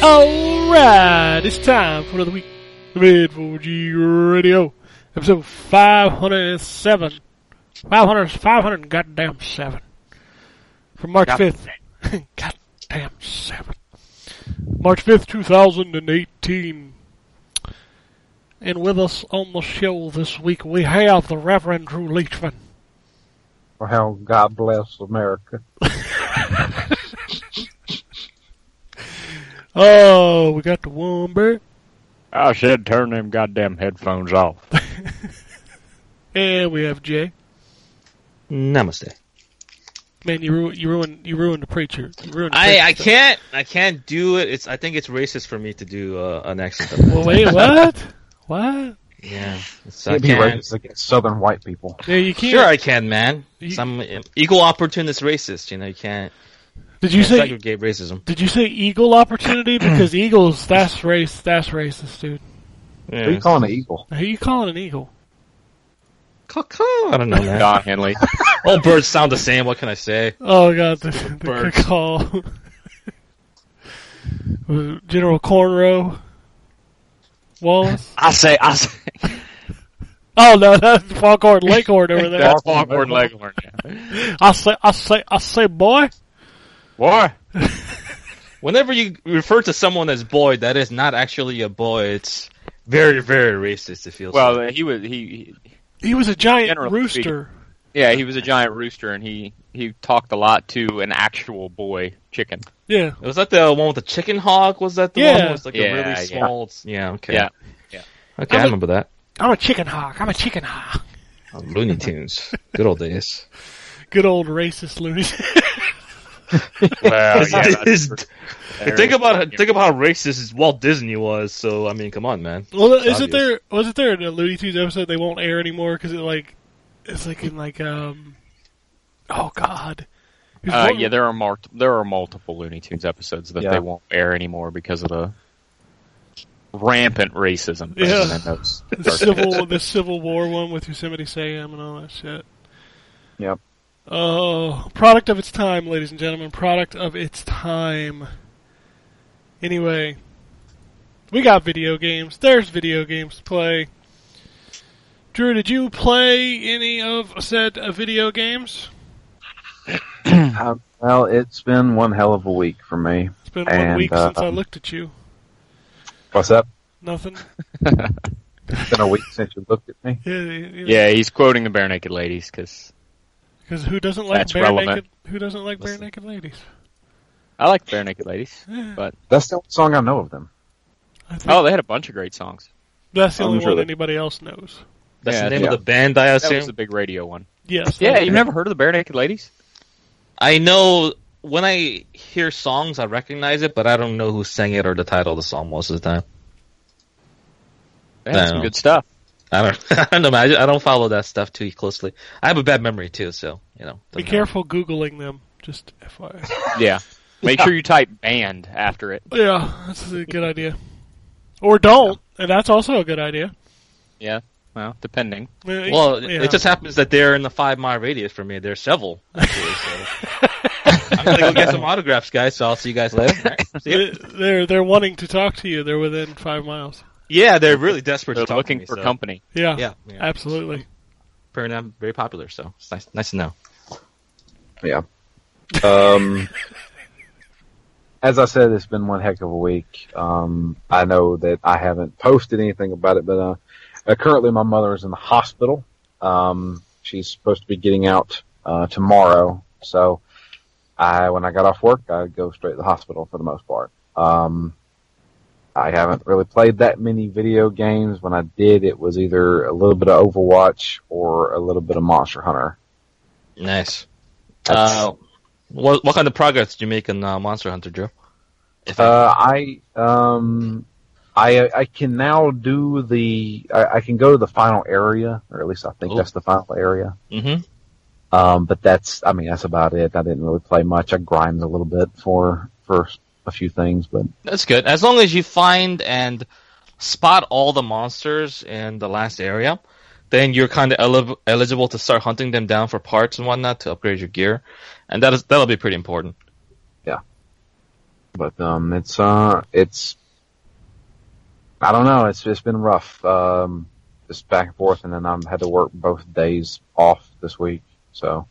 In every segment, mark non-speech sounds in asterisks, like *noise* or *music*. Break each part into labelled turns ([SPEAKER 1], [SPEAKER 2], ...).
[SPEAKER 1] Alright, it's time for another week of Red 4G Radio, episode 507. 500, 500 and goddamn 7. From March
[SPEAKER 2] God-
[SPEAKER 1] 5th. *laughs* goddamn 7. March 5th, 2018. And with us on the show this week, we have the Reverend Drew Leachman.
[SPEAKER 3] Well, God bless America.
[SPEAKER 1] Oh, we got the Womber.
[SPEAKER 4] I said turn them goddamn headphones off.
[SPEAKER 1] And we have Jay.
[SPEAKER 5] Namaste.
[SPEAKER 1] Man, you ruined you ruined you ruined the preacher. You ruined the
[SPEAKER 5] I,
[SPEAKER 1] preacher.
[SPEAKER 5] I can't I can't do it. It's I think it's racist for me to do uh, an accent.
[SPEAKER 1] Well,
[SPEAKER 5] *laughs*
[SPEAKER 1] wait, what? What?
[SPEAKER 5] yeah, it's, I
[SPEAKER 3] It'd be
[SPEAKER 5] can't.
[SPEAKER 3] racist against Southern white people.
[SPEAKER 1] Yeah, you can't.
[SPEAKER 5] Sure, I can, man.
[SPEAKER 1] You-
[SPEAKER 5] Some equal opportunist racist. You know, you can't
[SPEAKER 1] did you say?
[SPEAKER 5] segregate racism.
[SPEAKER 1] Did you say eagle
[SPEAKER 5] *clears throat*
[SPEAKER 1] opportunity? Because eagles, that's race. That's racist, dude.
[SPEAKER 3] Who you
[SPEAKER 5] Yeah.
[SPEAKER 3] calling an eagle?
[SPEAKER 1] Who you calling an eagle?
[SPEAKER 5] Caw-caw. I don't know, man.
[SPEAKER 4] Don Henley.
[SPEAKER 5] *laughs* All birds sound the same. What can I say?
[SPEAKER 1] Oh god, the, the good
[SPEAKER 5] Birds.
[SPEAKER 1] call. *laughs* General Cornrow. Wallace.
[SPEAKER 4] I say, I say.
[SPEAKER 1] *laughs* Oh no, that's Foghorn Leghorn over there.
[SPEAKER 4] That's Foghorn Leghorn. yeah.
[SPEAKER 1] I say, I say, I say, boy.
[SPEAKER 4] Boy,
[SPEAKER 5] Whenever you refer to someone as boy, that is not actually a boy. It's very, very racist. It feels. like.
[SPEAKER 4] well, he was he, he.
[SPEAKER 1] He was a giant
[SPEAKER 4] General
[SPEAKER 1] rooster.
[SPEAKER 4] Yeah, he was a giant rooster, and he he talked a lot to an actual boy chicken.
[SPEAKER 1] Yeah.
[SPEAKER 5] was that the one with the chicken hawk? Was that the
[SPEAKER 1] Yeah.
[SPEAKER 5] one that was like a
[SPEAKER 4] Yeah, yeah.
[SPEAKER 5] really small? Yeah. Okay.
[SPEAKER 4] Yeah.
[SPEAKER 1] I'm
[SPEAKER 5] Okay, I
[SPEAKER 1] a-
[SPEAKER 5] remember that.
[SPEAKER 1] I'm a chicken hawk. I'm a chicken hawk.
[SPEAKER 5] Oh, Looney Tunes, good old
[SPEAKER 4] *laughs*
[SPEAKER 5] days.
[SPEAKER 1] Good old racist loony. *laughs*
[SPEAKER 4] Well,
[SPEAKER 5] It's- it's- *laughs* think about how- think about how racist Walt Disney was. So I mean, come on, man.
[SPEAKER 1] Well,
[SPEAKER 5] It's
[SPEAKER 1] isn't
[SPEAKER 5] obvious.
[SPEAKER 1] there wasn't there a Looney Tunes episode they won't air anymore because it like it's like in like um oh god There's
[SPEAKER 4] Uh,
[SPEAKER 1] one-
[SPEAKER 4] yeah, there are mar- there are multiple Looney Tunes episodes that
[SPEAKER 3] Yeah.
[SPEAKER 4] they won't air anymore because of the rampant racism
[SPEAKER 1] Yeah.
[SPEAKER 4] in
[SPEAKER 5] *laughs*
[SPEAKER 4] those.
[SPEAKER 1] the civil the Civil War one with Yosemite Sam and all that shit.
[SPEAKER 3] Yep.
[SPEAKER 1] Oh, product of its time, ladies and gentlemen, product of its time. Anyway, we got video games. There's video games to play. Drew, did you play any of said uh, video games?
[SPEAKER 3] Uh, well, it's been one hell of a week for me.
[SPEAKER 1] It's been one
[SPEAKER 3] And,
[SPEAKER 1] week
[SPEAKER 3] uh,
[SPEAKER 1] since I looked at you.
[SPEAKER 3] What's up?
[SPEAKER 1] Nothing.
[SPEAKER 3] It's been a week since you looked at me.
[SPEAKER 1] Yeah, you
[SPEAKER 4] Yeah, he's quoting the bare naked ladies because
[SPEAKER 1] Because who doesn't like
[SPEAKER 4] That's
[SPEAKER 1] bare
[SPEAKER 4] relevant.
[SPEAKER 1] naked? Who doesn't like bare
[SPEAKER 4] Listen.
[SPEAKER 1] naked ladies?
[SPEAKER 4] I like bare naked ladies.
[SPEAKER 1] Yeah,
[SPEAKER 3] That's the only song I know of them.
[SPEAKER 1] I think
[SPEAKER 4] Oh, they had a bunch of great songs.
[SPEAKER 1] that's the only
[SPEAKER 3] I'm
[SPEAKER 1] one
[SPEAKER 3] really-
[SPEAKER 1] anybody else knows.
[SPEAKER 5] That's
[SPEAKER 4] yeah,
[SPEAKER 5] the name
[SPEAKER 3] yeah.
[SPEAKER 5] of the band, I
[SPEAKER 4] That was
[SPEAKER 5] assume.
[SPEAKER 4] the big radio one.
[SPEAKER 1] Yes.
[SPEAKER 4] Yeah,
[SPEAKER 1] that-
[SPEAKER 4] you've never heard of the bare naked ladies?
[SPEAKER 5] I know when I hear songs, I recognize it, but I don't know who sang it or the title of the song most of the time. *laughs*
[SPEAKER 4] They had some
[SPEAKER 5] No.
[SPEAKER 4] good stuff.
[SPEAKER 5] I don't, *laughs* I don't know, man. I, ju- I don't follow that stuff too closely. I have a bad memory too, so you know.
[SPEAKER 1] Be
[SPEAKER 5] doesn't
[SPEAKER 1] careful googling them. Just FYI.
[SPEAKER 4] Yeah. Make sure you type band after it.
[SPEAKER 1] yeah, that's a good idea. Or don't, and that's also a good idea.
[SPEAKER 4] Yeah. Well, depending.
[SPEAKER 5] matter.
[SPEAKER 1] Yeah,
[SPEAKER 5] Well,
[SPEAKER 1] yeah.
[SPEAKER 5] it just happens that they're in the five mile radius for me. There's several. Actually, so.
[SPEAKER 1] *laughs*
[SPEAKER 5] I'm gonna go get some autographs, guys. So I'll see you guys later.
[SPEAKER 1] *laughs*
[SPEAKER 5] See ya.
[SPEAKER 1] They- they're they're wanting to talk to you. They're within five miles.
[SPEAKER 5] yeah, they're really desperate.
[SPEAKER 4] They're
[SPEAKER 5] to talk
[SPEAKER 4] looking
[SPEAKER 5] to me,
[SPEAKER 4] for
[SPEAKER 5] so.
[SPEAKER 4] company.
[SPEAKER 1] Yeah,
[SPEAKER 5] Yeah, yeah.
[SPEAKER 1] absolutely.
[SPEAKER 5] Very, very popular. So it's nice, nice to know.
[SPEAKER 3] Yeah. Um, as I said, it's been one heck of a week. Um, I know that I haven't posted anything about it, but uh, uh, currently my mother is in the hospital. Um, She's supposed to be getting out uh, tomorrow. So I, when I got off work, I go straight to the hospital for the most part. Um, I haven't really played that many video games. When I did, it was either a little bit of Overwatch or a little bit of Monster Hunter.
[SPEAKER 5] Nice.
[SPEAKER 3] That's-
[SPEAKER 5] Uh, what, what kind of progress did you make in uh, Monster Hunter, Joe? If I-
[SPEAKER 3] Uh, I um, I I can now do the I, I can go to the final area, or at least I think
[SPEAKER 5] Ooh.
[SPEAKER 3] that's the final area.
[SPEAKER 5] Mhm.
[SPEAKER 3] Um, but that's I mean that's about it. I didn't really play much. I grind a little bit for for a few things, but
[SPEAKER 5] That's good. As long as you find and spot all the monsters in the last area, then you're kind of eli- eligible to start hunting them down for parts and whatnot to upgrade your gear, and that is that'll be pretty important.
[SPEAKER 3] but um, it's uh, it's I don't know. It's it's been rough. Um, just back and forth, and then I've had to work both days off this week, so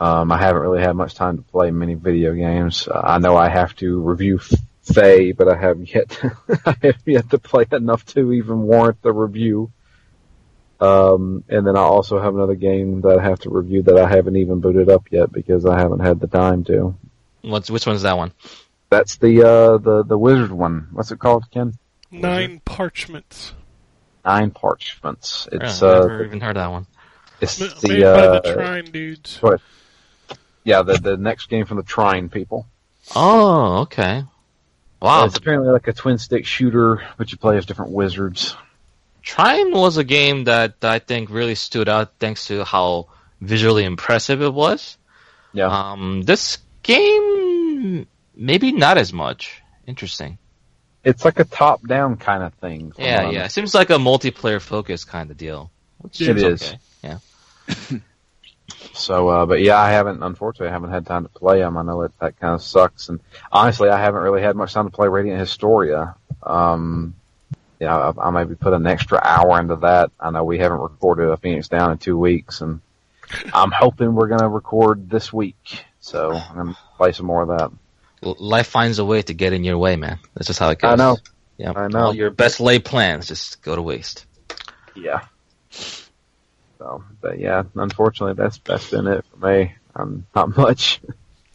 [SPEAKER 3] um, I haven't really had much time to play many video games. Uh, I know I have to review Faye, but I haven't yet. *laughs* I have yet to play enough to even warrant the review. Um, and then I also have another game that I have to review that I haven't even booted up yet because I haven't had the time to.
[SPEAKER 5] What's which one's that one?
[SPEAKER 3] That's the uh the the wizard one. What's it called, Ken?
[SPEAKER 1] Nine parchments.
[SPEAKER 3] Nine parchments. It's
[SPEAKER 5] Yeah,
[SPEAKER 3] uh
[SPEAKER 5] never even heard that one.
[SPEAKER 3] it's
[SPEAKER 1] Ma-
[SPEAKER 3] the
[SPEAKER 1] made by
[SPEAKER 3] uh
[SPEAKER 1] the Trine dudes.
[SPEAKER 3] yeah the the next game from the Trine people.
[SPEAKER 5] Oh, okay. Wow,
[SPEAKER 3] it's apparently like a twin stick shooter, but you play as different wizards.
[SPEAKER 5] Trine was a game that I think really stood out thanks to how visually impressive it was.
[SPEAKER 3] Yeah,
[SPEAKER 5] Um, this game maybe not as much. Interesting.
[SPEAKER 3] it's like a top down kind of thing. from
[SPEAKER 5] Yeah,
[SPEAKER 3] what I'm-
[SPEAKER 5] yeah. It seems like a multiplayer focus kind of deal. Which
[SPEAKER 3] It
[SPEAKER 5] seems
[SPEAKER 3] is.
[SPEAKER 5] okay. Yeah.
[SPEAKER 3] So, uh, but yeah, I haven't. Unfortunately, I haven't had time to play them. I know that that kind of sucks. And honestly, I haven't really had much time to play Radiant Historia. Um, yeah, I, I maybe put an extra hour into that. I know we haven't recorded a Phoenix Down in two weeks, and I'm hoping we're gonna record this week. So I'm gonna play some more of that.
[SPEAKER 5] L- Life finds a way to get in your way, man. That's just how it goes.
[SPEAKER 3] I know.
[SPEAKER 5] Yeah.
[SPEAKER 3] I know.
[SPEAKER 5] All your best laid plans just go to waste.
[SPEAKER 3] Yeah. So, but yeah, unfortunately, that's that's been it for me. Um, not much.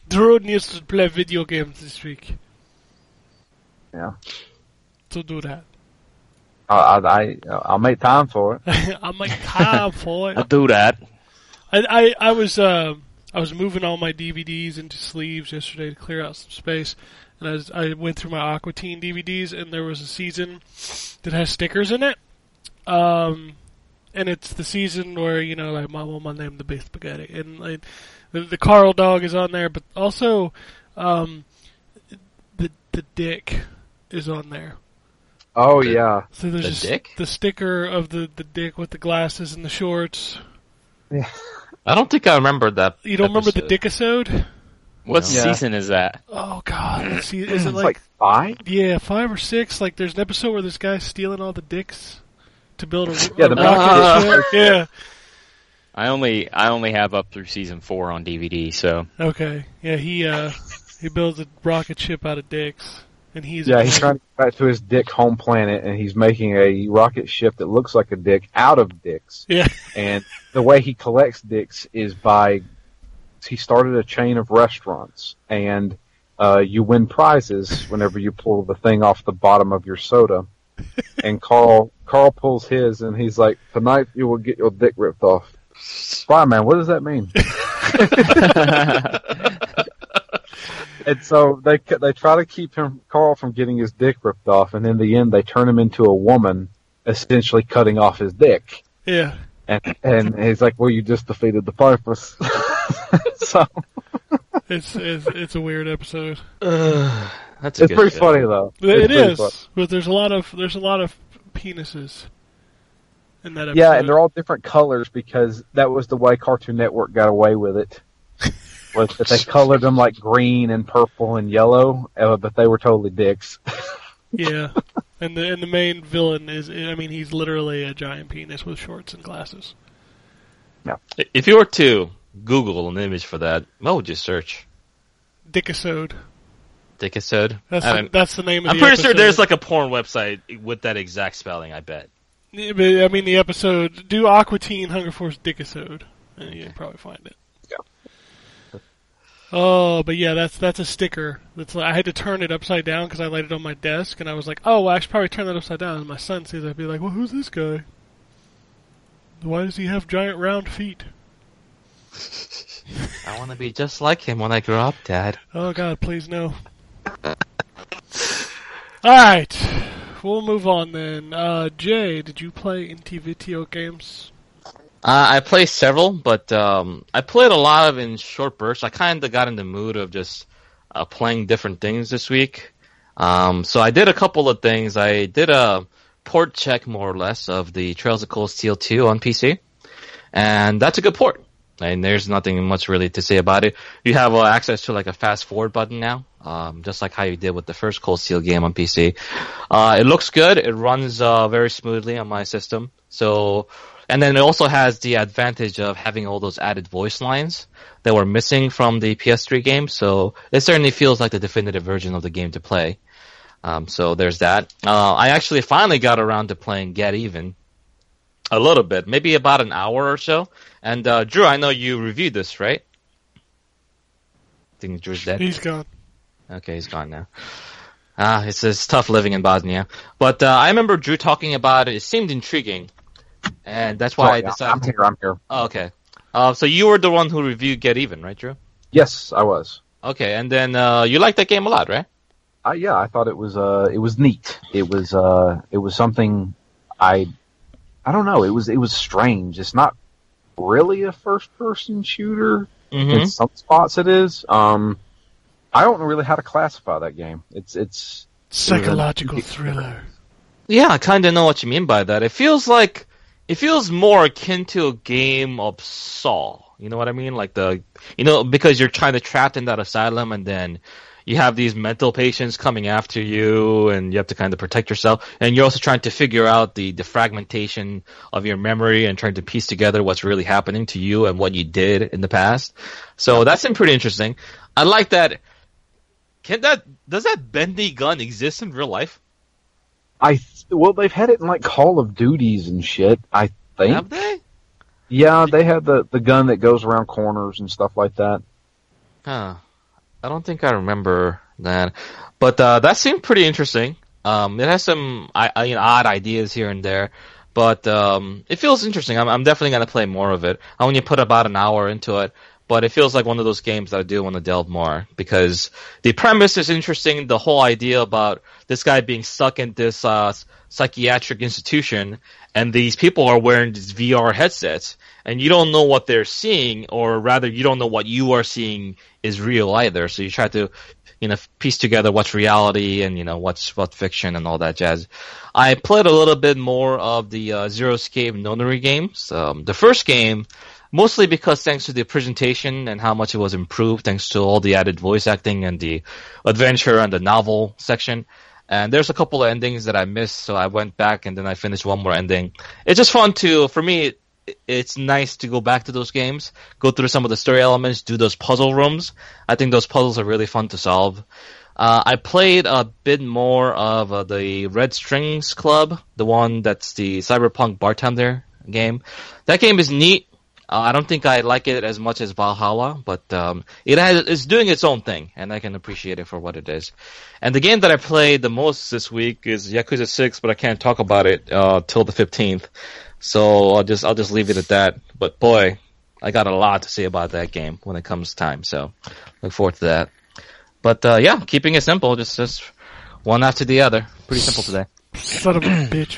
[SPEAKER 1] Drew needs to play video games this week.
[SPEAKER 3] Yeah.
[SPEAKER 1] To do that. *laughs*
[SPEAKER 3] I, I, I I'll make time for it.
[SPEAKER 1] I'm like time for it.
[SPEAKER 4] I'll do that.
[SPEAKER 1] I, I, I was uh, I was moving all my DVDs into sleeves yesterday to clear out some space, and I, was, I went through my Aquatine DVDs, and there was a season that has stickers in it. Um, and it's the season where you know, like my my name the beef spaghetti, and like the, the Carl dog is on there, but also um, the the dick is on there.
[SPEAKER 3] Oh yeah.
[SPEAKER 1] So there's
[SPEAKER 5] The
[SPEAKER 1] just
[SPEAKER 5] dick?
[SPEAKER 1] the sticker of the, the dick with the glasses and the shorts.
[SPEAKER 5] I don't think I remember that.
[SPEAKER 1] You don't remember the
[SPEAKER 5] episode.
[SPEAKER 1] dickisode?
[SPEAKER 4] What
[SPEAKER 5] Yeah.
[SPEAKER 4] season is that?
[SPEAKER 1] Oh God! See, is it
[SPEAKER 3] *clears throat* It's
[SPEAKER 1] like,
[SPEAKER 3] like five?
[SPEAKER 1] yeah, five or six? Like, there's an episode where this guy's stealing all the dicks to build
[SPEAKER 3] *laughs*
[SPEAKER 1] a,
[SPEAKER 3] Yeah,
[SPEAKER 1] a
[SPEAKER 3] the
[SPEAKER 1] rocket.
[SPEAKER 4] rocket.
[SPEAKER 1] ship. *laughs* yeah.
[SPEAKER 4] I only I only have up through season four on DVD. *laughs* So
[SPEAKER 1] Okay. Yeah, he uh, he builds a rocket ship out of dicks, and he's
[SPEAKER 3] Yeah, he's trying to get back to his dick home planet, and he's making a rocket ship that looks like a dick out of dicks.
[SPEAKER 1] Yeah.
[SPEAKER 3] *laughs* And the way he collects dicks is by he started a chain of restaurants, and uh, you win prizes whenever you pull the thing off the bottom of your soda. And Carl Carl pulls his, and he's like, "Tonight you will get your dick ripped off." Fly man, what does that mean? And so they they try to keep him Carl from getting his dick ripped off, and in the end they turn him into a woman, essentially cutting off his dick.
[SPEAKER 1] yeah.
[SPEAKER 3] And and he's like, "Well, you just defeated the purpose." *laughs* so
[SPEAKER 1] It's, it's it's a weird episode.
[SPEAKER 5] *sighs* That's a
[SPEAKER 3] it's
[SPEAKER 5] good
[SPEAKER 3] pretty
[SPEAKER 5] show.
[SPEAKER 3] funny though.
[SPEAKER 1] It
[SPEAKER 3] It's pretty
[SPEAKER 1] is,
[SPEAKER 3] fun.
[SPEAKER 1] but there's a lot of there's a lot of penises in that episode.
[SPEAKER 3] Yeah, and they're all different colors because that was the way Cartoon Network got away with it. Was that they colored them like green and purple and yellow, uh, but they were totally dicks.
[SPEAKER 1] yeah. And the and the main villain is I mean he's literally a giant penis with shorts and glasses.
[SPEAKER 5] If you were to Google an image for that, what would you search?
[SPEAKER 1] Dickisode.
[SPEAKER 5] Dickisode?
[SPEAKER 1] That's
[SPEAKER 5] I
[SPEAKER 1] the,
[SPEAKER 5] don't-
[SPEAKER 1] that's the name of
[SPEAKER 5] I'm
[SPEAKER 1] the
[SPEAKER 5] pretty sure
[SPEAKER 1] episode.
[SPEAKER 5] there's like a porn website with that exact spelling, I bet.
[SPEAKER 1] Yeah, but, I mean, the episode. Do Aqua Teen Hunger Force Dickisode, and you can probably find it.
[SPEAKER 3] Yeah.
[SPEAKER 1] *laughs* Oh, but yeah, that's that's a sticker. That's like, I had to turn it upside down because I laid it on my desk, and I was like, "Oh, well, I should probably turn that upside down." And my son sees, it, I'd be like, "Well, who's this guy? Why does he have giant round feet?"
[SPEAKER 5] I want to be just like him when I grow up, Dad.
[SPEAKER 1] Oh God, please no. All right, we'll move on then. Uh, Jay, did you play NTVTO games?
[SPEAKER 5] Uh, I play several, but um, I played a lot of in short bursts. I kind of got in the mood of just uh, playing different things this week. Um, so I did a couple of things. I did a port check, more or less, of the Trails of Cold Steel 2 on PC, and that's a good port. And there's nothing much really to say about it. You have uh, access to like a fast forward button now, um, just like how you did with the first Cold Steel game on PC. Uh, it looks good. It runs uh, very smoothly on my system. So, and then it also has the advantage of having all those added voice lines that were missing from the PS3 game. So it certainly feels like the definitive version of the game to play. Um, so there's that. Uh, I actually finally got around to playing Get Even a little bit, maybe about an hour or so. And uh, Drew, I know you reviewed this, right? I think Drew's dead.
[SPEAKER 1] He's gone.
[SPEAKER 5] Okay, he's gone now. Ah, it's it's tough living in Bosnia. But uh, I remember Drew talking about it. It seemed intriguing, and that's why I
[SPEAKER 3] *laughs* Sorry,
[SPEAKER 5] decided.
[SPEAKER 3] I'm here. I'm here.
[SPEAKER 5] Oh, okay. Uh, so you were the one who reviewed Get Even, right, Drew?
[SPEAKER 3] Yes, I was.
[SPEAKER 5] Okay, and then uh, you liked that game a lot, right?
[SPEAKER 3] I, yeah, I thought it was uh, it was neat. It was uh, it was something I I don't know. It was it was strange. It's not really a first person shooter. In
[SPEAKER 5] Mm-hmm.
[SPEAKER 3] some spots it is. Um, I don't really how to classify that game. It's it's
[SPEAKER 1] Psychological thriller.
[SPEAKER 5] Yeah, I kind of know what you mean by that. It feels like it feels more akin to a game of Saw. You know what I mean? Like the you know because you're kind of trapped in that asylum, and then you have these mental patients coming after you, and you have to kind of protect yourself, and you're also trying to figure out the the fragmentation of your memory and trying to piece together what's really happening to you and what you did in the past. So that's been pretty interesting. I like that. Can that does that bendy gun exist in real life?
[SPEAKER 3] I th- well they've had it in like Call of Duties and shit. I think.
[SPEAKER 5] Have they?
[SPEAKER 3] Yeah, they had the the gun that goes around corners and stuff like that.
[SPEAKER 5] Huh. I don't think I remember that, but uh, that seemed pretty interesting. Um, it has some I, I, you know, odd ideas here and there, but um, it feels interesting. I'm, I'm definitely gonna play more of it. I only put about an hour into it, but it feels like one of those games that I do want to delve more because the premise is interesting. The whole idea about this guy being stuck in this uh, psychiatric institution, and these people are wearing these VR headsets, and you don't know what they're seeing, or rather, you don't know what you are seeing is real either. So you try to, you know, piece together what's reality and you know what's what fiction and all that jazz. I played a little bit more of the uh, Zero Escape Nonary games. Um, the first game, mostly because thanks to the presentation and how much it was improved, thanks to all the added voice acting and the adventure and the novel section. And there's a couple of endings that I missed, so I went back and then I finished one more ending. It's just fun to, for me, it- it's nice to go back to those games, go through some of the story elements, do those puzzle rooms. I think those puzzles are really fun to solve. Uh, I played a bit more of uh, the Red Strings Club, the one that's the cyberpunk bartender game. That game is neat. Uh, I don't think I like it as much as Valhalla, but um, it has it's doing its own thing, and I can appreciate it for what it is. And the game that I played the most this week is Yakuza Six, but I can't talk about it uh, till the fifteenth. So I'll just I'll just leave it at that. But boy, I got a lot to say about that game when it comes time. So look forward to that. But uh, yeah, keeping it simple, just just one after the other. Pretty simple today.
[SPEAKER 1] Son of a
[SPEAKER 4] *clears throat*
[SPEAKER 1] bitch.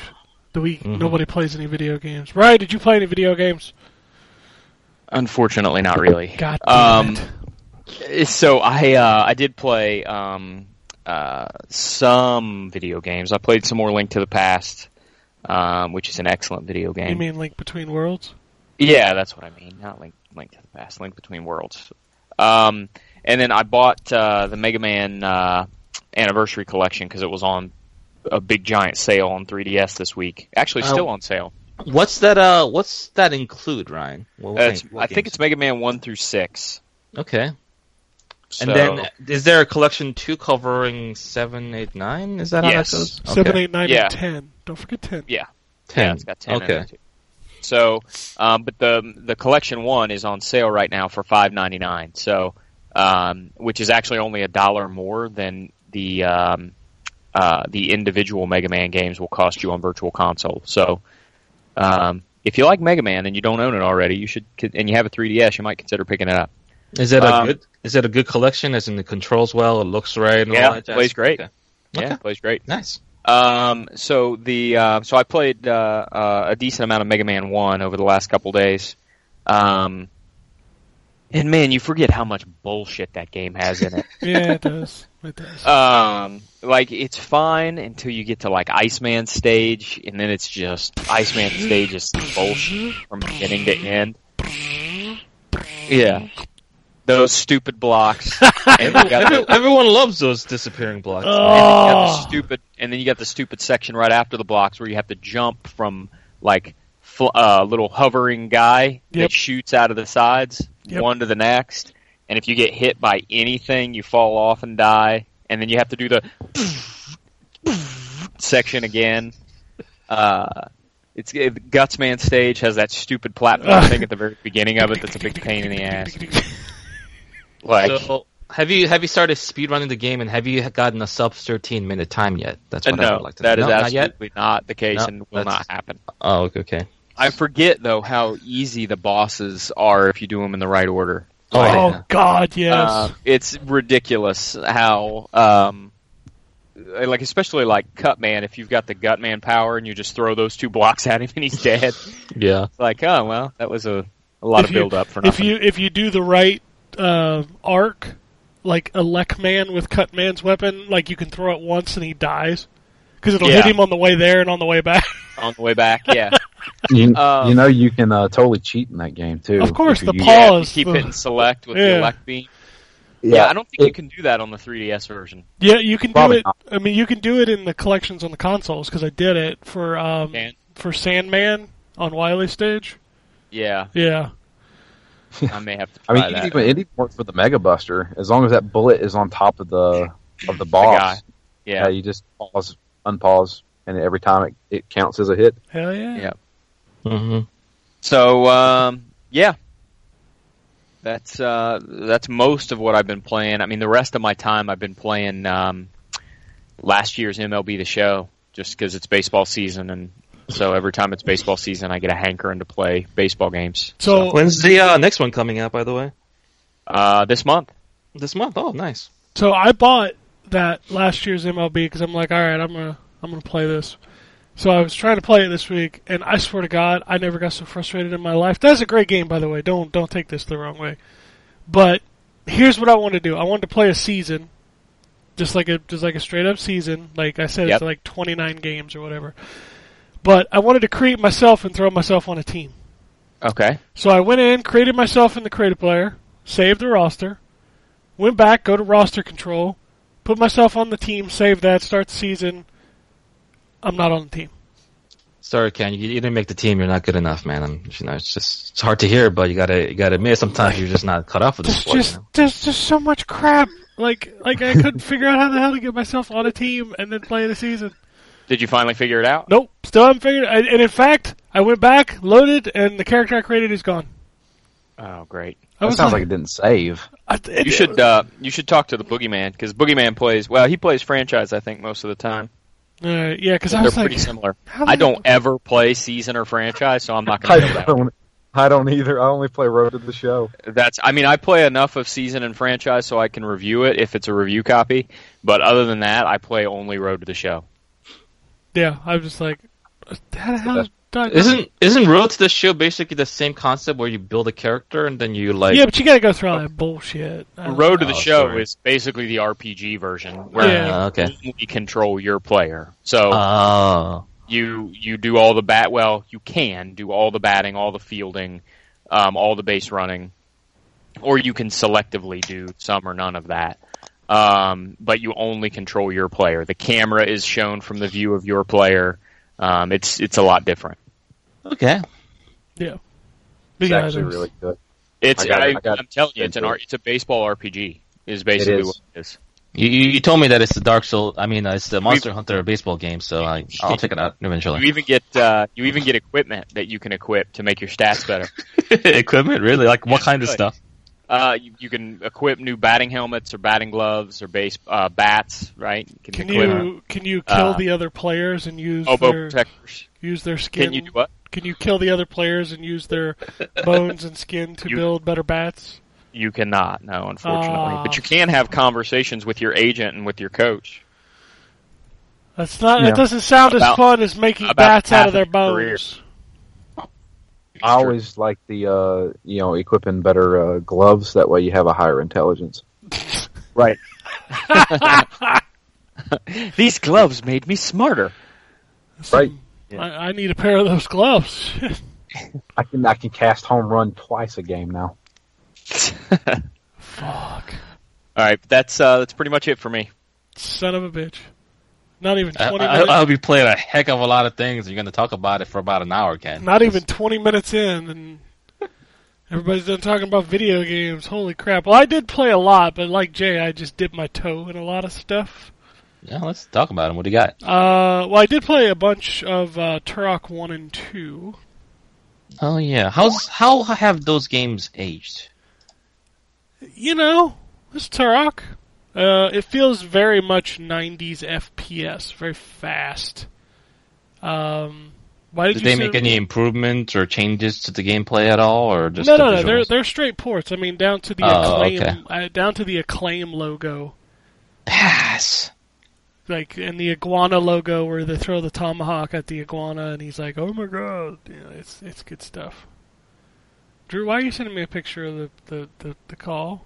[SPEAKER 1] The week
[SPEAKER 4] Mm-hmm.
[SPEAKER 1] nobody plays any video games. Right? Did you play any video games?
[SPEAKER 4] Unfortunately, not really.
[SPEAKER 1] God damn
[SPEAKER 4] Um,
[SPEAKER 1] it.
[SPEAKER 4] So I uh, I did play um, uh, some video games. I played some more Link to the Past, um, which is an excellent video game.
[SPEAKER 1] You mean Link Between Worlds?
[SPEAKER 4] Yeah, that's what I mean. Not Link, Link to the Past, Link Between Worlds. Um, and then I bought uh, the Mega Man uh, Anniversary Collection because it was on a big giant sale on 3DS this week. Actually,
[SPEAKER 5] Oh.
[SPEAKER 4] still on sale.
[SPEAKER 5] What's that? Uh, what's that include, Ryan? What,
[SPEAKER 4] Uh, it's,
[SPEAKER 5] what
[SPEAKER 4] I think
[SPEAKER 5] games?
[SPEAKER 4] it's Mega Man one through six.
[SPEAKER 5] okay.
[SPEAKER 4] So-
[SPEAKER 5] And then is there a collection two covering seven, eight, nine? Is that how that
[SPEAKER 4] Yes.
[SPEAKER 5] goes? Okay.
[SPEAKER 1] Seven, eight, nine,
[SPEAKER 4] Yeah.
[SPEAKER 1] and ten. Don't forget ten.
[SPEAKER 4] Yeah.
[SPEAKER 5] Ten.
[SPEAKER 4] Yeah, it's got ten. in
[SPEAKER 5] Okay.
[SPEAKER 4] it, too. So, um, but the the collection one is on sale right now for five ninety nine. So, um, which is actually only a dollar more than the um, uh, the individual Mega Man games will cost you on Virtual Console. So, um, if you like Mega Man and you don't own it already, you should and you have a 3DS, you might consider picking it up.
[SPEAKER 5] Is that a
[SPEAKER 4] Um,
[SPEAKER 5] good? Is that a good collection? As in, it controls well, it looks right. And
[SPEAKER 4] Yeah,
[SPEAKER 5] all that
[SPEAKER 4] it plays
[SPEAKER 5] jazz?
[SPEAKER 4] great.
[SPEAKER 5] Okay.
[SPEAKER 4] Yeah,
[SPEAKER 5] Okay.
[SPEAKER 4] it plays great.
[SPEAKER 5] Nice.
[SPEAKER 4] Um, so the uh, so I played uh, uh, a decent amount of Mega Man One over the last couple days, um, and man, you forget how much bullshit that game has
[SPEAKER 1] *laughs*
[SPEAKER 4] in it.
[SPEAKER 1] Yeah, it does. It
[SPEAKER 4] *laughs*
[SPEAKER 1] does.
[SPEAKER 4] um, like it's fine until you get to like Iceman stage, and then it's just Iceman stage is bullshit from beginning to end. Yeah, those stupid blocks.
[SPEAKER 5] *laughs*
[SPEAKER 4] and you got the-
[SPEAKER 5] Every- everyone loves those disappearing blocks.
[SPEAKER 4] and then you got
[SPEAKER 1] oh,
[SPEAKER 4] the stupid, and then you got the stupid section right after the blocks where you have to jump from like fl- uh, little hovering guy
[SPEAKER 1] Yep.
[SPEAKER 4] that shoots out of the sides,
[SPEAKER 1] Yep.
[SPEAKER 4] one to the next, and if you get hit by anything, you fall off and die, and then you have to do the section again. Uh, it's it, Gutsman stage has that stupid platform thing at the very beginning of it. That's a big pain in
[SPEAKER 1] *laughs*
[SPEAKER 4] the ass. Like,
[SPEAKER 5] so, have you have you started speedrunning the game and have you gotten a sub thirteen minute time yet? That's what I
[SPEAKER 4] no,
[SPEAKER 5] would like to
[SPEAKER 4] that
[SPEAKER 5] know.
[SPEAKER 4] is
[SPEAKER 5] no, not yet.
[SPEAKER 4] absolutely not the case,
[SPEAKER 5] No,
[SPEAKER 4] and will
[SPEAKER 5] that's-
[SPEAKER 4] not happen.
[SPEAKER 5] Oh, okay, okay.
[SPEAKER 4] I forget though how easy the bosses are if you do them in the right order.
[SPEAKER 5] Oh, yeah.
[SPEAKER 1] oh God, yes.
[SPEAKER 4] Uh, it's ridiculous how, um, like especially like Cutman, if you've got the Gutman power and you just throw those two blocks *laughs* at him and he's dead. It's
[SPEAKER 5] yeah.
[SPEAKER 4] like, oh well, that was a, a lot
[SPEAKER 1] If
[SPEAKER 4] of
[SPEAKER 1] you-
[SPEAKER 4] build up for
[SPEAKER 1] if
[SPEAKER 4] nothing.
[SPEAKER 1] you if you do the right uh, arc, like a Lek man with Cut Man's weapon, like you can throw it once and he dies because it'll hit
[SPEAKER 4] Yeah.
[SPEAKER 1] him on the way there and on the way back.
[SPEAKER 4] On the way back,
[SPEAKER 1] *laughs*
[SPEAKER 4] yeah,
[SPEAKER 3] You,
[SPEAKER 4] Um,
[SPEAKER 3] you know you can uh, totally cheat in that game too.
[SPEAKER 1] Of course,
[SPEAKER 3] if you
[SPEAKER 1] the
[SPEAKER 3] use-
[SPEAKER 1] paw-
[SPEAKER 4] yeah. if
[SPEAKER 1] Pause.
[SPEAKER 4] you keep hitting select with
[SPEAKER 1] Yeah.
[SPEAKER 4] the elect beam.
[SPEAKER 3] Yeah,
[SPEAKER 4] Yeah, I don't think
[SPEAKER 3] it-
[SPEAKER 4] you can do that on the 3DS version.
[SPEAKER 1] yeah, you can do
[SPEAKER 3] Probably
[SPEAKER 1] it.
[SPEAKER 3] not.
[SPEAKER 1] I mean, you can do it in the collections on the consoles because I did it for um,
[SPEAKER 4] Dan?
[SPEAKER 1] for Sandman on Wily stage.
[SPEAKER 5] *laughs*
[SPEAKER 4] Yeah,
[SPEAKER 1] Yeah,
[SPEAKER 4] I may have to
[SPEAKER 3] I
[SPEAKER 4] try
[SPEAKER 3] mean, it
[SPEAKER 4] that.
[SPEAKER 3] even, it even works with the Mega Buster as long as that bullet is on top of the of the boss.
[SPEAKER 4] guy.
[SPEAKER 3] Yeah,
[SPEAKER 4] yeah,
[SPEAKER 3] you just pause, unpause, and every time it, it counts as a hit.
[SPEAKER 1] hell
[SPEAKER 5] uh,
[SPEAKER 1] yeah.
[SPEAKER 4] Yeah.
[SPEAKER 5] hmm
[SPEAKER 4] So um, yeah, that's uh, that's most of what I've been playing. I mean, the rest of my time I've been playing um, last year's MLB The Show, just because it's baseball season, and so every time it's baseball season, I get a hankering to play baseball games.
[SPEAKER 1] So
[SPEAKER 5] When's the uh, next one coming out? By the way,
[SPEAKER 4] Uh, this month,
[SPEAKER 5] this month. Oh, nice.
[SPEAKER 1] So I bought that last year's MLB because I'm like, all right, I'm gonna I'm gonna play this. So I was trying to play it this week, and I swear to God, I never got so frustrated in my life. That's a great game, by the way. Don't don't take this the wrong way. But here's what I want to do. I want to play a season, just like a just like a straight up season. Like I said,
[SPEAKER 4] Yep.
[SPEAKER 1] it's like 29 games or whatever. But I wanted to create myself and throw myself on a team.
[SPEAKER 4] okay,
[SPEAKER 1] So I went in, created myself in the creative player, saved the roster, went back, go to roster control, put myself on the team, save that, start the season. I'm not on the team.
[SPEAKER 5] Sorry, Ken. You, you didn't make the team. You're not good enough, man. I'm, you know, it's just it's hard to hear, but you gotta you gotta admit sometimes you're just not cut off with the
[SPEAKER 1] There's
[SPEAKER 5] sport.
[SPEAKER 1] just
[SPEAKER 5] you know?
[SPEAKER 1] there's just so much crap. Like like I couldn't *laughs* figure out how the hell to get myself on a team and then play the season.
[SPEAKER 4] did you finally figure it out?
[SPEAKER 1] Nope, still haven't figured. And and in fact, I went back, loaded, and the character I created is gone.
[SPEAKER 4] Oh, great.
[SPEAKER 1] I
[SPEAKER 3] That
[SPEAKER 1] was
[SPEAKER 3] sounds like it didn't save.
[SPEAKER 1] I- it-
[SPEAKER 4] You should uh, you should talk to the Boogeyman because Boogeyman plays well. He plays franchise, I think, most of the time.
[SPEAKER 1] Uh, yeah, because I
[SPEAKER 4] They're
[SPEAKER 1] was
[SPEAKER 4] pretty
[SPEAKER 1] like,
[SPEAKER 4] similar.
[SPEAKER 1] how the
[SPEAKER 4] I don't
[SPEAKER 1] hell-
[SPEAKER 4] ever play season or franchise, so I'm not
[SPEAKER 3] I
[SPEAKER 4] going to know that.
[SPEAKER 3] don't. I don't either. I only play Road to the Show.
[SPEAKER 4] That's. I mean, I play enough of season and franchise so I can review it if it's a review copy. But other than that, I play only Road to the Show.
[SPEAKER 1] yeah, I was just like, how the hell? did I-
[SPEAKER 5] Isn't isn't Road to the Show basically the same concept where you build a character and then you like
[SPEAKER 1] yeah, but you got to go through all that bullshit. Uh, I don't-
[SPEAKER 4] Road to the
[SPEAKER 5] Oh,
[SPEAKER 4] Show
[SPEAKER 5] sorry.
[SPEAKER 4] is basically the RPG version where
[SPEAKER 1] Yeah.
[SPEAKER 5] Uh, okay.
[SPEAKER 4] you only control your player. So
[SPEAKER 5] Oh.
[SPEAKER 4] you you do all the bat. Well, you can do all the batting, all the fielding, um, all the base running, or you can selectively do some or none of that. Um, but you only control your player. The camera is shown from the view of your player. Um, it's it's a lot different.
[SPEAKER 5] Okay.
[SPEAKER 1] Yeah.
[SPEAKER 3] It's
[SPEAKER 1] Big
[SPEAKER 3] actually
[SPEAKER 1] items.
[SPEAKER 3] really good.
[SPEAKER 4] It's
[SPEAKER 3] I got
[SPEAKER 4] I
[SPEAKER 3] it, I got
[SPEAKER 4] am
[SPEAKER 3] it.
[SPEAKER 4] telling you, it's an R- it's a baseball RPG is basically
[SPEAKER 3] It is.
[SPEAKER 4] what it is.
[SPEAKER 5] You, you you told me that it's the Dark Soul. I mean, uh, it's the Monster
[SPEAKER 4] We've-
[SPEAKER 5] Hunter baseball game,
[SPEAKER 1] *laughs*
[SPEAKER 5] so I, I'll check it out
[SPEAKER 4] You
[SPEAKER 5] eventually.
[SPEAKER 4] even get uh, you even get equipment that you can equip to make your stats better.
[SPEAKER 5] *laughs* Equipment, really? Like what kind of
[SPEAKER 4] Good.
[SPEAKER 5] stuff?
[SPEAKER 4] Uh, you, you can equip new batting helmets or batting gloves or base uh, bats, right? You
[SPEAKER 1] Can
[SPEAKER 4] equip
[SPEAKER 1] you can you kill
[SPEAKER 4] Uh,
[SPEAKER 1] the other players and use
[SPEAKER 4] elbow
[SPEAKER 1] their
[SPEAKER 4] protectors?
[SPEAKER 1] use their skin?
[SPEAKER 4] Can you do what?
[SPEAKER 1] Can you kill the other players and use
[SPEAKER 4] *laughs*
[SPEAKER 1] their bones and skin to
[SPEAKER 4] You-
[SPEAKER 1] build better bats?
[SPEAKER 4] You cannot, no, unfortunately.
[SPEAKER 1] Aw.
[SPEAKER 4] But you can have conversations with your agent and with your coach.
[SPEAKER 1] That's not.
[SPEAKER 3] Yeah.
[SPEAKER 1] It doesn't sound as
[SPEAKER 4] About-
[SPEAKER 1] fun as making
[SPEAKER 4] about
[SPEAKER 1] bats out
[SPEAKER 4] half
[SPEAKER 1] of their
[SPEAKER 4] of your career.
[SPEAKER 1] bones.
[SPEAKER 3] I always like the uh, you know equipping better uh, gloves. That way you have a higher intelligence.
[SPEAKER 4] Right. These gloves made me smarter. *laughs*
[SPEAKER 3] Right.
[SPEAKER 4] Yeah.
[SPEAKER 1] I, I need a pair of those gloves. *laughs*
[SPEAKER 3] I can I can cast home run twice a game now.
[SPEAKER 1] Fuck,
[SPEAKER 4] All right, that's uh, that's pretty much it for me.
[SPEAKER 1] son of a bitch! Not even
[SPEAKER 5] I,
[SPEAKER 1] twenty.
[SPEAKER 5] I,
[SPEAKER 1] minutes,
[SPEAKER 5] I'll be playing a heck of a lot of things. You're going to talk about it for about an hour, Ken.
[SPEAKER 1] not even twenty minutes in, and everybody's done talking about video games. Holy crap! Well, I did play a lot, but like Jay, I just dipped my toe in a lot of stuff.
[SPEAKER 5] Yeah, let's talk about it. What do you got?
[SPEAKER 1] Uh, well, I did play a bunch of uh, Turok one and two.
[SPEAKER 5] Oh yeah, how's how have those games aged?
[SPEAKER 1] You know, it's Turok. Uh, it feels very much '90s FPS, very fast. Um, why did,
[SPEAKER 5] Did
[SPEAKER 1] you
[SPEAKER 5] they
[SPEAKER 1] say-
[SPEAKER 5] make any improvements or changes to the gameplay at all, or just
[SPEAKER 1] no,
[SPEAKER 5] the
[SPEAKER 1] no, no. They're
[SPEAKER 5] visuals?
[SPEAKER 1] they're straight ports. I mean, down to the
[SPEAKER 5] Oh,
[SPEAKER 1] acclaim,
[SPEAKER 5] okay.
[SPEAKER 1] uh, down to the acclaim logo,
[SPEAKER 5] pass.
[SPEAKER 1] like and the iguana logo, where they throw the tomahawk at the iguana, and he's like, "Oh my god!" You know, it's it's good stuff. Drew, why are you sending me a picture of the the, the, the call?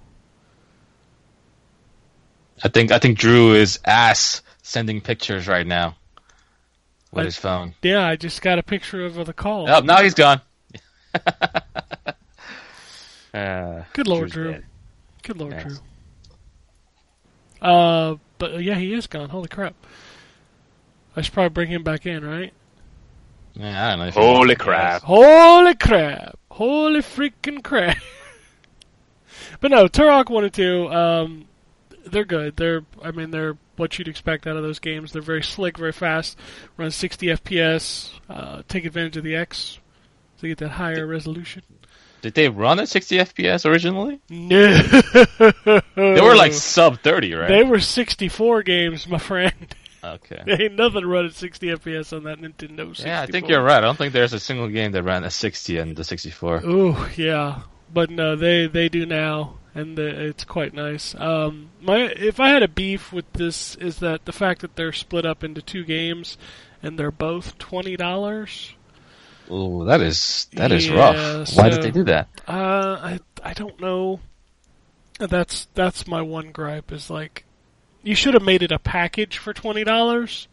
[SPEAKER 5] I think I think Drew is ass sending pictures right now with
[SPEAKER 1] What?
[SPEAKER 5] his phone.
[SPEAKER 1] Yeah, I just got a picture of the call.
[SPEAKER 5] Oh, now he's gone. uh,
[SPEAKER 1] Good lord,
[SPEAKER 5] Drew's
[SPEAKER 1] Drew.
[SPEAKER 5] dead.
[SPEAKER 1] Good lord,
[SPEAKER 5] Yes.
[SPEAKER 1] Drew. Uh, but uh, yeah, he is gone. Holy crap! I should probably bring him back in, right?
[SPEAKER 5] Yeah, I don't know. if he-
[SPEAKER 4] Holy crap.
[SPEAKER 1] Holy crap! Holy freaking crap! *laughs* but no, Turok one and two, um, they're good. They're, I mean, they're what you'd expect out of those games. They're very slick, very fast. Run 60 FPS. Uh, take advantage of the X to get that higher resolution.
[SPEAKER 5] Did they run at 60 FPS originally?
[SPEAKER 1] No,
[SPEAKER 5] They were like sub 30,
[SPEAKER 1] *laughs*
[SPEAKER 5] right?
[SPEAKER 1] they were 64 games, my friend. *laughs*
[SPEAKER 5] okay.
[SPEAKER 1] There ain't nothing running 60 FPS on that Nintendo 64.
[SPEAKER 5] Yeah, I think you're right. I don't think there's a single game that ran at 60 and the 64.
[SPEAKER 1] Ooh, yeah, but no, they they do now, and the, it's quite nice. Um, my if I had a beef with this is that the fact that they're split up into two games, and they're both twenty dollars.
[SPEAKER 5] Ooh, that is that is
[SPEAKER 1] Yeah,
[SPEAKER 5] rough.
[SPEAKER 1] so-
[SPEAKER 5] Why did they do that?
[SPEAKER 1] Uh, I I don't know. That's that's my one gripe is like, you should have made it a package for twenty dollars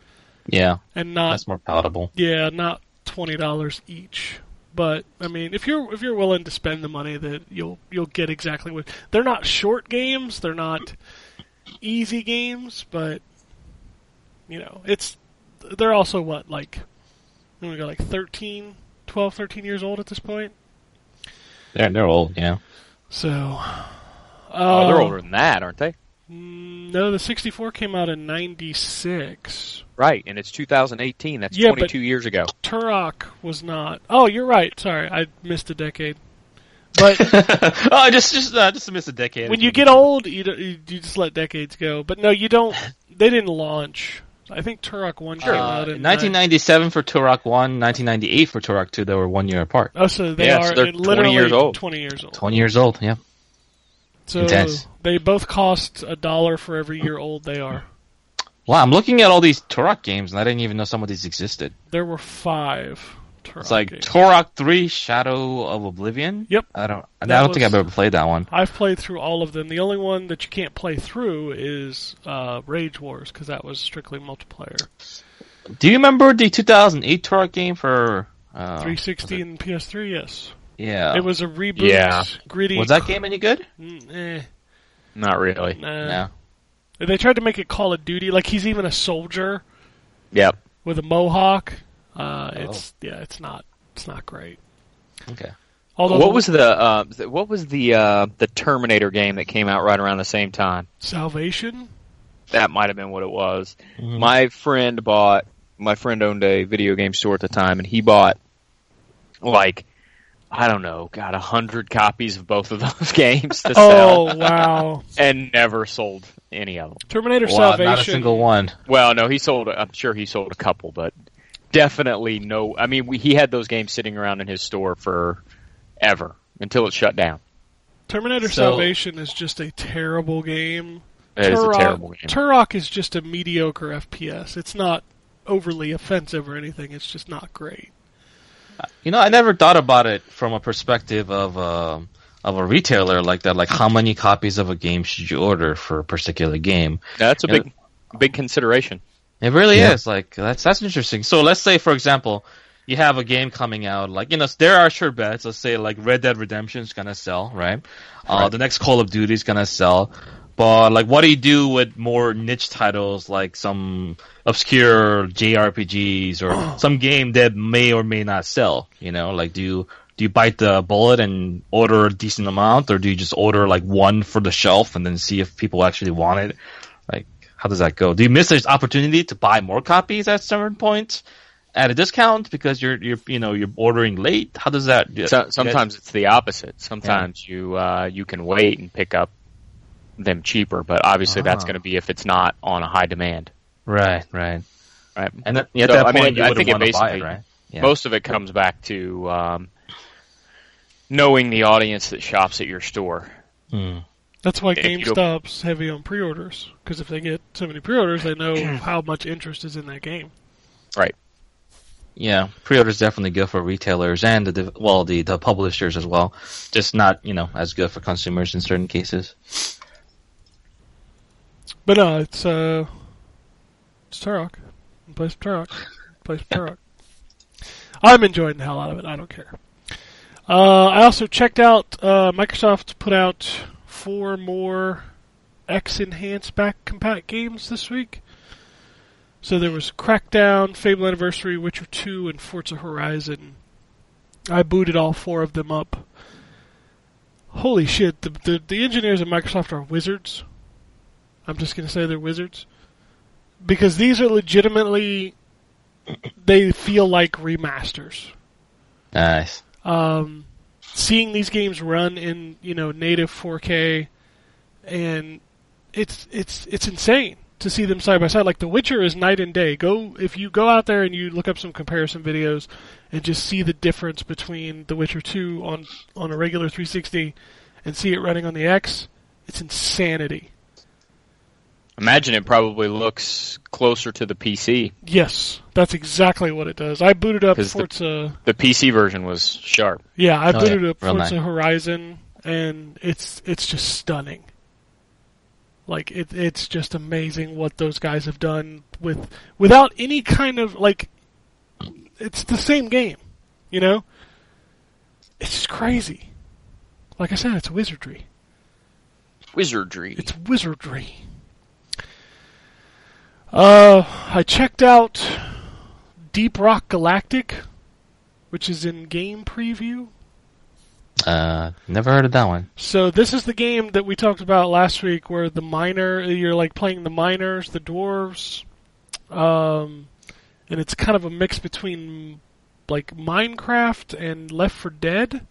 [SPEAKER 5] Yeah,
[SPEAKER 1] and not
[SPEAKER 5] that's more palatable.
[SPEAKER 1] Yeah, not twenty dollars each. But I mean, if you're if you're willing to spend the money, that you'll you'll get exactly what. They're not short games. They're not easy games, but you know, it's they're also what like we got like 13, 12, 13 years old at this point.
[SPEAKER 5] They're they're old. Yeah.
[SPEAKER 1] So, uh,
[SPEAKER 4] Oh, they're older than that, aren't they?
[SPEAKER 1] mm, No, the sixty four came out in ninety six.
[SPEAKER 4] Right, and it's 2018. That's
[SPEAKER 1] Yeah, but-
[SPEAKER 4] 22 years ago.
[SPEAKER 1] Turok was not. Oh, you're right. Sorry, I missed a decade. But
[SPEAKER 5] oh, just just uh, just miss a decade.
[SPEAKER 1] when you get old, you, don't, you you just let decades go. But no, you don't. They didn't launch. I think Turok one came
[SPEAKER 5] Uh,
[SPEAKER 1] out in
[SPEAKER 5] 1997 for Turok 1, 1998 for Turok 2, they were one year apart.
[SPEAKER 1] nine- Oh, so they
[SPEAKER 4] Yeah, so
[SPEAKER 1] are
[SPEAKER 4] they're
[SPEAKER 1] in literally
[SPEAKER 4] 20 years old.
[SPEAKER 1] Twenty years old.
[SPEAKER 5] 20 years old, yeah.
[SPEAKER 1] So
[SPEAKER 5] Intense.
[SPEAKER 1] they both cost a dollar for every year old they are.
[SPEAKER 5] Wow, I'm looking at all these Turok games and I didn't even know some of these existed.
[SPEAKER 1] There were five. Turok
[SPEAKER 5] It's like
[SPEAKER 1] games.
[SPEAKER 5] Turok 3 Shadow of Oblivion?
[SPEAKER 1] Yep.
[SPEAKER 5] I don't I
[SPEAKER 1] That
[SPEAKER 5] don't think I've
[SPEAKER 1] was-
[SPEAKER 5] ever played that one.
[SPEAKER 1] I've played through all of them. The only one that you can't play through is uh, Rage Wars because that was strictly multiplayer.
[SPEAKER 5] Do you remember the 2008 Turok game for uh,
[SPEAKER 1] 360
[SPEAKER 5] was it-
[SPEAKER 1] and PS3. Yes,
[SPEAKER 5] Yeah.
[SPEAKER 1] it was a reboot.
[SPEAKER 4] Yeah.
[SPEAKER 1] gritty.
[SPEAKER 5] Oh. Was that game any good?
[SPEAKER 1] Mm, eh,
[SPEAKER 4] Not really.
[SPEAKER 1] nah.
[SPEAKER 5] no.
[SPEAKER 1] They tried to make it Call of Duty. Like he's even a soldier
[SPEAKER 4] Yep.
[SPEAKER 1] with a mohawk. Uh,
[SPEAKER 4] Oh.
[SPEAKER 1] It's yeah, it's not it's not great.
[SPEAKER 5] Okay.
[SPEAKER 1] Although
[SPEAKER 4] What was the uh, th- what was the uh, the Terminator game that came out right around the same time?
[SPEAKER 1] Salvation?
[SPEAKER 4] that might have been what it was.
[SPEAKER 1] Mm-hmm.
[SPEAKER 4] My friend bought. My friend owned a video game store at the time, and he bought like I don't know, got a hundred copies of both of those *laughs* games to sell,
[SPEAKER 1] Oh
[SPEAKER 4] *laughs*
[SPEAKER 1] wow,
[SPEAKER 4] and never sold any of them.
[SPEAKER 1] Terminator
[SPEAKER 5] Wow,
[SPEAKER 1] Salvation.
[SPEAKER 5] not a single one.
[SPEAKER 4] Well, no, he sold. I'm sure he sold a couple, but definitely no. I mean, we, he had those games sitting around in his store for ever until it shut down.
[SPEAKER 1] Terminator
[SPEAKER 5] So-
[SPEAKER 1] Salvation is just a terrible game.
[SPEAKER 4] It is
[SPEAKER 1] Turok-
[SPEAKER 4] a terrible game.
[SPEAKER 1] Turok is just a mediocre FPS. It's not overly offensive or anything. It's just not great.
[SPEAKER 5] You know, I never thought about it from a perspective of um of a retailer like that. Like, how many copies of a game should you order for a particular game?
[SPEAKER 4] That's a
[SPEAKER 5] Yeah.
[SPEAKER 4] big, big consideration.
[SPEAKER 5] It really
[SPEAKER 3] Yeah.
[SPEAKER 5] is. Like, that's that's interesting. So let's say, for example, you have a game coming out. Like, you know, there are sure bets. Let's say like Red Dead Redemption is gonna sell, right? Uh, the next Call of Duty is gonna sell. But like, what do you do with more niche titles like some obscure JRPGs
[SPEAKER 4] *clears throat*
[SPEAKER 5] or some game that may or may not sell? You know, like do you do you bite the bullet and order a decent amount, or do you just order like one for the shelf and then see if people actually want it? Like, how does that go? Do you miss this opportunity to buy more copies at certain point at a discount because you're you're you know you're ordering late? How does that? get-
[SPEAKER 4] So, sometimes it's the opposite. Sometimes you uh, you can wait and pick up them cheaper, but obviously that's
[SPEAKER 5] Ah.
[SPEAKER 4] going to be if it's not on a high demand,
[SPEAKER 5] right, right,
[SPEAKER 4] right?
[SPEAKER 5] and then, at
[SPEAKER 4] So,
[SPEAKER 5] that
[SPEAKER 4] I mean,
[SPEAKER 5] point you
[SPEAKER 4] I
[SPEAKER 5] would
[SPEAKER 4] think it
[SPEAKER 5] want to buy
[SPEAKER 4] basically-
[SPEAKER 5] it, right? Yeah.
[SPEAKER 4] Most of it comes back to um, knowing the audience that shops at your store.
[SPEAKER 5] Hmm.
[SPEAKER 1] That's why
[SPEAKER 4] If you-
[SPEAKER 1] GameStop's heavy on pre-orders because if they get so many pre-orders, they know
[SPEAKER 4] *clears throat*
[SPEAKER 1] how much interest is in that game.
[SPEAKER 4] Right.
[SPEAKER 5] Yeah, pre-orders definitely good for retailers and the de- well the the publishers as well. Just not you know as good for consumers in certain cases.
[SPEAKER 1] But no, it's uh, it's Turok. Play some Turok. Play some Turok. I'm enjoying the hell out of it. I don't care. Uh, I also checked out uh, Microsoft put out four more X enhanced back compat games this week. So there was Crackdown, Fable Anniversary, Witcher 2, and Forza Horizon. I booted all four of them up. Holy shit! The the, the engineers at Microsoft are wizards. I'm just going to say they're wizards. Because these are legitimately, they feel like remasters.
[SPEAKER 5] Nice.
[SPEAKER 1] Um, seeing these games run in you know native 4K, and it's it's it's insane to see them side by side. Like The Witcher is night and day. Go if you go out there and you look up some comparison videos and just see the difference between The Witcher 2 on on a regular 360 and see it running on the X, it's insanity.
[SPEAKER 4] Imagine it probably looks closer to the PC.
[SPEAKER 1] Yes, that's exactly what it does. I booted up
[SPEAKER 4] 'Cause the-
[SPEAKER 1] Forza.
[SPEAKER 4] The PC version was sharp.
[SPEAKER 1] yeah, I
[SPEAKER 5] Oh,
[SPEAKER 1] booted
[SPEAKER 5] yeah,
[SPEAKER 1] up
[SPEAKER 5] real
[SPEAKER 1] Forza
[SPEAKER 5] nice.
[SPEAKER 1] Horizon, and it's it's just stunning. Like it, it's just amazing what those guys have done with without any kind of like. It's the same game, you know. It's just crazy. Like I said, it's wizardry.
[SPEAKER 4] Wizardry.
[SPEAKER 1] It's wizardry. Uh, I checked out Deep Rock Galactic, which is in game preview.
[SPEAKER 5] Uh, never heard of that one.
[SPEAKER 1] So this is the game that we talked about last week, where the miner you're like playing the miners, the dwarves, um, and it's kind of a mix between like Minecraft and Left for Dead,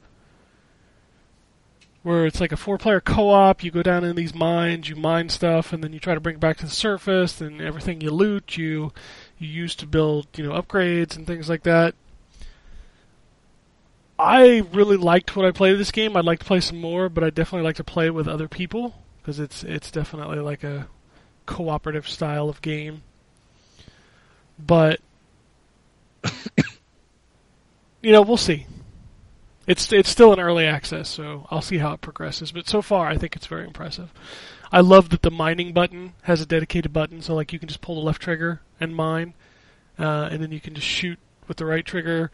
[SPEAKER 1] where it's like a four-player co-op. You go down in these mines, you mine stuff, and then you try to bring it back to the surface. And everything you loot, you you use to build you know upgrades and things like that. I really liked what I played this game. I'd like to play some more, but I definitely like to play it with other people because it's it's definitely like a cooperative style of game. But you know, we'll see. It's it's still in early access, so I'll see how it progresses. But so far, I think it's very impressive. I love that the mining button has a dedicated button, so like you can just pull the left trigger and mine, uh, and then you can just shoot with the right trigger.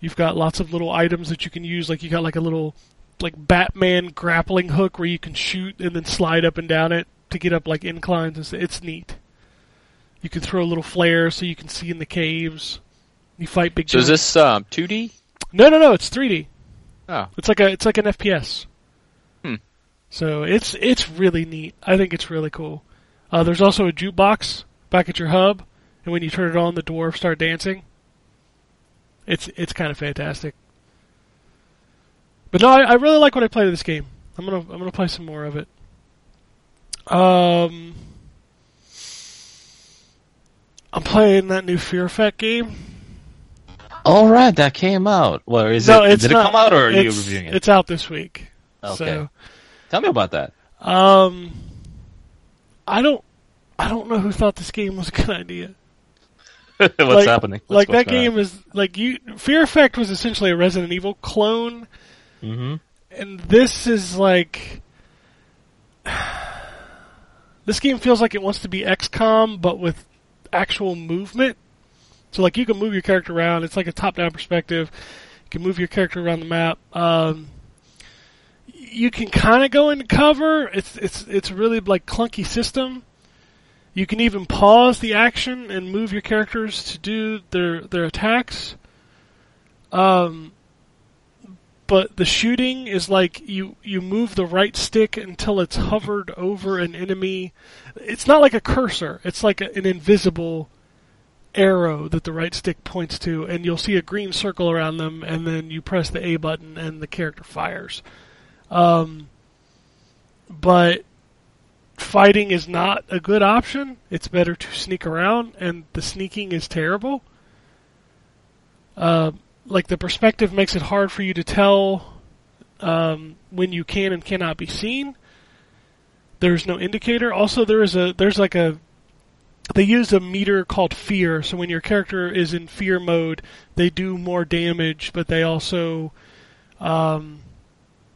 [SPEAKER 1] You've got lots of little items that you can use. Like you got like a little like Batman grappling hook where you can shoot and then slide up and down it to get up like inclines. and st- It's neat. You can throw little flares so you can see in the caves. You fight big.
[SPEAKER 4] So is
[SPEAKER 1] giants.
[SPEAKER 4] this um, 2D?
[SPEAKER 1] No, no, no. It's 3D.
[SPEAKER 4] Oh.
[SPEAKER 1] It's like a it's like an FPS.
[SPEAKER 4] Hmm.
[SPEAKER 1] So it's it's really neat. I think it's really cool. Uh, there's also a jukebox back at your hub, and when you turn it on, the dwarves start dancing. It's it's kind of fantastic. But no, I, I really like what I played of this game. I'm gonna I'm gonna play some more of it. Um, I'm playing that new Fear Effect game.
[SPEAKER 5] All right, that came out. Well, is
[SPEAKER 1] no,
[SPEAKER 5] it?
[SPEAKER 1] it's
[SPEAKER 5] Did
[SPEAKER 1] not,
[SPEAKER 5] it come out, or are you
[SPEAKER 1] it's-
[SPEAKER 5] reviewing it?
[SPEAKER 1] It's out this week.
[SPEAKER 5] Okay. Tell me about that.
[SPEAKER 1] So, um, I don't I don't know who thought this game was a good idea.
[SPEAKER 5] *laughs* *laughs* What's
[SPEAKER 1] like,
[SPEAKER 5] happening? What's-
[SPEAKER 1] like
[SPEAKER 5] what's
[SPEAKER 1] that game is like you. Fear Effect was essentially a Resident Evil clone,
[SPEAKER 5] hmm
[SPEAKER 1] and this is like *sighs* this game feels like it wants to be XCOM, but with actual movement. So like you can move your character around. It's like a top-down perspective. You can move your character around the map. Um, you can kind of go into cover. It's it's it's really like clunky system. You can even pause the action and move your characters to do their their attacks. Um, but the shooting is like you you move the right stick until it's hovered over an enemy. It's not like a cursor. It's like a, an invisible arrow that the right stick points to, and you'll see a green circle around them, and then you press the A button, and the character fires. Um, but fighting is not a good option. It's better to sneak around, and the sneaking is terrible. Uh, like the perspective makes it hard for you to tell um, when you can and cannot be seen. There's no indicator. Also, there is a there's like a they use a meter called fear. So when your character is in fear mode, they do more damage, but they also um,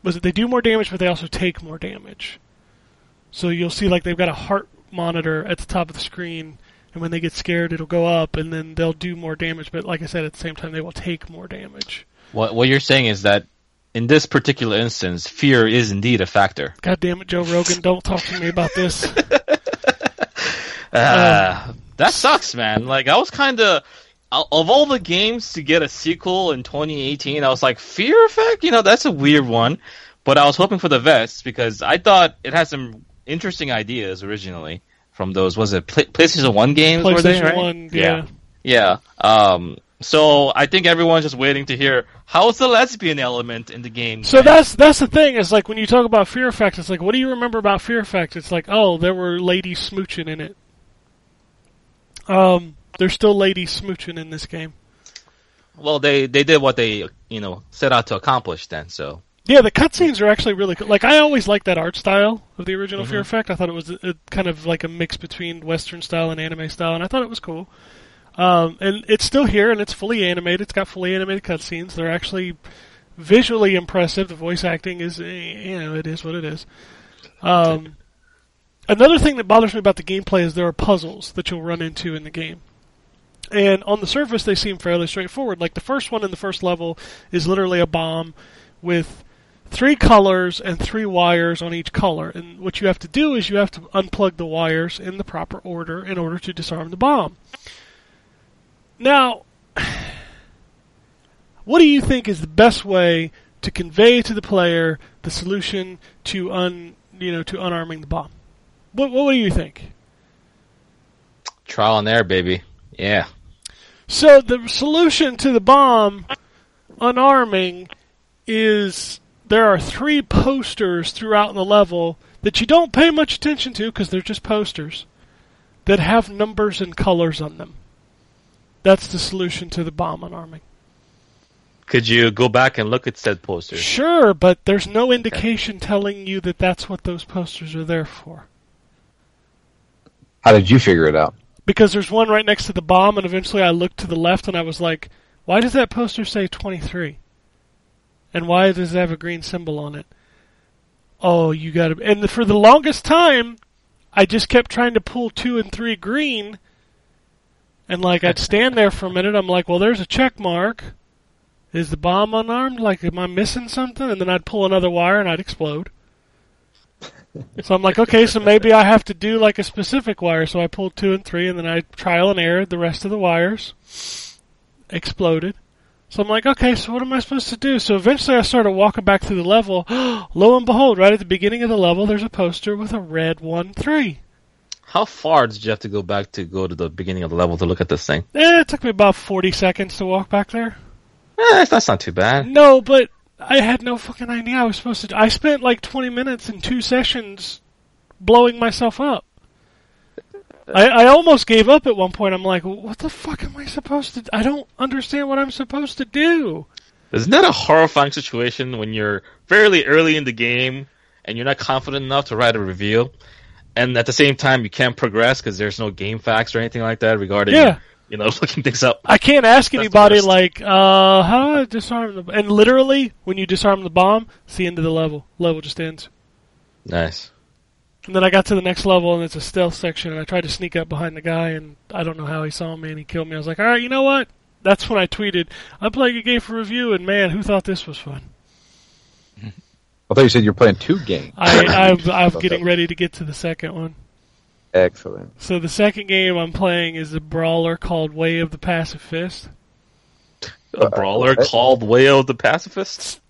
[SPEAKER 1] was it they do more damage, but they also take more damage. So you'll see like they've got a heart monitor at the top of the screen, and when they get scared, it'll go up, and then they'll do more damage. But like I said, at the same time, they will take more damage.
[SPEAKER 5] What What you're saying is that in this particular instance, fear is indeed a factor.
[SPEAKER 1] God damn it, Joe Rogan! Don't talk to me about this.
[SPEAKER 5] Uh, that sucks, man. Like I was kind of of all the games to get a sequel in 2018, I was like Fear Effect. You know, that's a weird one, but I was hoping for the best because I thought it had some interesting ideas originally from those. Was it Pla- PlayStation One games? were they,
[SPEAKER 1] PlayStation
[SPEAKER 5] right?
[SPEAKER 1] One,
[SPEAKER 4] Yeah.
[SPEAKER 1] yeah.
[SPEAKER 5] Yeah. Um. So I think everyone's just waiting to hear how's the lesbian element in the game.
[SPEAKER 1] So that's that's the thing. Is like when you talk about Fear Effect, it's like, what do you remember about Fear Effect? It's like, oh, there were ladies smooching in it. Um, there's still ladies smooching in this game.
[SPEAKER 5] well, they they did what they you know set out to accomplish then. So
[SPEAKER 1] Yeah, the cutscenes are actually really cool. Like I always liked that art style of the original Fear Effect. I thought it was a, a kind of like a mix between Western style and anime style, and I thought it was cool. Um, and it's still here, and it's fully animated. It's got fully animated cutscenes. They're actually visually impressive. The voice acting is, eh, you know, it is what it is. Um, another thing that bothers me about the gameplay is there are puzzles that you'll run into in the game. And on the surface, they seem fairly straightforward. Like the first one in the first level is literally a bomb with three colors and three wires on each color. And what you have to do is you have to unplug the wires in the proper order in order to disarm the bomb. Now, *sighs* what do you think is the best way to convey to the player the solution to un you know to unarming the bomb? What what do you think?
[SPEAKER 5] trial and error, baby. Yeah.
[SPEAKER 1] So the solution to the bomb unarming is there are three posters throughout the level that you don't pay much attention to because they're just posters that have numbers and colors on them. That's the solution to the bomb unarming.
[SPEAKER 5] Could you go back and look at said posters?
[SPEAKER 1] Sure, but there's no indication telling you that that's what those posters are there for.
[SPEAKER 3] How did you figure it out?
[SPEAKER 1] Because there's one right next to the bomb, and eventually I looked to the left and I was like, why does that poster say 23? And why does it have a green symbol on it? Oh, you gotta. And the, for the longest time, I just kept trying to pull two and three green. And like, I'd stand there for a minute. I'm like, well, there's a check mark. Is the bomb unarmed? Like, am I missing something? And then I'd pull another wire and I'd explode. So I'm like, okay, so maybe I have to do like a specific wire. So I pulled two and three, and then I trial and error the rest of the wires. Exploded. So I'm like, okay, so what am I supposed to do? So eventually I started walking back through the *gasps* level. Lo and behold, right at the beginning of the level, there's a poster with a red 1 3.
[SPEAKER 5] How far did you have to go back to go to the beginning of the level to look at this thing?
[SPEAKER 1] Eh, it took me about 40 seconds to walk back there.
[SPEAKER 5] Eh, that's not too bad.
[SPEAKER 1] No, but I had no fucking idea I was supposed to. I spent like 20 minutes in two sessions blowing myself up. I, I almost gave up at one point. I'm like, what the fuck am I supposed to? I don't understand what I'm supposed to do.
[SPEAKER 5] Isn't that a horrifying situation when you're fairly early in the game and you're not confident enough to write a review, and at the same time you can't progress because there's no game facts or anything like that regarding
[SPEAKER 1] Yeah.
[SPEAKER 5] you know *laughs* looking things up.
[SPEAKER 1] I can't ask
[SPEAKER 5] the
[SPEAKER 1] anybody
[SPEAKER 5] worst.
[SPEAKER 1] like, uh, how do I disarm the? And literally, when you disarm the bomb, it's the end of the level. Level just ends.
[SPEAKER 5] Nice.
[SPEAKER 1] And then I got to the next level, and it's a stealth section, and I tried to sneak up behind the guy, and I don't know how he saw me, and he killed me. I was like, all right, you know what? That's when I tweeted, I'm playing a game for review, and man, who thought this was fun?
[SPEAKER 3] I thought you said you're playing two games.
[SPEAKER 5] *laughs*
[SPEAKER 1] I, I'm, I'm
[SPEAKER 3] Okay.
[SPEAKER 1] getting ready to get to the second one.
[SPEAKER 3] *laughs* Excellent.
[SPEAKER 1] So the second game I'm playing is a brawler called Way of the Passive Fist.
[SPEAKER 5] A brawler called Way of the Pacifist.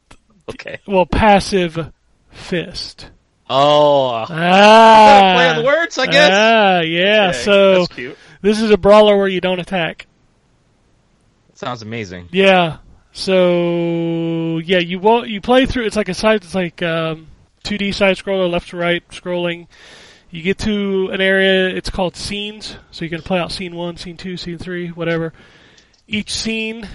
[SPEAKER 5] Okay.
[SPEAKER 1] Well, Passive Fist.
[SPEAKER 5] Oh,
[SPEAKER 1] Ah,
[SPEAKER 5] play on words, I guess.
[SPEAKER 1] Ah, yeah.
[SPEAKER 5] Okay,
[SPEAKER 1] so
[SPEAKER 5] that's cute.
[SPEAKER 1] this is a brawler where you don't attack.
[SPEAKER 5] Sounds amazing.
[SPEAKER 1] Yeah. So yeah, you will you play through. It's like a side. It's like um, 2D side scroller, left to right scrolling. You get to an area. It's called scenes. So you can play out scene one, scene two, scene three, whatever. Each scene,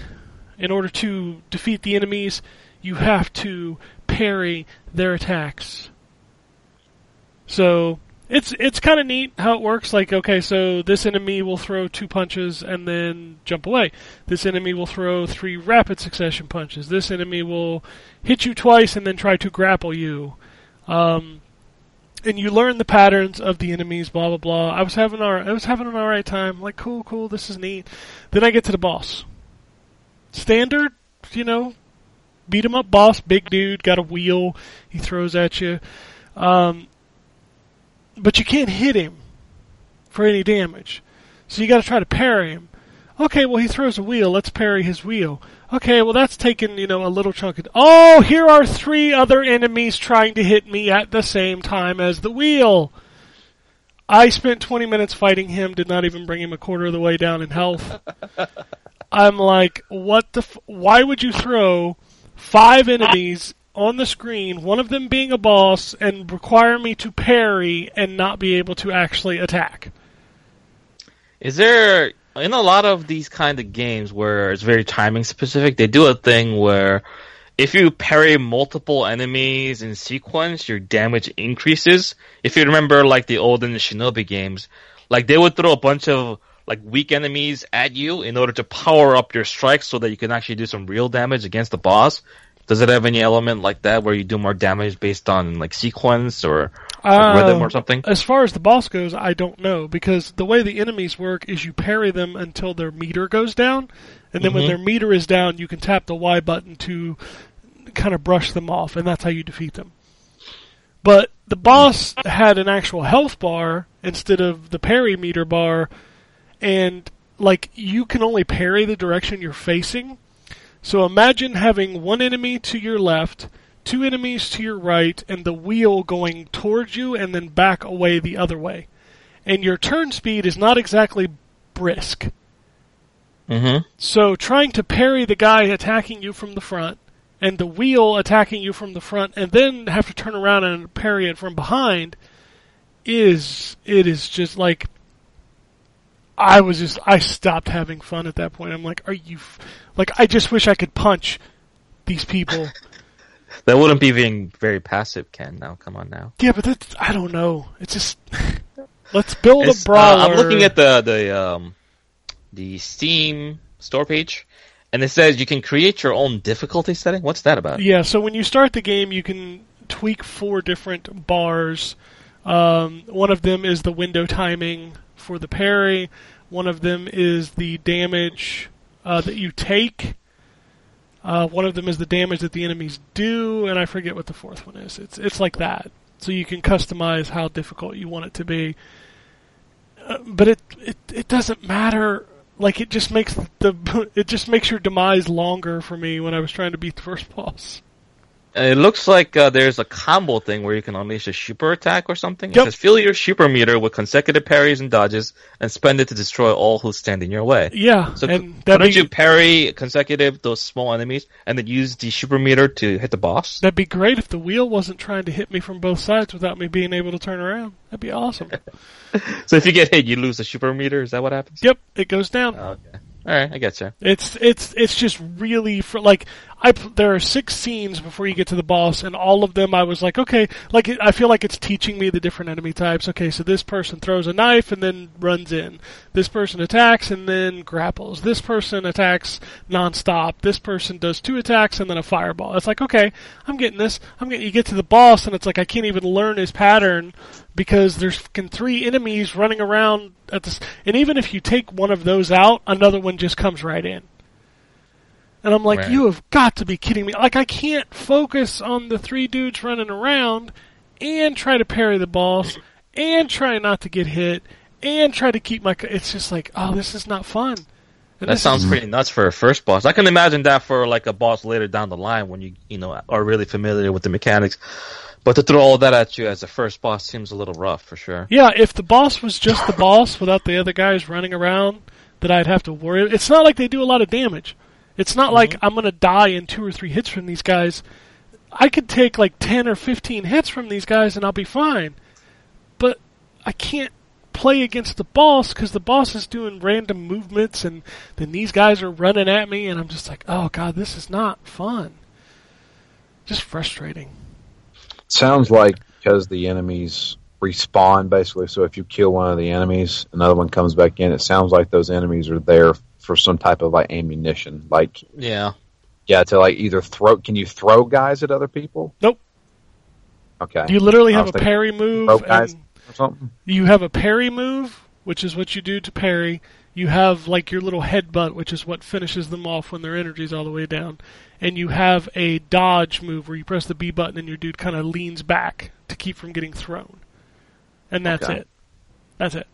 [SPEAKER 1] in order to defeat the enemies, you have to parry their attacks. So it's it's kind of neat how it works. Like, okay, so this enemy will throw two punches and then jump away. This enemy will throw three rapid succession punches. This enemy will hit you twice and then try to grapple you. Um, and you learn the patterns of the enemies. Blah blah blah. I was having our I was having an alright time. Like, cool, cool. This is neat. Then I get to the boss. Standard, you know, beat him up boss. Big dude, got a wheel. He throws at you. Um, but you can't hit him for any damage. So you got to try to parry him. Okay, well he throws a wheel. Let's parry his wheel. Okay, well that's taken you know a little chunk. Of, oh, here are three other enemies trying to hit me at the same time as the wheel. I spent 20 minutes fighting him. Did not even bring him a quarter of the way down in health. I'm like, what the? F- why would you throw five enemies on the screen, one of them being a boss, and require me to parry and not be able to actually attack.
[SPEAKER 5] Is there in a lot of these kind of games where it's very timing specific? They do a thing where if you parry multiple enemies in sequence, your damage increases. If you remember, like the olden Shinobi games, like they would throw a bunch of like weak enemies at you in order to power up your strikes so that you can actually do some real damage against the boss. Does it have any element like that where you do more damage based on like sequence or like, rhythm
[SPEAKER 1] Um,
[SPEAKER 5] or something?
[SPEAKER 1] As far as the boss goes, I don't know because the way the enemies work is you parry them until their meter goes down, and then when
[SPEAKER 5] Mhm.
[SPEAKER 1] their meter is down, you can tap the Y button to kind of brush them off, and that's how you defeat them. But the boss had an actual health bar instead of the parry meter bar, and like you can only parry the direction you're facing. So imagine having one enemy to your left, two enemies to your right, and the wheel going towards you and then back away the other way. And your turn speed is not exactly brisk.
[SPEAKER 5] Mm-hmm.
[SPEAKER 1] So trying to parry the guy attacking you from the front and the wheel attacking you from the front and then have to turn around and parry it from behind is it is just like I was just I stopped having fun at that point. I'm like, are you f-? like I just wish I could punch these
[SPEAKER 5] *laughs*
[SPEAKER 1] people.
[SPEAKER 5] That wouldn't be being very passive, Ken. Now, come on now.
[SPEAKER 1] yeah, but that's I don't know. It's just *laughs* let's build a
[SPEAKER 5] It's, uh,
[SPEAKER 1] brawler.
[SPEAKER 5] I'm looking at the the um, the Steam store page, and it says you can create your own difficulty setting. What's that about?
[SPEAKER 1] Yeah, so when you start the game, you can tweak four different bars. Um, one of them is the window timing for the parry. One of them is the damage uh, that you take. Uh, one of them is the damage that the enemies do, and I forget what the fourth one is. It's it's like that. So you can customize how difficult you want it to be. Uh, but it, it it doesn't matter. Like it just *laughs* makes the it just makes your demise longer for me when I was trying to beat the first boss.
[SPEAKER 5] It looks like uh, there's a combo thing where you can unleash a super attack or something.
[SPEAKER 1] Yep.
[SPEAKER 5] It says fill your super meter with consecutive parries and dodges, and spend it to destroy all who stand in your way.
[SPEAKER 1] Yeah,
[SPEAKER 5] So
[SPEAKER 1] and
[SPEAKER 5] why
[SPEAKER 1] that'd
[SPEAKER 5] don't
[SPEAKER 1] be
[SPEAKER 5] you parry consecutive those small enemies, and then use the super meter to hit the boss?
[SPEAKER 1] that'd be great if the wheel wasn't trying to hit me from both sides without me being able to turn around. That'd be
[SPEAKER 5] *laughs*
[SPEAKER 1] awesome.
[SPEAKER 5] So if you get hit, you lose the super meter. Is that what happens?
[SPEAKER 1] yep, it goes down.
[SPEAKER 5] Okay. All right, I get you.
[SPEAKER 1] It's it's it's just really fr- like I pl- there are six scenes before you get to the boss, and all of them I was like, okay, like it, I feel like it's teaching me the different enemy types. Okay, so this person throws a knife and then runs in. This person attacks and then grapples. This person attacks nonstop. This person does two attacks and then a fireball. It's like, okay, I'm getting this. I'm getting. You get to the boss, and it's like I can't even learn his pattern because there's fucking three enemies running around at this and even if you take one of those out another one just comes right in and i'm like
[SPEAKER 5] Right.
[SPEAKER 1] you have got to be kidding me like i can't focus on the three dudes running around and try to parry the boss and try not to get hit and try to keep my c- it's just like oh this is not fun and
[SPEAKER 5] That
[SPEAKER 1] this
[SPEAKER 5] sounds
[SPEAKER 1] is,
[SPEAKER 5] pretty nuts for a first boss. I can imagine that for like a boss later down the line when you you know are really familiar with the mechanics. But to throw all that at you as a first boss seems a little rough for sure.
[SPEAKER 1] Yeah, if the boss was just the boss without the other guys running around, that I'd have to worry. It's not like they do a lot of damage. It's not like I'm going to die in two or three hits from these guys. I could take like 10 or 15 hits from these guys and I'll be fine. But I can't play against the boss because the boss is doing random movements and then these guys are running at me and I'm just like, oh god, this is not fun. Just frustrating.
[SPEAKER 3] Sounds like because the enemies respawn basically. So if you kill one of the enemies, another one comes back in. It sounds like those enemies are there for some type of like ammunition. Like
[SPEAKER 5] Yeah.
[SPEAKER 3] yeah, to like either throw. Can you throw guys at other people?
[SPEAKER 1] Nope.
[SPEAKER 3] Okay.
[SPEAKER 1] You literally
[SPEAKER 3] I
[SPEAKER 1] have a
[SPEAKER 3] was thinking
[SPEAKER 1] parry move
[SPEAKER 3] rope guys.
[SPEAKER 1] and
[SPEAKER 3] or something.
[SPEAKER 1] you have a parry move, which is what you do to parry. You have like your little headbutt, which is what finishes them off when their energy's all the way down. And you have a dodge move where you press the B button and your dude kind of leans back to keep from getting thrown. And that's
[SPEAKER 3] Okay.
[SPEAKER 1] it. That's it.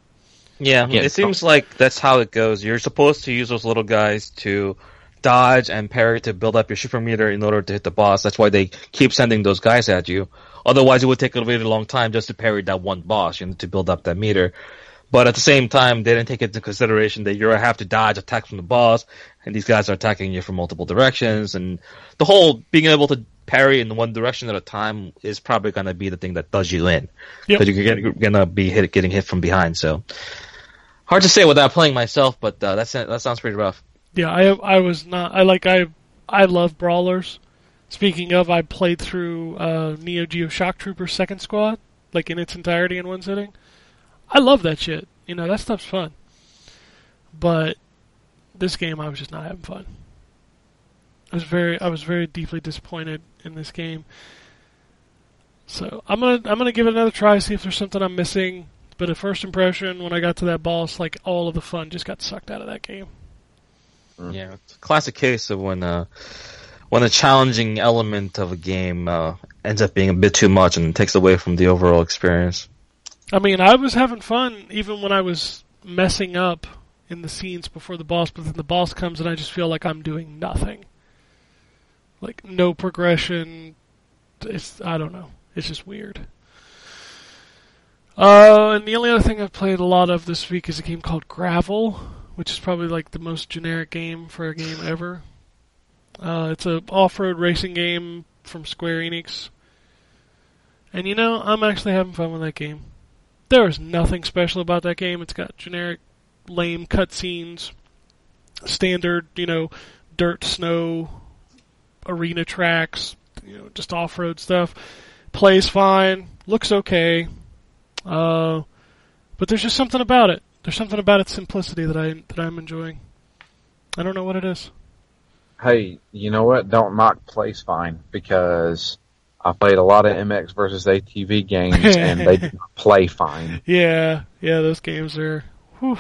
[SPEAKER 5] Yeah,
[SPEAKER 3] Yeah.
[SPEAKER 5] it seems like that's how it goes. You're supposed to use those little guys to dodge and parry to build up your super meter in order to hit the boss. That's why they keep sending those guys at you. Otherwise, it would take a really long time just to parry that one boss, you know, to build up that meter. But at the same time, they didn't take into consideration that you're gonna have to dodge attacks from the boss, and these guys are attacking you from multiple directions, and the whole being able to parry in one direction at a time is probably gonna be the thing that does you in,
[SPEAKER 1] Yep.
[SPEAKER 5] because you're gonna- gonna be hit, getting hit from behind. So hard to say without playing myself, but uh, that's that sounds pretty rough.
[SPEAKER 1] Yeah, I I was not I like I I love brawlers. Speaking of, I played through uh, Neo Geo Shock Trooper Second Squad like in its entirety in one sitting. I love that shit. You know that stuff's fun. But this game, I was just not having fun. I was very I was very deeply disappointed in this game. So I'm gonna I'm gonna give it another try, see if there's something I'm missing. But at first impression, when I got to that boss, like all of the fun just got sucked out of that game.
[SPEAKER 5] Yeah, it's a classic case of when uh, when a challenging element of a game uh, ends up being a bit too much and takes away from the overall experience.
[SPEAKER 1] I mean, I was having fun even when I was messing up in the scenes before the boss, but then the boss comes and I just feel like I'm doing nothing. Like no progression. It's I don't know. It's just weird. Uh, and the only other thing I've played a lot of this week is a game called Gravel, which is probably like the most generic game for a game ever. Uh, it's a off-road racing game from Square Enix. And you know, I'm actually having fun with that game. There is nothing special about that game. It's got generic, lame cutscenes, standard, you know, dirt, snow, arena tracks, you know, just off-road stuff. Plays fine, looks okay, uh, but there's just something about it. There's something about its simplicity that I that I'm enjoying. I don't know what it is.
[SPEAKER 3] Hey, you know what? Don't knock plays fine because I played a lot of MX versus ATV games
[SPEAKER 1] *laughs*
[SPEAKER 3] and they do not play fine.
[SPEAKER 1] Yeah, yeah, those games are. Whew.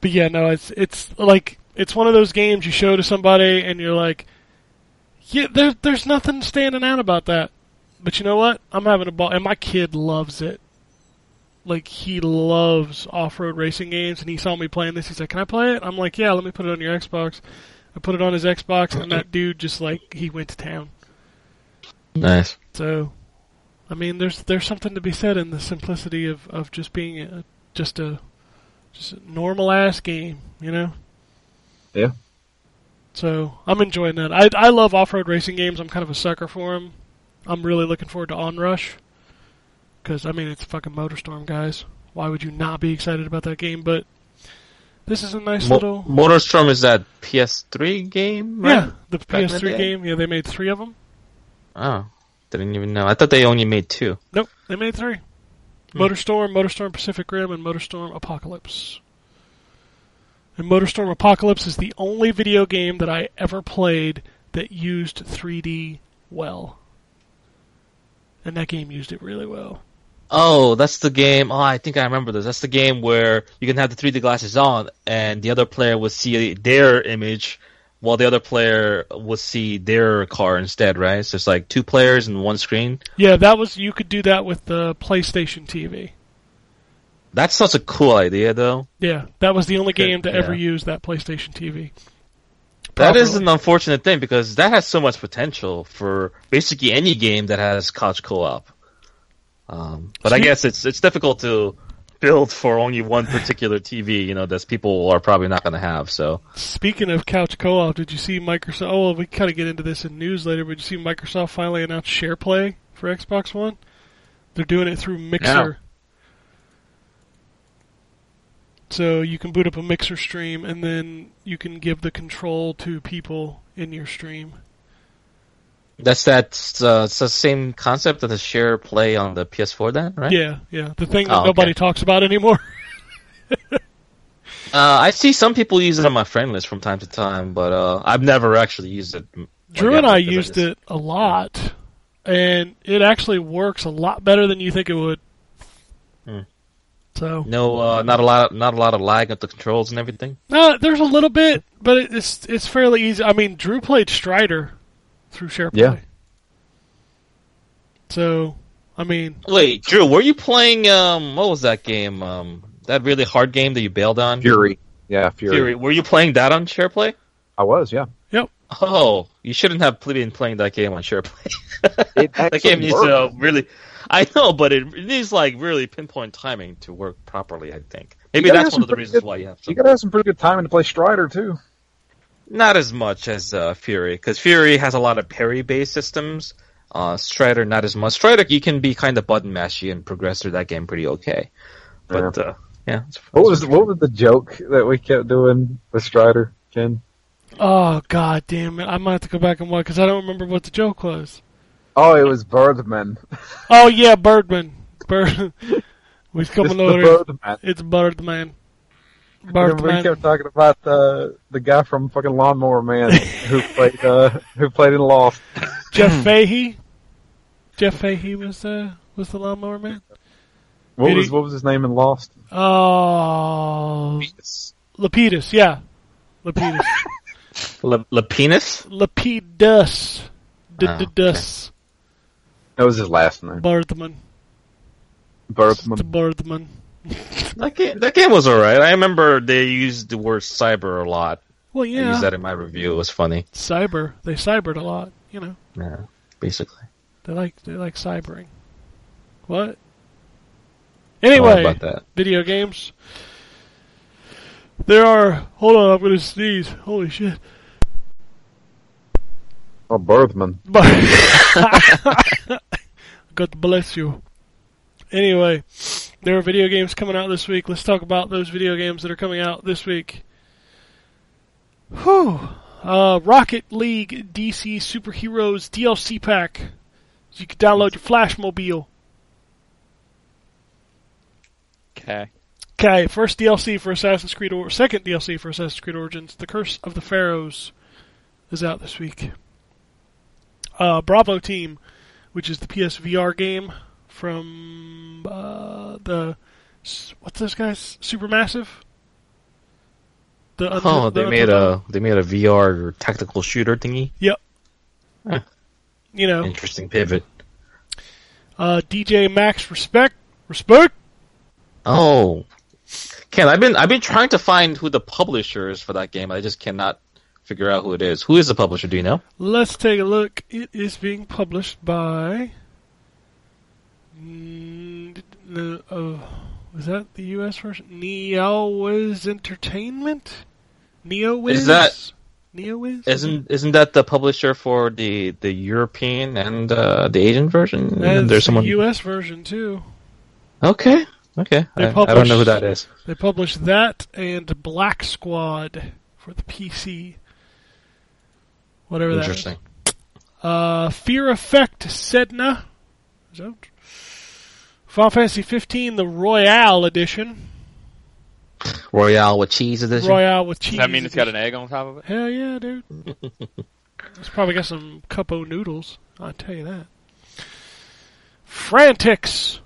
[SPEAKER 1] But yeah, no, it's it's like it's one of those games you show to somebody and you're like, yeah, there, there's nothing standing out about that. But you know what? I'm having a ball, and my kid loves it. Like he loves off-road racing games, and he saw me playing this. He's like, "Can I play it?" I'm like, "Yeah, let me put it on your Xbox." I put it on his Xbox, and that dude just like he went to town.
[SPEAKER 5] Nice.
[SPEAKER 1] So, I mean, there's there's something to be said in the simplicity of, of just being a, just a just a normal ass game, you know.
[SPEAKER 3] Yeah.
[SPEAKER 1] So I'm enjoying that. I I love off road racing games. I'm kind of a sucker for them. I'm really looking forward to Onrush because I mean it's fucking MotorStorm, guys. Why would you not be excited about that game? But this is a nice
[SPEAKER 5] Mo-
[SPEAKER 1] little
[SPEAKER 5] Motorstorm is that PS3 game? Right?
[SPEAKER 1] yeah the
[SPEAKER 5] Back in the
[SPEAKER 1] PS3
[SPEAKER 5] day.
[SPEAKER 1] game. Yeah, they made three of them.
[SPEAKER 5] Oh, didn't even know. I thought they only made two.
[SPEAKER 1] Nope, they made three. MotorStorm, MotorStorm Pacific Rim, and MotorStorm Apocalypse. And MotorStorm Apocalypse is the only video game that I ever played that used 3D well. And that game used it really well.
[SPEAKER 5] Oh, that's the game. Oh, I think I remember this. That's the game where you can have the 3D glasses on, and the other player would see their image, while the other player would see their car instead. Right? So it's like two players in one screen.
[SPEAKER 1] Yeah, that was you could do that with the PlayStation TV.
[SPEAKER 5] That's such a cool idea, though.
[SPEAKER 1] Yeah, that was the only
[SPEAKER 5] Good,
[SPEAKER 1] game to ever
[SPEAKER 5] yeah.
[SPEAKER 1] use that PlayStation TV.
[SPEAKER 5] That is
[SPEAKER 1] Properly.
[SPEAKER 5] an unfortunate thing because that has so much potential for basically any game that has couch co-op. Um, but I
[SPEAKER 1] See-
[SPEAKER 5] guess it's it's difficult to build for only one particular TV. You know, that people are probably not going to have. So
[SPEAKER 1] Speaking of couch co-op, did you see Microsoft? Oh, well, we kind of get into this in news later, but did you see Microsoft finally announced SharePlay for Xbox One? They're doing it through Mixer. So you can boot up a Mixer stream, and then you can give the control to people in your stream.
[SPEAKER 5] that's that. Uh, it's the same concept of the share play on the PS4, then, right?
[SPEAKER 1] Yeah, yeah. The thing that
[SPEAKER 5] Oh, okay.
[SPEAKER 1] nobody talks about anymore. *laughs*
[SPEAKER 5] Uh, I see some people use it on my friend list from time to time, but uh, I've never actually used it.
[SPEAKER 1] Drew
[SPEAKER 5] Like,
[SPEAKER 1] and I
[SPEAKER 5] because
[SPEAKER 1] used
[SPEAKER 5] just-
[SPEAKER 1] it a lot, and it actually works a lot better than you think it would.
[SPEAKER 5] Hmm.
[SPEAKER 1] So
[SPEAKER 5] No, uh, not a lot. Not a lot of lag at the controls and everything.
[SPEAKER 1] No, there's a little bit, but it- it's it's fairly easy. I mean, Drew played Strider through SharePlay.
[SPEAKER 3] Yeah.
[SPEAKER 1] So, I mean,
[SPEAKER 5] Wait, Drew, were you playing um what was that game? Um that really hard game that you bailed on?
[SPEAKER 3] Fury. Yeah, Fury.
[SPEAKER 5] Fury. Were you playing that on SharePlay?
[SPEAKER 3] I was, yeah.
[SPEAKER 5] Oh, you shouldn't have pl- been playing that game on SharePlay. *laughs*
[SPEAKER 3] It
[SPEAKER 5] that game
[SPEAKER 3] actually
[SPEAKER 5] needs
[SPEAKER 3] worked.
[SPEAKER 5] uh, really I know, but it, it needs like really pinpoint timing to work properly, I think. Maybe
[SPEAKER 3] gotta have
[SPEAKER 5] that's
[SPEAKER 3] some
[SPEAKER 5] one of the
[SPEAKER 3] pretty
[SPEAKER 5] reasons
[SPEAKER 3] good-
[SPEAKER 5] why you have
[SPEAKER 3] You
[SPEAKER 5] some,
[SPEAKER 3] gotta have some pretty good timing to play Strider too.
[SPEAKER 5] not as much as uh, Fury cuz Fury has a lot of parry based systems. Uh, Strider not as much. Strider you can be kind of button mashy and progress through that game pretty okay. But yeah, uh, yeah it's-
[SPEAKER 3] What was what was the joke that we kept doing with Strider, Ken?
[SPEAKER 1] oh god damn it! I might have to go back and watch because I don't remember what the joke was.
[SPEAKER 3] Oh, it was *laughs* Birdman.
[SPEAKER 1] Oh yeah, Birdman. Bird. *laughs* we
[SPEAKER 3] It's
[SPEAKER 1] coming
[SPEAKER 3] the
[SPEAKER 1] over. here.
[SPEAKER 3] Birdman.
[SPEAKER 1] It's Birdman.
[SPEAKER 3] Remember we
[SPEAKER 1] Birdman.
[SPEAKER 3] kept talking about the the guy from fucking
[SPEAKER 1] *laughs*
[SPEAKER 3] Lawnmower Man who played uh, who played in Lost.
[SPEAKER 1] Jeff Fahey. Jeff Fahey was the was the lawnmower man.
[SPEAKER 3] What
[SPEAKER 1] Did
[SPEAKER 3] was
[SPEAKER 1] he-
[SPEAKER 3] what was his name in Lost?
[SPEAKER 1] Oh, Lapidus. Yeah, Lapidus.
[SPEAKER 5] La- Lapinus?
[SPEAKER 1] Lapidus.
[SPEAKER 5] Oh, okay.
[SPEAKER 1] Didus.
[SPEAKER 3] That was his last name.
[SPEAKER 1] Birdman. It's
[SPEAKER 3] Birdman.
[SPEAKER 1] Birdman.
[SPEAKER 5] That game, that game was alright. I remember they used the word cyber a lot.
[SPEAKER 1] Well,
[SPEAKER 5] I used
[SPEAKER 1] yeah.
[SPEAKER 5] that in my review. It was funny.
[SPEAKER 1] Cyber. They cybered a lot. You know,
[SPEAKER 5] Yeah, basically.
[SPEAKER 1] they like they like cybering. What?
[SPEAKER 5] Sorry
[SPEAKER 1] Anyway,
[SPEAKER 5] about that.
[SPEAKER 1] video games. There are. Hold on, I'm gonna sneeze. Holy shit!
[SPEAKER 3] Oh, Birdman.
[SPEAKER 1] *laughs* God bless you. Anyway, there are video games coming out this week. Let's talk about those video games that are coming out this week. Whew. Uh, Rocket League DC Superheroes DLC pack. So you can download your Flashmobile.
[SPEAKER 4] Okay.
[SPEAKER 1] Okay, first DLC for Assassin's Creed or second DLC for Assassin's Creed Origins, The Curse of the Pharaohs is out this week. Uh, Bravo Team, which is the PSVR game from uh, the s- what's those guys? Supermassive. The
[SPEAKER 5] Oh,
[SPEAKER 1] Until-
[SPEAKER 5] they
[SPEAKER 1] the
[SPEAKER 5] made
[SPEAKER 1] Until-
[SPEAKER 5] a they made a VR tactical shooter thingy.
[SPEAKER 1] you know
[SPEAKER 5] Interesting pivot.
[SPEAKER 1] uh, DJ Max respect respect.
[SPEAKER 5] Oh, Ken, I've been I've been trying to find who the publisher is for that game. I just cannot figure out who it is. Who is the publisher? Do you know?
[SPEAKER 1] Let's take a look. It is being published by. Mm, d- no, oh, was that the U.S. version? NeoWiz Entertainment. NeoWiz.
[SPEAKER 5] Is that-
[SPEAKER 1] NeoWiz?
[SPEAKER 5] Isn't isn't that the publisher for the the European and uh, the Asian version?
[SPEAKER 1] That's
[SPEAKER 5] There's someone.
[SPEAKER 1] the U.S. version too.
[SPEAKER 5] Okay, okay.
[SPEAKER 1] They
[SPEAKER 5] I, I don't know who
[SPEAKER 1] publish-
[SPEAKER 5] that is.
[SPEAKER 1] They published that and Black Squad for the PC. Whatever that is.
[SPEAKER 5] Interesting.
[SPEAKER 1] Uh, Fear Effect Sedna. Is that? Final Fantasy 15, the Royale Edition.
[SPEAKER 5] Royale with cheese edition.
[SPEAKER 1] Royale with cheese.
[SPEAKER 4] Does that mean it's got an egg on top of it?
[SPEAKER 1] Hell yeah, dude. it's probably got some cupo noodles. I'll tell you that. Frantics,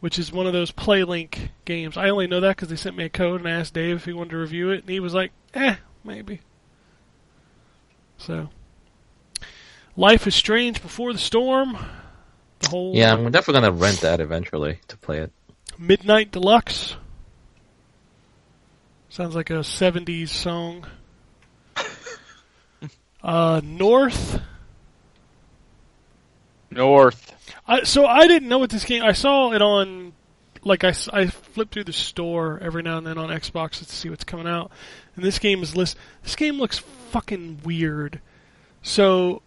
[SPEAKER 1] which is one of those PlayLink games. I only know that because they sent me a code and I asked Dave if he wanted to review it, and he was like, "Eh, maybe." So, Life is Strange Before the Storm. The whole
[SPEAKER 5] Yeah, I'm definitely gonna rent that eventually to play it.
[SPEAKER 1] Midnight Deluxe. Sounds like a 70s song. Uh, North.
[SPEAKER 4] North.
[SPEAKER 1] I, so I didn't know what this game. I saw it on, like I, s- I flip through the store every now and then on Xbox to see what's coming out, and this game is list. This game looks fucking weird. So,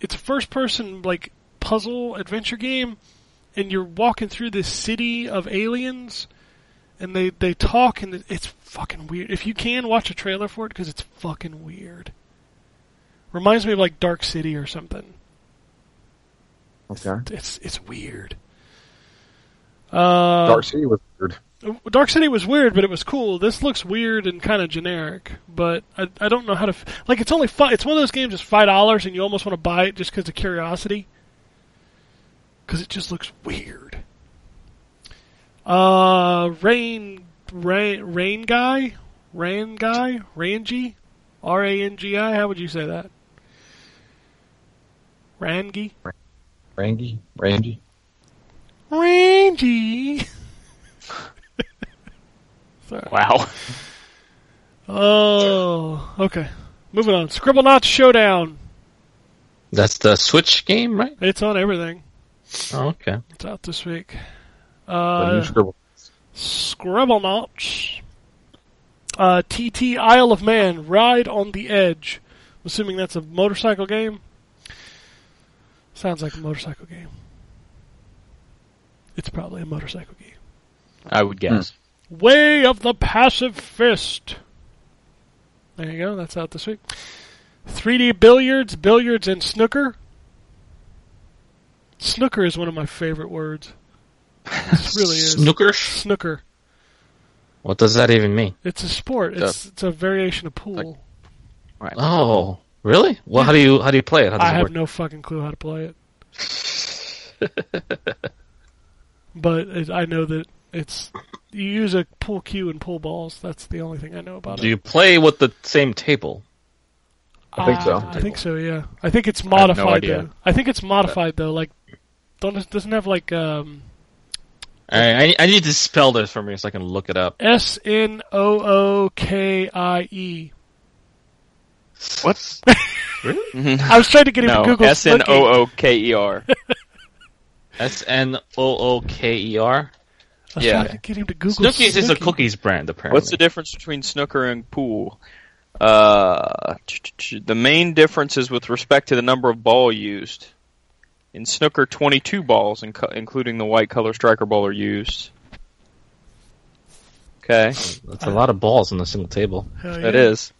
[SPEAKER 1] it's a first-person like puzzle adventure game, and you're walking through this city of aliens, and they they talk, and it- it's fucking weird. If you can watch a trailer for it, because it's fucking weird. Reminds me of like Dark City or something.
[SPEAKER 3] Okay.
[SPEAKER 1] It's it's weird. Uh,
[SPEAKER 3] Dark City was weird.
[SPEAKER 1] Dark City was weird, but it was cool. This looks weird and kind of generic, but I, I don't know how to f- like. It's only five. It's one of those games that's five dollars, and you almost want to buy it just because of curiosity, because it just looks weird. Uh, rain, rain, rain guy, rain guy, rangy, R A N G I. How would you say that? Rangy.
[SPEAKER 3] Rangy? Rangy?
[SPEAKER 1] Rangy. Sorry.
[SPEAKER 4] Wow. *laughs*
[SPEAKER 1] Oh, okay. Moving on. Scribble Knots Showdown.
[SPEAKER 5] That's the Switch game, right?
[SPEAKER 1] It's on everything.
[SPEAKER 5] Oh, okay.
[SPEAKER 1] It's out this week.
[SPEAKER 3] The new
[SPEAKER 1] Uh,
[SPEAKER 3] scribble.
[SPEAKER 1] Scribble Knots. Uh, TT Isle of Man. Ride on the Edge. I'm assuming that's a motorcycle game. Sounds like a motorcycle game. It's probably a motorcycle game.
[SPEAKER 4] I would guess.
[SPEAKER 1] Way of the Passive Fist. There you go. That's out this week. 3D billiards, billiards, and snooker. Snooker is one of my favorite words. *laughs* It really is.
[SPEAKER 5] Snookers.
[SPEAKER 1] snooker.
[SPEAKER 5] What does that even mean?
[SPEAKER 1] It's a sport. It's it's a variation of pool.
[SPEAKER 4] Like- Right.
[SPEAKER 5] Oh, really? Well, how do you how do you play it? How does
[SPEAKER 1] I
[SPEAKER 5] it
[SPEAKER 1] have
[SPEAKER 5] work?
[SPEAKER 1] no fucking clue how to play *laughs* it. but it, I know that it's you use a pool cue and pool balls. That's the only thing I know about it.
[SPEAKER 5] Do you play with the same table?
[SPEAKER 3] I think so.
[SPEAKER 1] Uh, I think so. Yeah. I think it's
[SPEAKER 4] have no
[SPEAKER 1] modified.
[SPEAKER 4] idea.
[SPEAKER 1] though. I think it's modified though. Like, don't it doesn't have like um
[SPEAKER 5] All right, I, I need to spell this for me so I can look it up.
[SPEAKER 1] S N O O K I E. *laughs*
[SPEAKER 4] What's
[SPEAKER 1] I was trying to get him to
[SPEAKER 4] Mm-hmm. no?
[SPEAKER 1] Google.
[SPEAKER 4] S N
[SPEAKER 1] Snooki.
[SPEAKER 4] O O K E R.
[SPEAKER 5] S N O O K E R.
[SPEAKER 1] I was
[SPEAKER 4] yeah.
[SPEAKER 1] trying to get him to Google.
[SPEAKER 5] Snookies is a
[SPEAKER 1] Snooki.
[SPEAKER 5] cookies brand, apparently.
[SPEAKER 4] What's the difference between snooker and pool? Uh, t- t- t- the main difference is with respect to the number of ball used. In snooker, 22 balls, inc- including the white color striker ball, are used. Okay,
[SPEAKER 5] That's a lot of balls on a single table.
[SPEAKER 1] Hell
[SPEAKER 4] that
[SPEAKER 1] yeah.
[SPEAKER 4] is.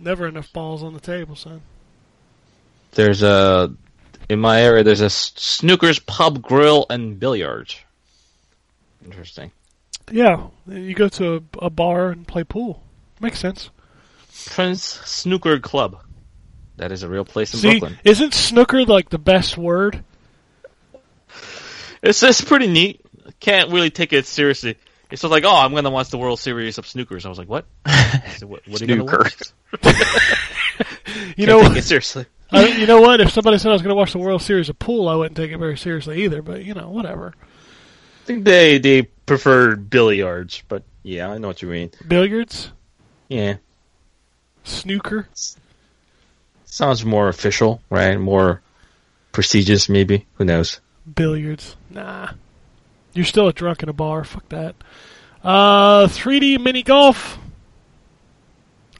[SPEAKER 1] Never enough balls on the table, son.
[SPEAKER 5] There's a in my area. There's a s- Snookers pub, grill, and billiards. Interesting.
[SPEAKER 1] Yeah, you go to a, a bar and play pool. Makes sense.
[SPEAKER 5] Prince Snooker Club. That is a real place in
[SPEAKER 1] See,
[SPEAKER 5] Brooklyn.
[SPEAKER 1] isn't snooker like the best word?
[SPEAKER 5] It's it's pretty neat. Can't really take it seriously. It's just like, oh, I'm gonna watch the World Series of Snookers. I was like, *laughs* what? So what, what are you gonna
[SPEAKER 4] Snooker.
[SPEAKER 5] watch?
[SPEAKER 1] You
[SPEAKER 5] Can't
[SPEAKER 1] know,
[SPEAKER 5] take it seriously.
[SPEAKER 1] I, you know what? If somebody said I was going to watch the World Series of pool, I wouldn't take it very seriously either. But you know, whatever.
[SPEAKER 5] I think they they prefer billiards,
[SPEAKER 4] *laughs*
[SPEAKER 5] but yeah, I know what you mean.
[SPEAKER 1] Billiards,
[SPEAKER 5] Yeah,
[SPEAKER 1] snooker.
[SPEAKER 5] Sounds more official, right? More prestigious, maybe. Who knows?
[SPEAKER 1] Billiards. Nah. You're still a drunk in a bar. Fuck that. Uh, 3D mini golf.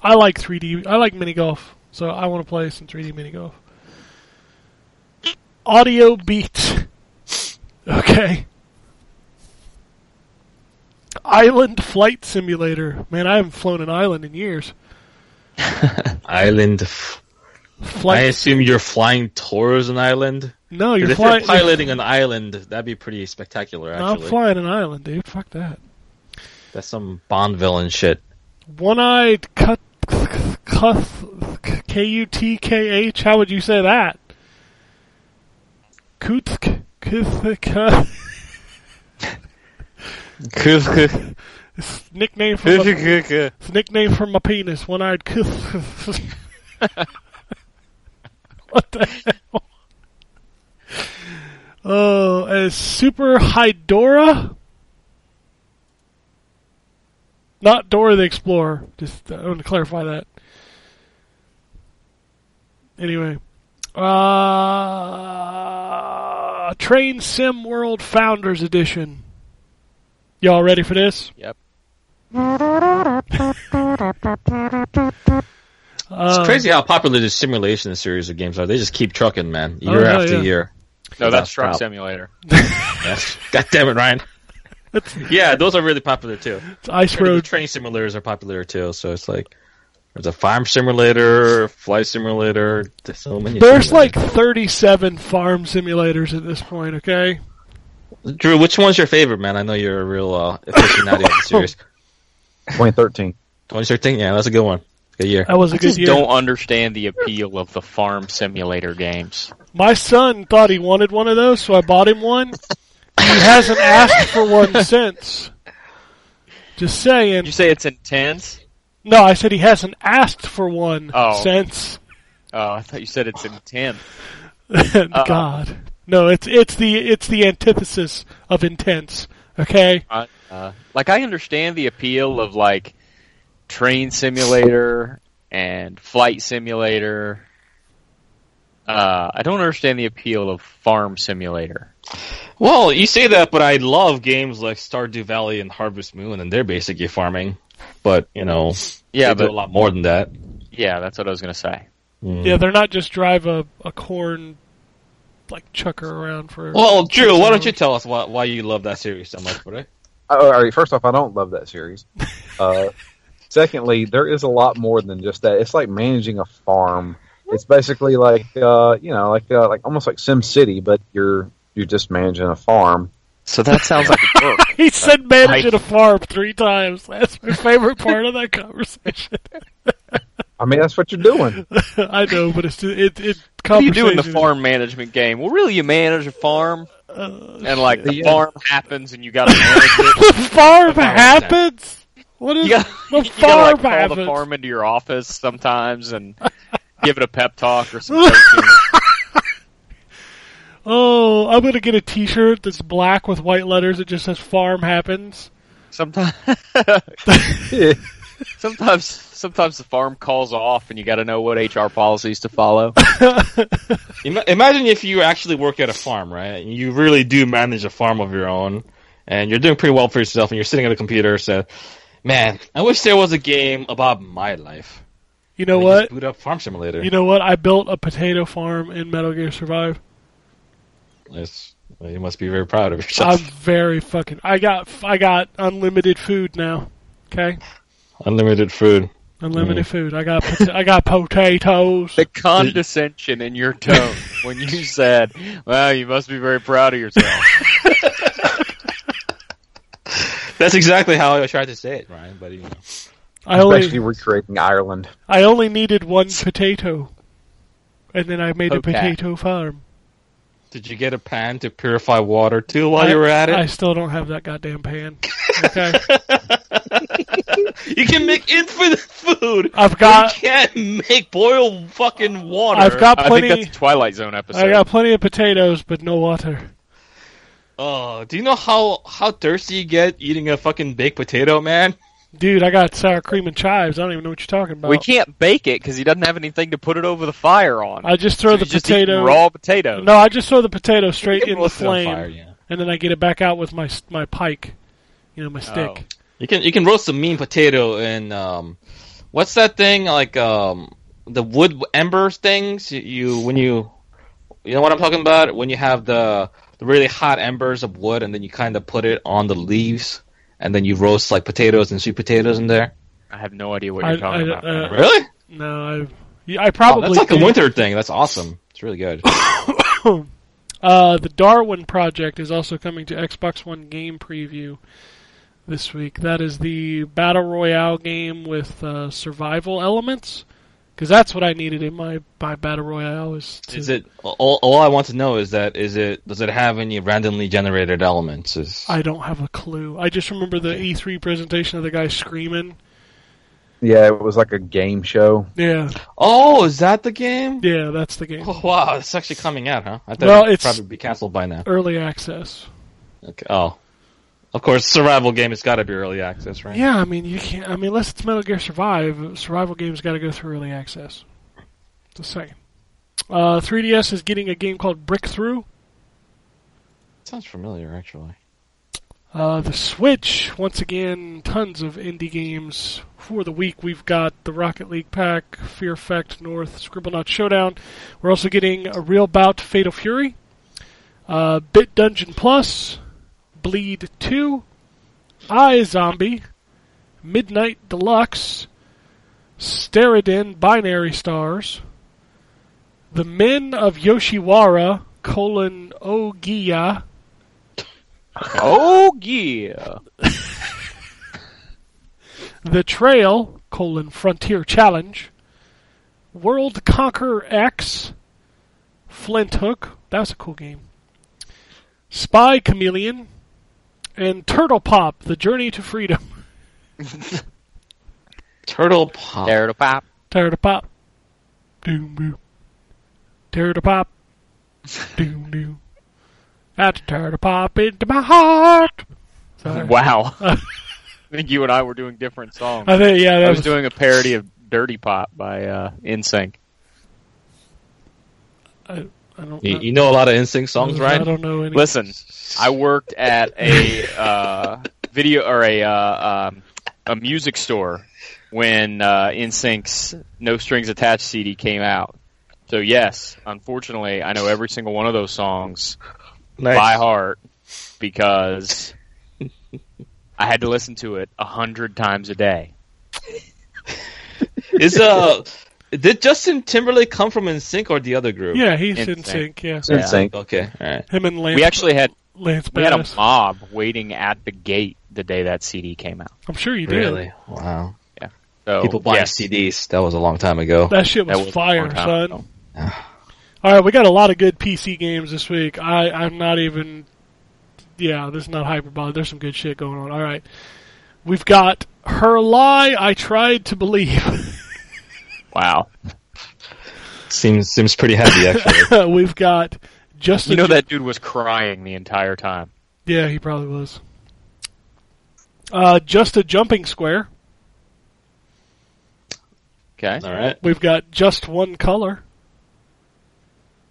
[SPEAKER 1] I like 3D. I like mini golf, so I want to play some 3D mini golf. Audio beat. *laughs* Okay. Island flight simulator. Man, I haven't flown an island in years.
[SPEAKER 5] Island. f- I
[SPEAKER 1] Flight.
[SPEAKER 5] assume you're flying towards an island.
[SPEAKER 1] no,
[SPEAKER 5] Dude,
[SPEAKER 1] you're
[SPEAKER 5] if you're
[SPEAKER 1] flying.
[SPEAKER 5] piloting an island, that'd be pretty spectacular.
[SPEAKER 1] I'm
[SPEAKER 5] Actually,
[SPEAKER 1] flying an island, dude. Fuck that.
[SPEAKER 5] that's some Bond villain shit.
[SPEAKER 1] One-eyed cut, cut, k u t k h. How would you say that? Kutsk, kuthka. It's *laughs* nickname for my, it's nickname for my penis. One-eyed kuth. what the hell? Oh, uh, Super Hydora. Not Dora the Explorer. Just uh, I want to clarify that. Anyway, uh, Train Sim World Founders Edition. Y'all ready for this?
[SPEAKER 4] Yep.
[SPEAKER 5] It's
[SPEAKER 1] Uh,
[SPEAKER 5] crazy how popular the simulation series of games are. They just keep trucking, man,
[SPEAKER 1] Oh,
[SPEAKER 5] year
[SPEAKER 1] yeah,
[SPEAKER 5] after
[SPEAKER 1] yeah.
[SPEAKER 5] year. *laughs*
[SPEAKER 4] No, that's
[SPEAKER 5] Stop.
[SPEAKER 4] Truck Simulator.
[SPEAKER 5] Yes. God damn it, Ryan. yeah, those are really popular too.
[SPEAKER 1] Uh, Ice
[SPEAKER 5] The
[SPEAKER 1] Road.
[SPEAKER 5] train simulators are popular too, so it's like there's a farm simulator, flight simulator. There's so many.
[SPEAKER 1] There's like
[SPEAKER 5] simulators.
[SPEAKER 1] 37 farm simulators at this point. Okay.
[SPEAKER 5] Drew. Which one's your favorite, man? I know you're a real uh, aficionado of the series.
[SPEAKER 3] 2013.
[SPEAKER 5] 2013, yeah, that's a good one. Good year.
[SPEAKER 1] That was a
[SPEAKER 4] I
[SPEAKER 1] good
[SPEAKER 4] just
[SPEAKER 1] year.
[SPEAKER 4] don't understand the appeal of the farm simulator games.
[SPEAKER 1] My son thought he wanted one of those, so I bought him one. He hasn't asked for
[SPEAKER 4] *laughs*
[SPEAKER 1] one since. Just saying.
[SPEAKER 4] You say it's intense?
[SPEAKER 1] No, I said he hasn't asked for one
[SPEAKER 4] Oh.
[SPEAKER 1] since. *laughs*
[SPEAKER 4] Oh, I thought you said it's intense.
[SPEAKER 1] God, no! It's it's the it's the antithesis of intense. Okay,
[SPEAKER 4] I- uh, like I understand the appeal of like train simulator and flight simulator. Uh, I don't understand the appeal of farm simulator.
[SPEAKER 5] Well, you say that, but I love games like Stardew Valley and Harvest Moon, and they're basically farming. But you know,
[SPEAKER 4] Yeah,
[SPEAKER 5] they do
[SPEAKER 4] but
[SPEAKER 5] a lot more than that.
[SPEAKER 4] yeah, that's what I was gonna say.
[SPEAKER 1] yeah, they're not just drive a, a corn like chucker around for.
[SPEAKER 5] Well, Drew, why don't you tell us why, why you love that series so much, right?
[SPEAKER 3] Oh, all right, first off, I don't love
[SPEAKER 1] *laughs*
[SPEAKER 3] that series. Uh, secondly, there is a lot more than just that. It's like managing a farm. It's basically like uh, you know, like uh, like almost like Sim City, but you're you're just managing a farm.
[SPEAKER 4] So that sounds *laughs* like a book.
[SPEAKER 1] *laughs* he said managing a farm three times. *laughs* That's my favorite part of that conversation.
[SPEAKER 3] I mean, that's what you're doing.
[SPEAKER 1] *laughs* I know, but it's just, it it.
[SPEAKER 4] What do you *laughs* do in the
[SPEAKER 1] conversation-
[SPEAKER 4] farm management game? Well, really, you manage a farm,
[SPEAKER 1] uh,
[SPEAKER 4] and like the
[SPEAKER 3] Yeah.
[SPEAKER 4] farm happens, and you got to manage it.
[SPEAKER 1] the farm happens. What is
[SPEAKER 4] You got
[SPEAKER 1] the
[SPEAKER 4] *laughs* you gotta,
[SPEAKER 1] farm
[SPEAKER 4] like, call the
[SPEAKER 1] happens?
[SPEAKER 4] farm into your office sometimes and give it a pep talk or some coaching.
[SPEAKER 1] Oh, I'm gonna get a T-shirt that's black with white letters that just says "Farm happens."
[SPEAKER 4] sometimes. *laughs*
[SPEAKER 3] Yeah.
[SPEAKER 4] Sometimes, sometimes the farm calls off, and you got to know what HR policies to
[SPEAKER 5] *laughs*
[SPEAKER 4] follow.
[SPEAKER 5] Ima- Imagine if you actually work at a farm, right? And you really do manage a farm of your own, and you're doing pretty well for yourself, and you're sitting at a computer, so, man, I wish there was a game about my life.
[SPEAKER 1] You know
[SPEAKER 5] Like,
[SPEAKER 1] what?
[SPEAKER 5] just Boot up Farm Simulator.
[SPEAKER 1] You know what? I built a potato farm in Metal Gear Survive.
[SPEAKER 5] It's- well, you must be very proud of
[SPEAKER 1] I'm
[SPEAKER 5] yourself.
[SPEAKER 1] very fucking. I got I got unlimited food now. Okay,
[SPEAKER 5] *laughs* Unlimited food.
[SPEAKER 4] Mm.
[SPEAKER 1] unlimited food. I got pot- I got potatoes.
[SPEAKER 4] The condescension in your tone when you said, "Wow, you must be very proud of yourself."
[SPEAKER 5] *laughs* That's exactly how I tried to say it, Ryan. But you know.
[SPEAKER 1] I only
[SPEAKER 3] Especially recreating Ireland.
[SPEAKER 1] I only needed one potato, and then I made a
[SPEAKER 4] Okay.
[SPEAKER 1] potato farm.
[SPEAKER 5] did you get a pan to purify water too while you were at it?
[SPEAKER 1] I still don't have that goddamn
[SPEAKER 4] *laughs*
[SPEAKER 1] pan. Okay,
[SPEAKER 5] *laughs* you can make infinite food.
[SPEAKER 1] I've got
[SPEAKER 5] you can't make boil fucking water.
[SPEAKER 1] I've got
[SPEAKER 4] I think
[SPEAKER 1] plenty.
[SPEAKER 4] that's a Twilight Zone episode.
[SPEAKER 1] I got plenty of potatoes, but no water.
[SPEAKER 5] Oh, do you know how how thirsty you get eating a fucking baked potato, man?
[SPEAKER 1] Dude, I got sour cream and chives. I don't even know what you're talking about.
[SPEAKER 4] We can't bake it because he doesn't have anything to put it over the fire on.
[SPEAKER 1] I just throw
[SPEAKER 4] So
[SPEAKER 1] the
[SPEAKER 4] he's just
[SPEAKER 1] potato.
[SPEAKER 4] eating raw potato.
[SPEAKER 1] No, I just throw the potato straight
[SPEAKER 4] can
[SPEAKER 1] in the
[SPEAKER 4] roast it on
[SPEAKER 1] flame,
[SPEAKER 5] Fire, yeah.
[SPEAKER 1] and then I get it back out with my s- my pike, you know, my stick.
[SPEAKER 4] Oh.
[SPEAKER 5] You can you can roast a mean potato in um, what's that thing like um the wood embers things you, you when you you know what I'm talking about when you have the the really hot embers of wood and then you kind of put it on the leaves and then you roast like potatoes and sweet potatoes in there.
[SPEAKER 4] I have no idea what
[SPEAKER 1] I-
[SPEAKER 4] you're talking
[SPEAKER 1] I-
[SPEAKER 4] about.
[SPEAKER 1] uh,
[SPEAKER 5] Really?
[SPEAKER 1] No, I yeah, I
[SPEAKER 5] Oh,
[SPEAKER 1] probably
[SPEAKER 5] that's like a
[SPEAKER 1] did.
[SPEAKER 5] winter thing. That's awesome. It's really good.
[SPEAKER 1] Uh, the Darwin Project is also coming to Xbox One game preview this week. That is the battle royale game with uh, survival elements, because that's what I needed in my my battle royale. Is, to,
[SPEAKER 5] Is it all, all I want to know is that is it does it have any randomly generated elements? Is
[SPEAKER 1] I don't have a clue. I just remember the E3 presentation of the guy screaming.
[SPEAKER 3] Yeah, it was like a game show.
[SPEAKER 1] Yeah,
[SPEAKER 5] Oh, is that the game?
[SPEAKER 1] yeah, that's the game.
[SPEAKER 5] Oh, wow, it's actually coming out, huh? I thought
[SPEAKER 1] Well,
[SPEAKER 5] it would
[SPEAKER 1] it's-
[SPEAKER 5] probably be canceled by now.
[SPEAKER 1] Early access.
[SPEAKER 5] Okay. Oh. Of course, survival game has got to be early access, right?
[SPEAKER 1] Yeah, I mean you can't. I mean unless it's Metal Gear Survive, survival games got to go through early access. Just saying. Uh, 3DS is getting a game called Brick Through.
[SPEAKER 5] Sounds familiar, actually.
[SPEAKER 1] Uh, the Switch, once again, tons of indie games for the week. We've got the Rocket League pack, Fear Effect, North, Scribblenauts Showdown. We're also getting a real bout Fatal Fury, uh, Bit Dungeon Plus, Bleed 2, I Zombie, Midnight Deluxe, Steridin Binary Stars, The Men of Yoshiwara, colon Ogiya,
[SPEAKER 4] Oh yeah.
[SPEAKER 1] The Trail, colon, Frontier Challenge, World Conquer X, Flint Hook, that was a cool game, Spy Chameleon, and Turtle Pop, The Journey to Freedom. *laughs*
[SPEAKER 5] Turtle Pop.
[SPEAKER 4] There to pop.
[SPEAKER 1] Turtle Pop. Doom boom. Turtle
[SPEAKER 4] *laughs*
[SPEAKER 1] Pop. Doom doom. That's Turtle Pop into my heart. Sorry. *laughs*
[SPEAKER 4] Wow. I think you and I were doing different songs.
[SPEAKER 1] I think, yeah, that
[SPEAKER 4] I
[SPEAKER 1] was,
[SPEAKER 4] was doing a parody of Dirty Pop by uh, NSYNC.
[SPEAKER 1] I don't
[SPEAKER 5] You,
[SPEAKER 1] know.
[SPEAKER 5] you know a lot of Instinct
[SPEAKER 1] *laughs*
[SPEAKER 5] songs,
[SPEAKER 1] I
[SPEAKER 5] right?
[SPEAKER 1] don't know any.
[SPEAKER 4] Listen, I worked at a uh, video or a uh, um, a music store when uh, NSYNC's No Strings Attached CD came out. So yes, unfortunately, I know every single one of those songs by heart because I had to listen to it a hundred times a day.
[SPEAKER 5] Is uh, did Justin Timberlake come from Insync or the other group?
[SPEAKER 1] Yeah, he's in,
[SPEAKER 4] NSYNC.
[SPEAKER 1] sync. Yeah,
[SPEAKER 3] It's in
[SPEAKER 4] Yeah.
[SPEAKER 3] sync.
[SPEAKER 5] Okay. All right.
[SPEAKER 1] him and Lance.
[SPEAKER 4] We actually had
[SPEAKER 1] Lance
[SPEAKER 4] we had a
[SPEAKER 1] Bass.
[SPEAKER 4] mob waiting at the gate the day that CD came out.
[SPEAKER 1] I'm sure you did.
[SPEAKER 5] Really? Wow.
[SPEAKER 4] So
[SPEAKER 5] People buying
[SPEAKER 4] yes,
[SPEAKER 5] CDs. That was a long time ago.
[SPEAKER 1] That shit was,
[SPEAKER 4] that was a long
[SPEAKER 1] fire,
[SPEAKER 4] time
[SPEAKER 1] son.
[SPEAKER 4] ago.
[SPEAKER 1] All right, we got a lot of good PC games this week. I, I'm not even. Yeah, this is not hyperbolic. There's some good shit going on. All right. We've got Her Lie I Tried to Believe.
[SPEAKER 4] Wow.
[SPEAKER 5] Seems seems
[SPEAKER 1] *laughs*
[SPEAKER 5] pretty heavy, actually.
[SPEAKER 1] We've got Just
[SPEAKER 4] You
[SPEAKER 1] a
[SPEAKER 4] know
[SPEAKER 1] Ju-
[SPEAKER 4] that dude was crying the entire time.
[SPEAKER 1] Yeah, he probably was. Uh, just a Jumping Square.
[SPEAKER 4] Okay.
[SPEAKER 5] All right.
[SPEAKER 1] We've got Just One Color.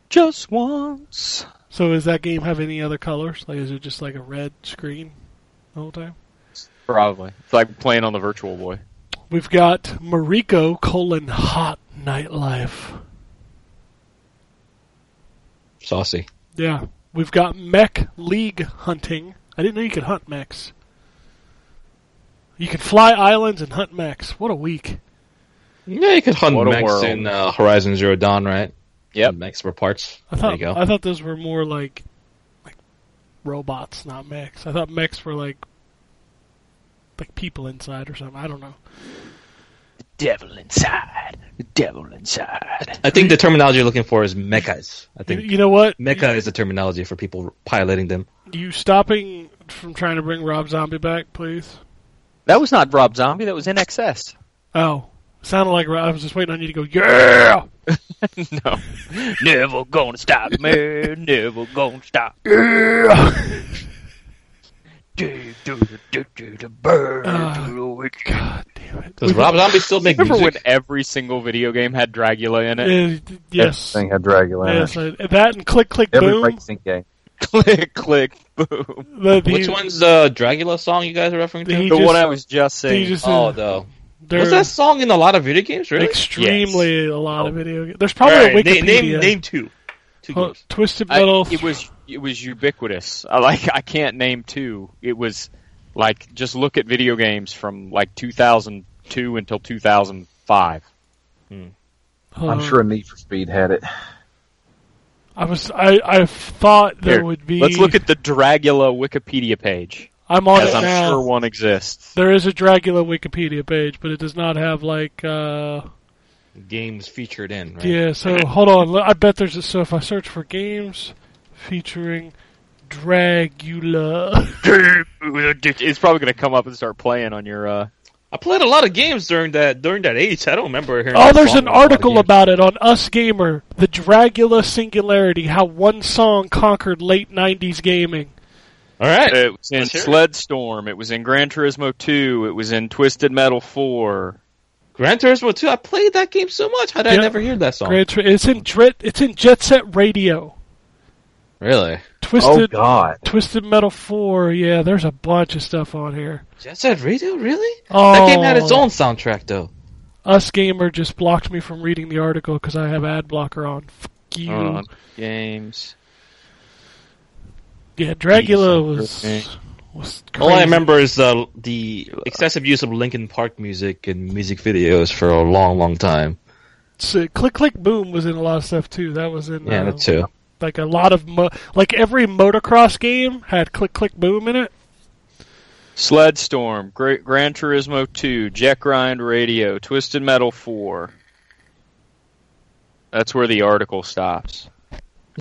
[SPEAKER 4] Just once.
[SPEAKER 1] So does that game have any other colors? Like, is it just like a red screen the whole time?
[SPEAKER 4] Probably. It's like playing on the Virtual Boy.
[SPEAKER 1] We've got Mariko colon Hot Nightlife.
[SPEAKER 5] Saucy.
[SPEAKER 1] Yeah. We've got mech league hunting. I didn't know you could hunt mechs. You can fly islands and hunt mechs. What a week.
[SPEAKER 5] Yeah, you could hunt
[SPEAKER 4] What a
[SPEAKER 5] mechs
[SPEAKER 4] world.
[SPEAKER 5] in uh, Horizon Zero Dawn, right?
[SPEAKER 4] Yep.
[SPEAKER 5] Mechs for parts.
[SPEAKER 1] I thought
[SPEAKER 5] there you go.
[SPEAKER 1] I thought those were more like like robots, not mechs. I thought mechs were like like people inside or something. I don't know.
[SPEAKER 4] Devil inside. The devil inside.
[SPEAKER 5] I think the terminology you're looking for is mechas. I
[SPEAKER 1] You,
[SPEAKER 5] think
[SPEAKER 1] you know what?
[SPEAKER 5] mecha is the terminology for people piloting them.
[SPEAKER 1] You stopping from trying to bring Rob Zombie back, please?
[SPEAKER 4] That was not Rob Zombie. That was in excess.
[SPEAKER 1] Oh, sounded like Rob. I was just waiting on you to go. Yeah.
[SPEAKER 4] *laughs* no. *laughs* never gonna stop me. Never gonna stop.
[SPEAKER 1] Yeah.
[SPEAKER 4] Dig
[SPEAKER 1] Ah, God damn it.
[SPEAKER 5] Does Rob Zombie still make
[SPEAKER 4] Remember
[SPEAKER 5] music?
[SPEAKER 4] when every single video game had Dracula in it?
[SPEAKER 1] Uh, yes.
[SPEAKER 3] Everything had Dragula in
[SPEAKER 1] Yes,
[SPEAKER 3] it.
[SPEAKER 1] I- that and click, click,
[SPEAKER 3] Every
[SPEAKER 1] boom.
[SPEAKER 3] racing game.
[SPEAKER 4] *laughs* click, click, boom.
[SPEAKER 1] The, the,
[SPEAKER 5] Which one's
[SPEAKER 4] uh,
[SPEAKER 5] the Dragula song you guys are referring to?
[SPEAKER 1] He
[SPEAKER 4] the one
[SPEAKER 1] just-
[SPEAKER 4] I was just
[SPEAKER 1] They
[SPEAKER 4] saying.
[SPEAKER 1] just,
[SPEAKER 5] oh,
[SPEAKER 1] uh,
[SPEAKER 5] the
[SPEAKER 1] they're
[SPEAKER 5] was that song in a lot of video games? Really?
[SPEAKER 1] extremely a lot of
[SPEAKER 5] Oh.
[SPEAKER 1] video games. There's probably a
[SPEAKER 5] Alright,
[SPEAKER 1] Wikipedia.
[SPEAKER 5] name, name name two. Two
[SPEAKER 1] Huh,
[SPEAKER 5] games.
[SPEAKER 1] Twisted
[SPEAKER 4] I-
[SPEAKER 1] Metal.
[SPEAKER 4] it was it was ubiquitous. I like I can't name two. It was like just look at video games from like 2002 until 2005.
[SPEAKER 3] I'm
[SPEAKER 1] uh,
[SPEAKER 3] sure Need for Speed had it.
[SPEAKER 1] I was. I, I thought there
[SPEAKER 4] Here,
[SPEAKER 1] would be. Oh,
[SPEAKER 4] Let's look at the Dragula Wikipedia page,
[SPEAKER 1] I'm on
[SPEAKER 4] as
[SPEAKER 1] it
[SPEAKER 4] I'm
[SPEAKER 1] now.
[SPEAKER 4] sure one exists.
[SPEAKER 1] There is a Dracula Wikipedia page, but it does not have like. uh
[SPEAKER 5] Games featured in. Right?
[SPEAKER 1] Yeah. So hold on. le- I bet there's. A, so if I search for games featuring *laughs* Dracula,
[SPEAKER 4] *laughs* It's probably going to come up and start playing on your. Uh,
[SPEAKER 5] I played a lot of games during that during that age. I don't remember hearing.
[SPEAKER 1] oh,
[SPEAKER 5] that
[SPEAKER 1] there's
[SPEAKER 5] song
[SPEAKER 1] an
[SPEAKER 5] in a lot of
[SPEAKER 1] article
[SPEAKER 5] games.
[SPEAKER 1] about it on Us Gamer. The Dracula Singularity: How One Song Conquered Late '90s Gaming.
[SPEAKER 5] All right.
[SPEAKER 4] it was in
[SPEAKER 5] Let's hear it.
[SPEAKER 4] Sled Storm. It was in Gran Turismo 2. It was in Twisted Metal 4.
[SPEAKER 5] Gran Turismo 2. I played that game so much. How did
[SPEAKER 1] Yeah.
[SPEAKER 5] I never hear that song?
[SPEAKER 1] Gran Tur- it's in Drit- It's in Jet Set Radio.
[SPEAKER 5] Really?
[SPEAKER 3] Oh
[SPEAKER 1] Twisted
[SPEAKER 3] God!
[SPEAKER 1] Twisted Metal Four. Yeah, there's a bunch of stuff on here.
[SPEAKER 5] Jet Set Radio? Really?
[SPEAKER 1] Oh,
[SPEAKER 5] That game had its own soundtrack though.
[SPEAKER 1] Us Gamer just blocked me from reading the article because I have ad blocker on. Fuck you.
[SPEAKER 5] Mm-hmm.
[SPEAKER 4] Uh, games.
[SPEAKER 1] yeah, Dracula
[SPEAKER 4] Jesus.
[SPEAKER 1] was was. Crazy.
[SPEAKER 5] All I remember is uh, the excessive use of Linkin Park music in music videos for a long, long time.
[SPEAKER 1] So, click click boom was in a lot of stuff too. That was in
[SPEAKER 5] Yeah,
[SPEAKER 1] uh,
[SPEAKER 5] that too.
[SPEAKER 1] like a lot of mo- like every motocross game had click click boom in it.
[SPEAKER 4] Sled Storm, Gra- Gran Turismo 2, Jack Grind Radio, Twisted Metal 4. That's where the article stops.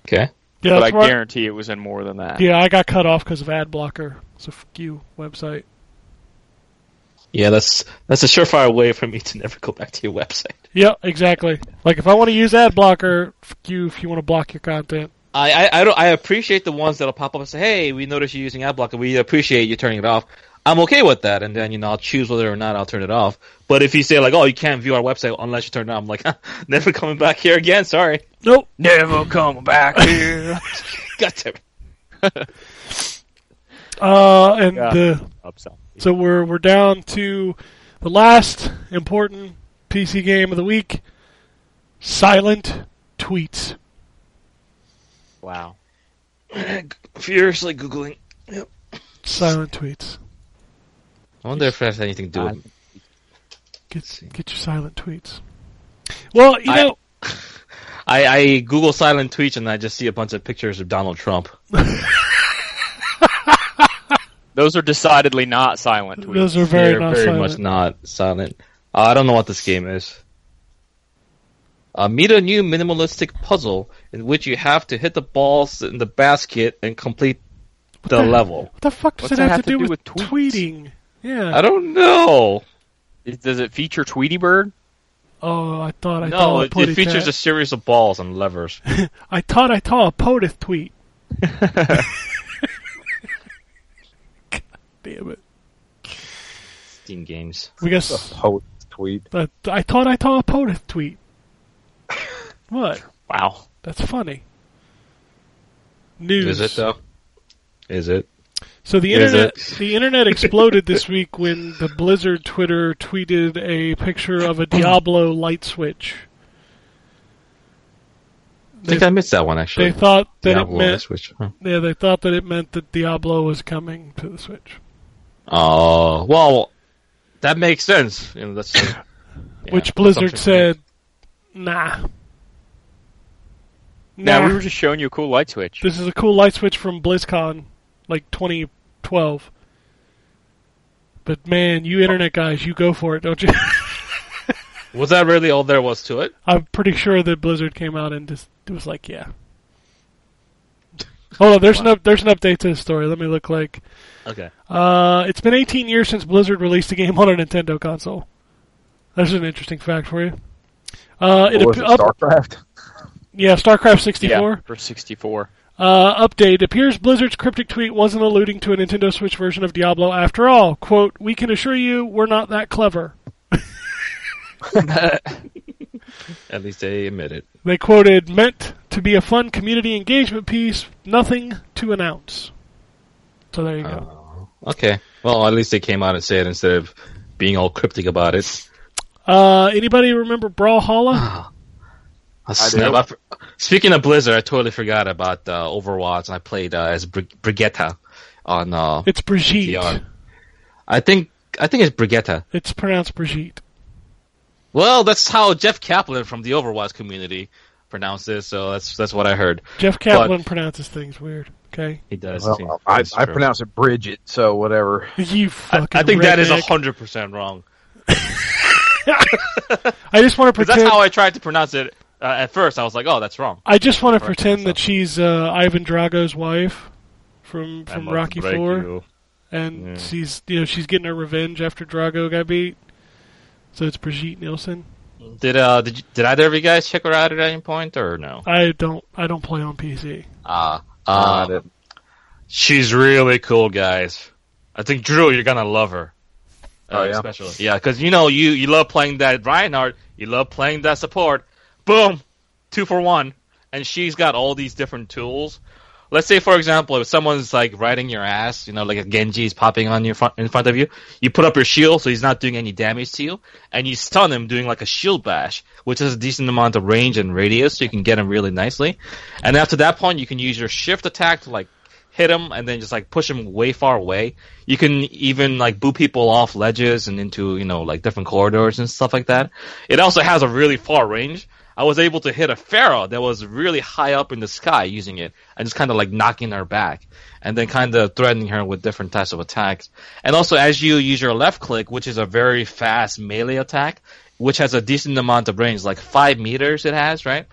[SPEAKER 5] Okay.
[SPEAKER 1] Yeah,
[SPEAKER 4] but I
[SPEAKER 1] that's where-
[SPEAKER 4] guarantee it was in more than that.
[SPEAKER 1] yeah, I got cut off because of ad blocker. So fuck you website.
[SPEAKER 5] Yeah, that's that's a surefire way for me to never go back to your website.
[SPEAKER 1] Yeah, exactly. Like if I want to use ad blocker, fuck you if you want to block your content.
[SPEAKER 5] I, I, I don't I appreciate the ones that'll pop up and say, "Hey, we noticed you're using ad blocker. We appreciate you turning it off." I'm okay with that, and then you know I'll choose whether or not I'll turn it off. But if you say like, "Oh, you can't view our website unless you turn it on," I'm like, *laughs* "Never coming back here again." Sorry. *laughs*
[SPEAKER 1] Nope.
[SPEAKER 4] Never come back here.
[SPEAKER 5] God damn it.
[SPEAKER 1] Uh, and
[SPEAKER 4] Yeah.
[SPEAKER 1] the,
[SPEAKER 4] Upsell.
[SPEAKER 1] so we're we're down to the last important PC game of the week: silent tweets.
[SPEAKER 4] Wow.
[SPEAKER 5] Furiously googling.
[SPEAKER 1] Silent tweets.
[SPEAKER 5] I wonder if that has anything to do with.
[SPEAKER 1] Get get your silent tweets. Well, you
[SPEAKER 5] I-
[SPEAKER 1] know,
[SPEAKER 5] I, I Google silent tweets and I just see a bunch of pictures of Donald Trump.
[SPEAKER 4] Those are decidedly not silent tweets.
[SPEAKER 1] those are very
[SPEAKER 5] They're
[SPEAKER 1] not
[SPEAKER 5] very
[SPEAKER 1] silent.
[SPEAKER 5] much not silent. Uh, I don't know what this game is. Uh, meet a new minimalistic puzzle in which you have to hit the balls in the basket and complete the
[SPEAKER 1] the-
[SPEAKER 5] level.
[SPEAKER 1] What the fuck does
[SPEAKER 4] What's
[SPEAKER 1] it
[SPEAKER 4] that
[SPEAKER 1] have,
[SPEAKER 4] have
[SPEAKER 1] to do, with,
[SPEAKER 4] tweets?
[SPEAKER 1] tweeting? Yeah.
[SPEAKER 5] I don't know.
[SPEAKER 4] Is- Does it feature Tweety Bird?
[SPEAKER 1] oh, I thought I
[SPEAKER 5] no,
[SPEAKER 1] thought I
[SPEAKER 5] it,
[SPEAKER 1] put
[SPEAKER 5] it features
[SPEAKER 1] that.
[SPEAKER 5] a series of balls and levers.
[SPEAKER 1] I thought I saw a POTUS tweet. God damn it.
[SPEAKER 5] Steam games.
[SPEAKER 1] We got
[SPEAKER 3] *laughs* Post tweet.
[SPEAKER 1] But I thought I saw a POTUS tweet. What?
[SPEAKER 4] Wow.
[SPEAKER 1] That's funny. News.
[SPEAKER 5] Is it though? Is it?
[SPEAKER 1] So the
[SPEAKER 5] Is
[SPEAKER 1] internet
[SPEAKER 5] it?
[SPEAKER 1] *laughs* the internet exploded this week when the Blizzard Twitter tweeted a picture of a Diablo light switch.
[SPEAKER 5] I think
[SPEAKER 1] They-
[SPEAKER 5] I missed that one actually.
[SPEAKER 1] They thought that
[SPEAKER 5] Diablo
[SPEAKER 1] it
[SPEAKER 5] on the
[SPEAKER 1] meant
[SPEAKER 5] Switch, huh.
[SPEAKER 1] yeah, they thought that it meant that Diablo was coming to the Switch.
[SPEAKER 5] Oh well, that makes sense. You
[SPEAKER 1] *laughs*
[SPEAKER 5] know, that's Yeah,
[SPEAKER 1] which Blizzard
[SPEAKER 5] assumption.
[SPEAKER 1] said nah.
[SPEAKER 4] Now
[SPEAKER 1] Nah.
[SPEAKER 4] we were just showing you a cool light switch.
[SPEAKER 1] This is a cool light switch from BlizzCon, like 2012. But man, you internet guys, you go for it, don't you? *laughs*
[SPEAKER 5] Was that really all there was to it?
[SPEAKER 1] I'm pretty sure that Blizzard came out and just was like, yeah. Hold on, there's an up, there's an update to the story. Let me look like.
[SPEAKER 5] Okay.
[SPEAKER 1] Uh, it's been 18 years since Blizzard released a game on a Nintendo console. That's an interesting fact for you. Uh, it,
[SPEAKER 3] What was
[SPEAKER 1] ap-
[SPEAKER 3] it,
[SPEAKER 1] up-
[SPEAKER 3] Starcraft?
[SPEAKER 1] yeah, StarCraft 64.
[SPEAKER 4] for 64.
[SPEAKER 1] Uh, update appears Blizzard's cryptic tweet wasn't alluding to a Nintendo Switch version of Diablo after all. Quote: We can assure you, we're not that clever.
[SPEAKER 5] At least they admit it.
[SPEAKER 1] They quoted, meant to be a fun community engagement piece, nothing to announce. So there you go.
[SPEAKER 5] Okay. Well, at least they came out and said instead of being all cryptic about it.
[SPEAKER 1] Uh, anybody remember Brawlhalla?
[SPEAKER 5] uh, A snub- I for- Speaking of Blizzard, I totally forgot about uh, Overwatch, and I played uh, as Brig- Brigitta on uh,
[SPEAKER 1] it's Brigitte.
[SPEAKER 5] VR. I think I think it's Brigitta.
[SPEAKER 1] It's pronounced Brigitte.
[SPEAKER 5] Well, that's how Jeff Kaplan from the Overwatch community pronounced it. So that's that's what I heard.
[SPEAKER 1] Jeff Kaplan pronounces things weird. Okay,
[SPEAKER 5] He does. he-
[SPEAKER 3] Well, I,
[SPEAKER 5] that's
[SPEAKER 3] I
[SPEAKER 5] true.
[SPEAKER 3] pronounce it Bridget, so whatever.
[SPEAKER 1] you
[SPEAKER 5] I,
[SPEAKER 1] fucking.
[SPEAKER 5] I think that is
[SPEAKER 1] redneck.
[SPEAKER 5] hundred percent wrong.
[SPEAKER 1] *laughs* I just want to
[SPEAKER 5] *laughs* 'Cause
[SPEAKER 1] pretend.
[SPEAKER 5] that's how I tried to pronounce it uh, at first. I was like, oh, that's wrong.
[SPEAKER 1] I just want to
[SPEAKER 5] Right,
[SPEAKER 1] pretend
[SPEAKER 5] so-
[SPEAKER 1] that she's uh, Ivan Drago's wife from from Rocky Four, and
[SPEAKER 5] Yeah.
[SPEAKER 1] she's you know she's getting her revenge after Drago got beat. So it's Brigitte Nielsen.
[SPEAKER 5] Did uh did you, did either of you guys check her out at any point or no?
[SPEAKER 1] I don't I don't play on PC.
[SPEAKER 5] Uh,
[SPEAKER 3] Uh,
[SPEAKER 5] uh
[SPEAKER 3] that-
[SPEAKER 5] she's really cool, guys. I think Drew, you're gonna love her. Uh,
[SPEAKER 3] Oh, yeah?
[SPEAKER 5] especially yeah, because you know you you love playing that Reinhardt, you love playing that support. Boom, two for one, and she's got all these different tools. Let's say, for example, if someone's like riding your ass, you know, like a Genji is popping on your front in front of you, you put up your shield so he's not doing any damage to you, and you stun him doing like a shield bash, which has a decent amount of range and radius, so you can get him really nicely. And after that point, you can use your shift attack to like hit him and then just like push him way far away. You can even like boo people off ledges and into, you know, like different corridors and stuff like that. It also has a really far range. I was able to hit a pharaoh that was really high up in the sky using it and just kind of like knocking her back and then kind of threatening her with different types of attacks. And also as you use your left click, which is a very fast melee attack, which has a decent amount of range, like five meters it has, right?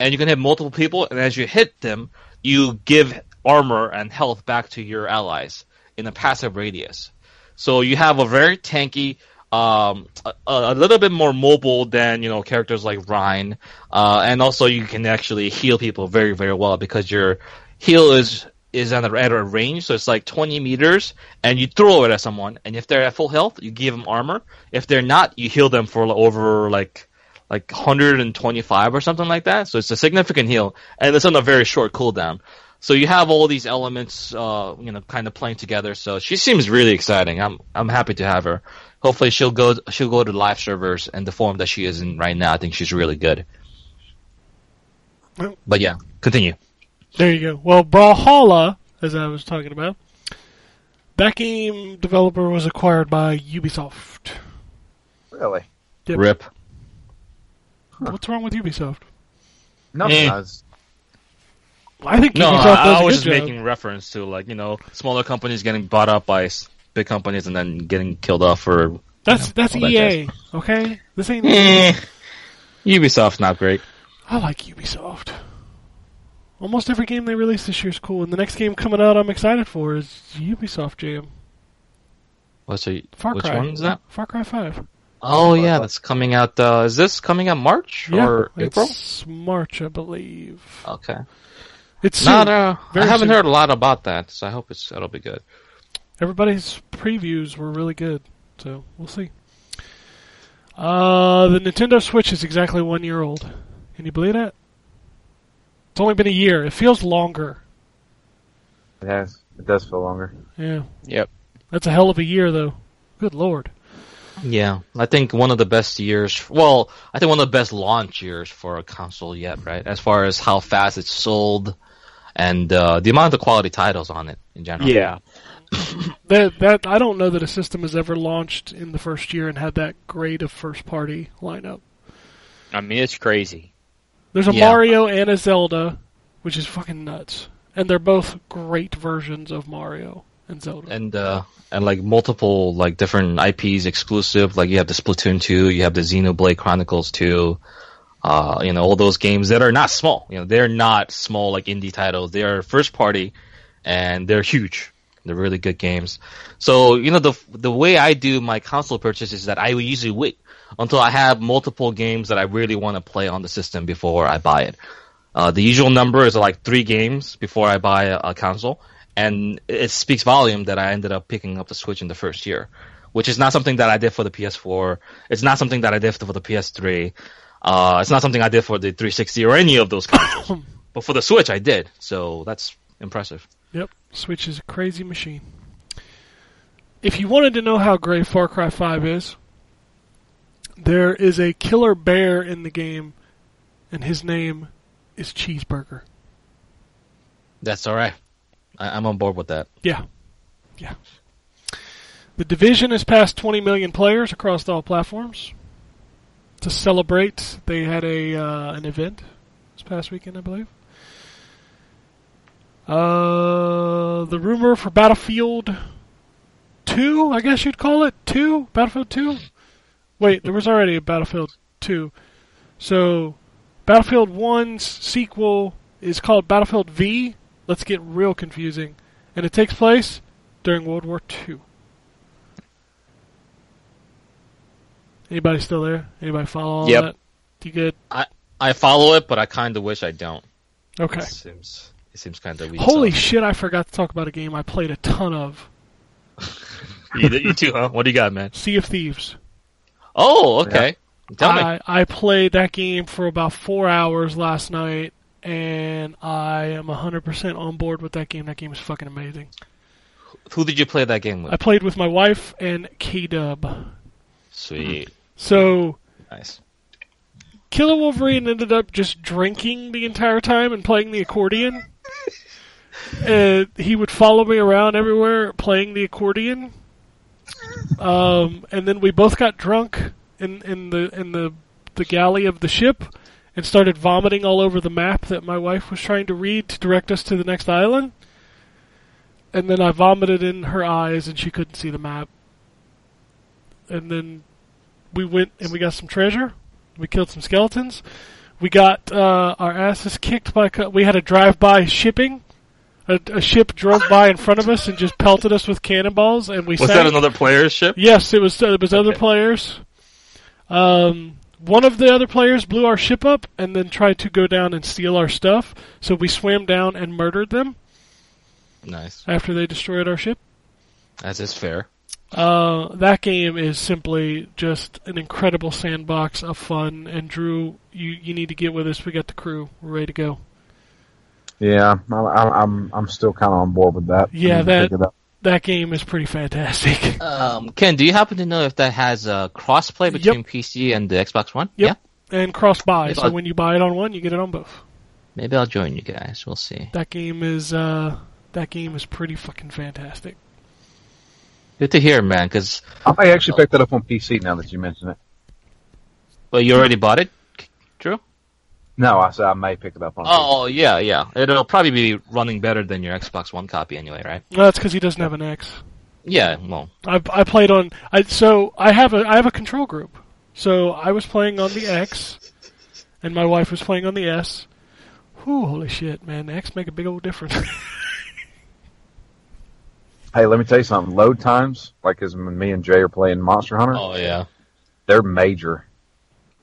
[SPEAKER 5] And you can hit multiple people and as you hit them, you give armor and health back to your allies in a passive radius. So you have a very tanky, um, a, a little bit more mobile than you know characters like Rhine, uh, and also you can actually heal people very very well because your heal is is on a, at a range, so it's like 20 meters, and you throw it at someone, and if they're at full health, you give them armor. If they're not, you heal them for over like like 125 or something like that. So it's a significant heal, and it's on a very short cooldown. So you have all these elements, uh, you know, kind of playing together. So she seems really exciting. I'm I'm happy to have her. Hopefully she'll go she'll go to live servers and the form that she is in right now. I think she's really good.
[SPEAKER 1] Well-
[SPEAKER 5] But yeah, continue.
[SPEAKER 1] There you go. Well, Brawlhalla, as I was talking about, that game developer was acquired by Ubisoft.
[SPEAKER 3] Really?
[SPEAKER 1] Yep.
[SPEAKER 5] Rip.
[SPEAKER 1] What's wrong with Ubisoft?
[SPEAKER 3] Nothing.
[SPEAKER 5] Eh.
[SPEAKER 3] I was-
[SPEAKER 1] I think
[SPEAKER 5] No,
[SPEAKER 1] Ubisoft
[SPEAKER 5] I,
[SPEAKER 1] does
[SPEAKER 5] I
[SPEAKER 1] a
[SPEAKER 5] was
[SPEAKER 1] good
[SPEAKER 5] just
[SPEAKER 1] job.
[SPEAKER 5] making reference to like you know smaller companies getting bought up by s- big companies and then getting killed off for
[SPEAKER 1] That's that's
[SPEAKER 5] all that
[SPEAKER 1] EA, okay? This ain't.
[SPEAKER 5] *laughs* eh, Ubisoft's not great.
[SPEAKER 1] I like Ubisoft. Almost every game they release this year is cool, and the next game coming out I'm excited for is Ubisoft Jam.
[SPEAKER 5] What's a,
[SPEAKER 1] Far
[SPEAKER 5] which
[SPEAKER 1] Cry.
[SPEAKER 5] one is that?
[SPEAKER 1] Far Cry 5.
[SPEAKER 5] Oh yeah, that's coming out. Uh, is this coming out March
[SPEAKER 1] yeah,
[SPEAKER 5] or April?
[SPEAKER 1] It's March, I believe.
[SPEAKER 5] Okay.
[SPEAKER 1] It's soon.
[SPEAKER 5] Not. Uh, I
[SPEAKER 1] Very
[SPEAKER 5] haven't
[SPEAKER 1] soon.
[SPEAKER 5] heard a lot about that, so I hope it's that'll be good.
[SPEAKER 1] Everybody's previews were really good, so we'll see. Uh, the Nintendo Switch is exactly one year old. Can you believe that? It's only been a year. It feels longer.
[SPEAKER 3] it has. It does feel longer.
[SPEAKER 1] Yeah.
[SPEAKER 4] Yep.
[SPEAKER 1] That's a hell of a year, though. Good lord.
[SPEAKER 5] Yeah, I think one of the best years. Well, I think one of the best launch years for a console yet, right? As far as how fast it's sold and uh, the amount of quality titles on it in general.
[SPEAKER 4] Yeah.
[SPEAKER 1] That that I don't know that a system has ever launched in the first year and had that great of first party lineup.
[SPEAKER 4] I mean, it's crazy.
[SPEAKER 1] There's a
[SPEAKER 5] Yeah.
[SPEAKER 1] Mario and a Zelda, which is fucking nuts, and they're both great versions of Mario and Zelda.
[SPEAKER 5] and uh, and like multiple like different IPs exclusive. Like you have the Splatoon two, you have the Xenoblade Chronicles two. Uh, you know all those games that are not small. You know they're not small like indie titles. They are first party, and they're huge. They're really good games. So you know the the way I do my console purchase is that I will usually wait until I have multiple games that I really want to play on the system before I buy it. Uh, the usual number is like three games before I buy a, a console, and it speaks volume that I ended up picking up the Switch in the first year, which is not something that I did for the PS4. It's not something that I did for the PS3. Uh, it's not something I did for the 360 or any of
[SPEAKER 1] *coughs*
[SPEAKER 5] those consoles. but for the Switch, I did. So that's impressive.
[SPEAKER 1] Yep, Switch is a crazy machine. If you wanted to know how great Far Cry 5 is, there is a killer bear in the game, and his name is Cheeseburger.
[SPEAKER 5] That's all right. I, I'm on board with that.
[SPEAKER 1] Yeah. Yeah. The division has passed 20 million players across all platforms. To celebrate, they had a uh, an event this past weekend, I believe. Uh, the rumor for Battlefield 2, I guess you'd call it 2, Battlefield 2. Wait, there was already a Battlefield 2. So, Battlefield 1's sequel is called Battlefield V. Let's get real confusing. And it takes place during World War II. Anybody still there? Anybody follow all
[SPEAKER 4] Yep.
[SPEAKER 1] that? You good?
[SPEAKER 5] I follow it, but I kind of wish I don't.
[SPEAKER 1] Okay.
[SPEAKER 5] It seems it seems kind of weak.
[SPEAKER 1] Holy
[SPEAKER 5] so.
[SPEAKER 1] shit, I forgot to talk about a game I played a ton of.
[SPEAKER 5] you, you too, huh? What do you got, man?
[SPEAKER 1] Sea of Thieves.
[SPEAKER 5] Oh, okay. Tell me.
[SPEAKER 1] I, I played that game for about four hours last night, and I am 100% on board with that game. That game is fucking amazing.
[SPEAKER 5] Who did you play that game with?
[SPEAKER 1] I played with my wife and K Dub.
[SPEAKER 5] Sweet.
[SPEAKER 1] So,
[SPEAKER 5] Nice.
[SPEAKER 1] Killer Wolverine ended up just drinking the entire time and playing the accordion.
[SPEAKER 5] *laughs*
[SPEAKER 1] and he would follow me around everywhere playing the accordion. Um, and then we both got drunk in, in the in the the galley of the ship and started vomiting all over the map that my wife was trying to read to direct us to the next island. And then I vomited in her eyes and she couldn't see the map. And then we went and we got some treasure. We killed some skeletons. We got uh, our asses kicked by. Co- we had a drive-by shipping. A, a ship drove by in front of us and just pelted us with cannonballs, and we
[SPEAKER 5] Was
[SPEAKER 1] sank.
[SPEAKER 5] that another player's ship?
[SPEAKER 1] Yes, it was. It was other
[SPEAKER 5] Okay.
[SPEAKER 1] players. Um, one of the other players blew our ship up and then tried to go down and steal our stuff. So we swam down and murdered them
[SPEAKER 5] Nice.
[SPEAKER 1] after they destroyed our ship.
[SPEAKER 5] That is fair.
[SPEAKER 1] Uh, that game is simply just an incredible sandbox of fun. And Drew, you you need to get with us. We got the crew We're ready to go.
[SPEAKER 3] Yeah, I, I, I'm I'm still kind of on board with that.
[SPEAKER 1] Yeah,
[SPEAKER 3] I need to
[SPEAKER 1] that-
[SPEAKER 3] pick it up.
[SPEAKER 1] That game is pretty fantastic.
[SPEAKER 5] Um, Ken, do you happen to know if that has a crossplay between PC and the Xbox One?
[SPEAKER 1] Yep. And cross buy, so
[SPEAKER 5] I'll-
[SPEAKER 1] when you buy it on one, you get it on both.
[SPEAKER 5] Yeah. Maybe I'll join you guys. We'll see.
[SPEAKER 1] That game is uh, that game is pretty fucking fantastic.
[SPEAKER 5] Good to hear, man. Because
[SPEAKER 3] I may actually pick that up on PC now that you mention it.
[SPEAKER 5] well, you already bought it, Drew.
[SPEAKER 3] No, I said I may pick it up on.
[SPEAKER 5] Oh, oh, yeah, yeah. It'll probably be running better than your Xbox One copy anyway, right?
[SPEAKER 1] No, that's because he doesn't have an X.
[SPEAKER 5] Yeah. Well,
[SPEAKER 1] I, I played on. I, so I have a I have a control group. So I was playing on the X, and my wife was playing on the S. Whew, holy shit, man! The X make a big old difference. *laughs*
[SPEAKER 3] Hey, let me tell you something. Load times, like as when me and Jay are playing Monster Hunter,
[SPEAKER 5] oh yeah.
[SPEAKER 3] they're major.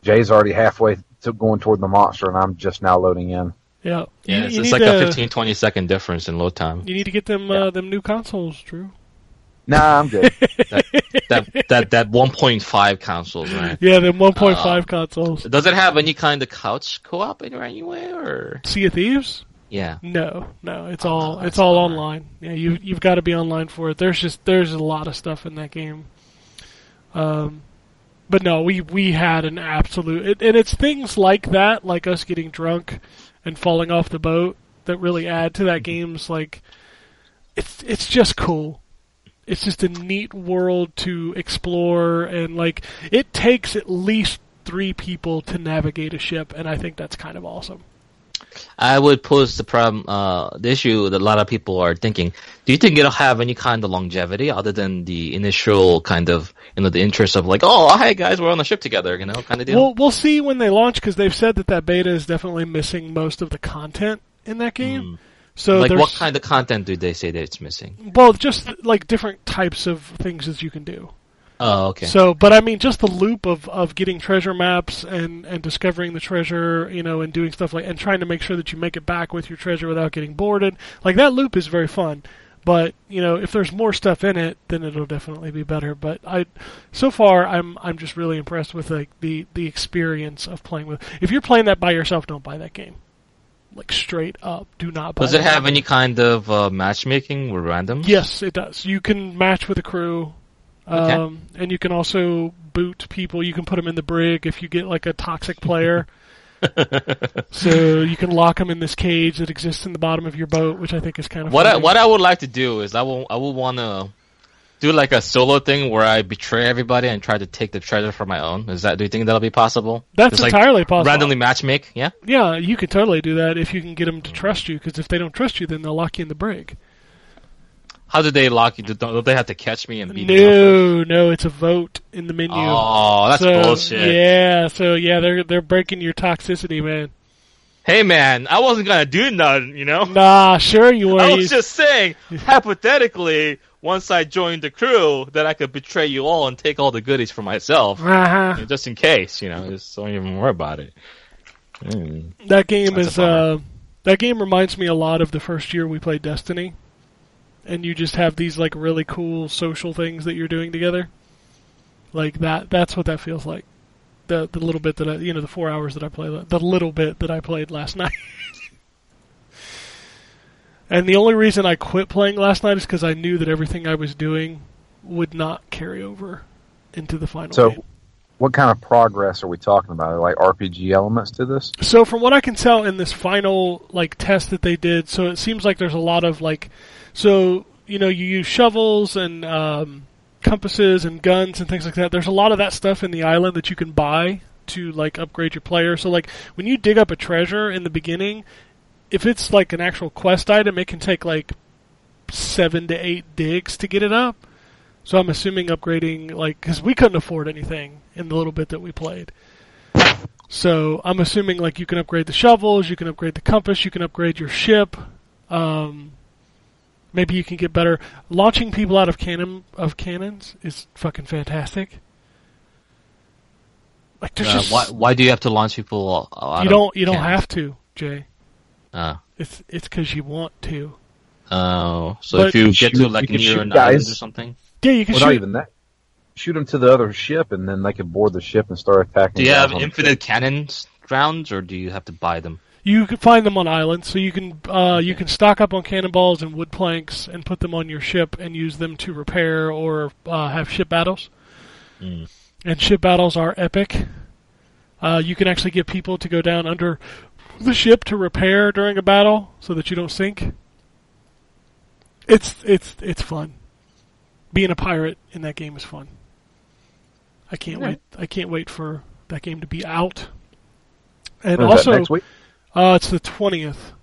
[SPEAKER 3] Jay's already halfway to going toward the monster, and I'm just now loading in.
[SPEAKER 1] yeah,
[SPEAKER 5] Yeah,
[SPEAKER 1] You-
[SPEAKER 5] it's,
[SPEAKER 1] you
[SPEAKER 5] it's
[SPEAKER 1] need
[SPEAKER 5] like a
[SPEAKER 1] to-
[SPEAKER 5] 15, 20 second difference in load time.
[SPEAKER 1] You need to get them uh, them new consoles, Drew.
[SPEAKER 3] Nah, I'm
[SPEAKER 5] *laughs*
[SPEAKER 3] good.
[SPEAKER 1] *laughs*
[SPEAKER 5] that that that 1.5 consoles, right?
[SPEAKER 1] Yeah, them 1.5
[SPEAKER 5] Ah.
[SPEAKER 1] consoles.
[SPEAKER 5] Does it have any kind of couch co-op anywhere, anywhere or?
[SPEAKER 1] Sea of Thieves?
[SPEAKER 5] Yeah. Oh,
[SPEAKER 1] No, no, it's all
[SPEAKER 5] that's
[SPEAKER 1] it's all
[SPEAKER 5] fine.
[SPEAKER 1] online. Yeah, you you've got to be online for it. There's just there's a lot of stuff in that game. Um, but no, we we had an absolute, it, and it's things like that, like us getting drunk and falling off the boat, that really add to that
[SPEAKER 5] Mm-hmm.
[SPEAKER 1] game's like. It's it's just cool. It's just a neat world to explore, and like it takes at least three people to navigate a ship, and I think that's kind of awesome.
[SPEAKER 5] I would pose the problem, uh, the issue that a lot of people are thinking. Do you think it'll have any kind of longevity other than the initial kind of, you know, the interest of like, oh, hey guys, we're on the ship together, you know, kind of deal?
[SPEAKER 1] We'll we'll see when they launch because they've said that that beta is definitely missing most of the content in that game. So
[SPEAKER 5] Mm. like,
[SPEAKER 1] there's
[SPEAKER 5] what kind of content do they say that it's missing?
[SPEAKER 1] well, just like different types of things that you can do.
[SPEAKER 5] Oh, okay.
[SPEAKER 1] So, but I mean, just the loop of, of getting treasure maps and, and discovering the treasure, you know, and doing stuff like and trying to make sure that you make it back with your treasure without getting boarded. Like that loop is very fun. But you know, if there's more stuff in it, then it'll definitely be better. But I, so far, I'm I'm just really impressed with like the the experience of playing with. If you're playing that by yourself, don't buy that game. Like straight up, do not buy.
[SPEAKER 5] Does it
[SPEAKER 1] that
[SPEAKER 5] have
[SPEAKER 1] game.
[SPEAKER 5] any kind of uh, matchmaking with randoms?
[SPEAKER 1] Yes, it does. You can match with a crew, um,
[SPEAKER 5] Okay.
[SPEAKER 1] and you can also boot people. You can put them in the brig if you get like a toxic
[SPEAKER 5] *laughs*
[SPEAKER 1] player. so you can lock them in this cage that exists in the bottom of your boat, which I think is kind of
[SPEAKER 5] What I,
[SPEAKER 1] funny.
[SPEAKER 5] what I would like to do is I will I will want to do like a solo thing where I betray everybody and try to take the treasure for my own. Is that do you think that'll be possible?
[SPEAKER 1] That's
[SPEAKER 5] Just, like,
[SPEAKER 1] entirely possible.
[SPEAKER 5] randomly matchmake. Yeah.
[SPEAKER 1] yeah, you could totally do that if you can get them to trust you. Because if they don't trust you, then they'll lock you in the brig.
[SPEAKER 5] How do they lock you? Do, don't they have to catch me and beat me? up?
[SPEAKER 1] No, no, it's a vote in the menu.
[SPEAKER 5] Oh, that's
[SPEAKER 1] So,
[SPEAKER 5] bullshit.
[SPEAKER 1] Yeah, so yeah, they're they're breaking your toxicity, man.
[SPEAKER 5] Hey man, I wasn't gonna do nothing, you know.
[SPEAKER 1] Nah, sure you were.
[SPEAKER 5] I
[SPEAKER 1] you-
[SPEAKER 5] was just saying, hypothetically, once I joined the crew, that I could betray you all and take all the goodies for myself,
[SPEAKER 1] Uh-huh.
[SPEAKER 5] And just in case, you know. Just don't even worry about it. Mm.
[SPEAKER 1] That game
[SPEAKER 5] That's a
[SPEAKER 1] is
[SPEAKER 5] bummer.
[SPEAKER 1] uh, that game reminds me a lot of the first year we played Destiny, and you just have these like really cool social things that you're doing together. Like that. That's what that feels like. The the little bit that I you know the four hours that I played the little bit that I played last *laughs* night. and the only reason I quit playing last night is because I knew that everything I was doing would not carry over into the final game.
[SPEAKER 3] So, what kind of progress are we talking about? Like RPG elements to this?
[SPEAKER 1] So from what I can tell in this final like test that they did, so it seems like there's a lot of like, so you know you use shovels and um, compasses and guns and things like that. There's a lot of that stuff in the island that you can buy to like upgrade your player. So like when you dig up a treasure in the beginning, if it's like an actual quest item, it can take like seven to eight digs to get it up. So I'm assuming upgrading like because we couldn't afford anything in the little bit that we played. So I'm assuming like you can upgrade the shovels, you can upgrade the compass, you can upgrade your ship. Um, maybe you can get better. Launching people out of cannon of cannons is fucking fantastic. Like there's
[SPEAKER 5] Uh,
[SPEAKER 1] just
[SPEAKER 5] why, why do you have to launch people? Oh, Out
[SPEAKER 1] you
[SPEAKER 5] of
[SPEAKER 1] don't you don't
[SPEAKER 5] cannons?
[SPEAKER 1] have to, Jay.
[SPEAKER 5] Ah.
[SPEAKER 1] It's it's because you want to.
[SPEAKER 5] Oh, so
[SPEAKER 1] But-
[SPEAKER 5] if you get to
[SPEAKER 3] Shoot-
[SPEAKER 5] like
[SPEAKER 3] you can
[SPEAKER 5] near
[SPEAKER 3] shoot
[SPEAKER 5] an
[SPEAKER 3] guys.
[SPEAKER 5] island or something.
[SPEAKER 1] Yeah, you can
[SPEAKER 3] Well,
[SPEAKER 1] shoot.
[SPEAKER 3] not even that. Shoot them to the other ship, and then they can board the ship and start attacking.
[SPEAKER 5] Do you
[SPEAKER 3] guys
[SPEAKER 5] have
[SPEAKER 3] on the
[SPEAKER 5] infinite cannons rounds, or do you have to buy them?
[SPEAKER 1] You can find them on islands, so you can uh, you can stock up on cannonballs and wood planks and put them on your ship and use them to repair or uh, have ship battles.
[SPEAKER 3] Mm.
[SPEAKER 1] And ship battles are epic. Uh, you can actually get people to go down under the ship to repair during a battle so that you don't sink. It's it's it's fun. Being a pirate in that game is fun. I can't wait. I can't wait for that game to be out. And
[SPEAKER 3] What is
[SPEAKER 1] also,
[SPEAKER 3] that, next week?
[SPEAKER 1] uh, it's the twentieth,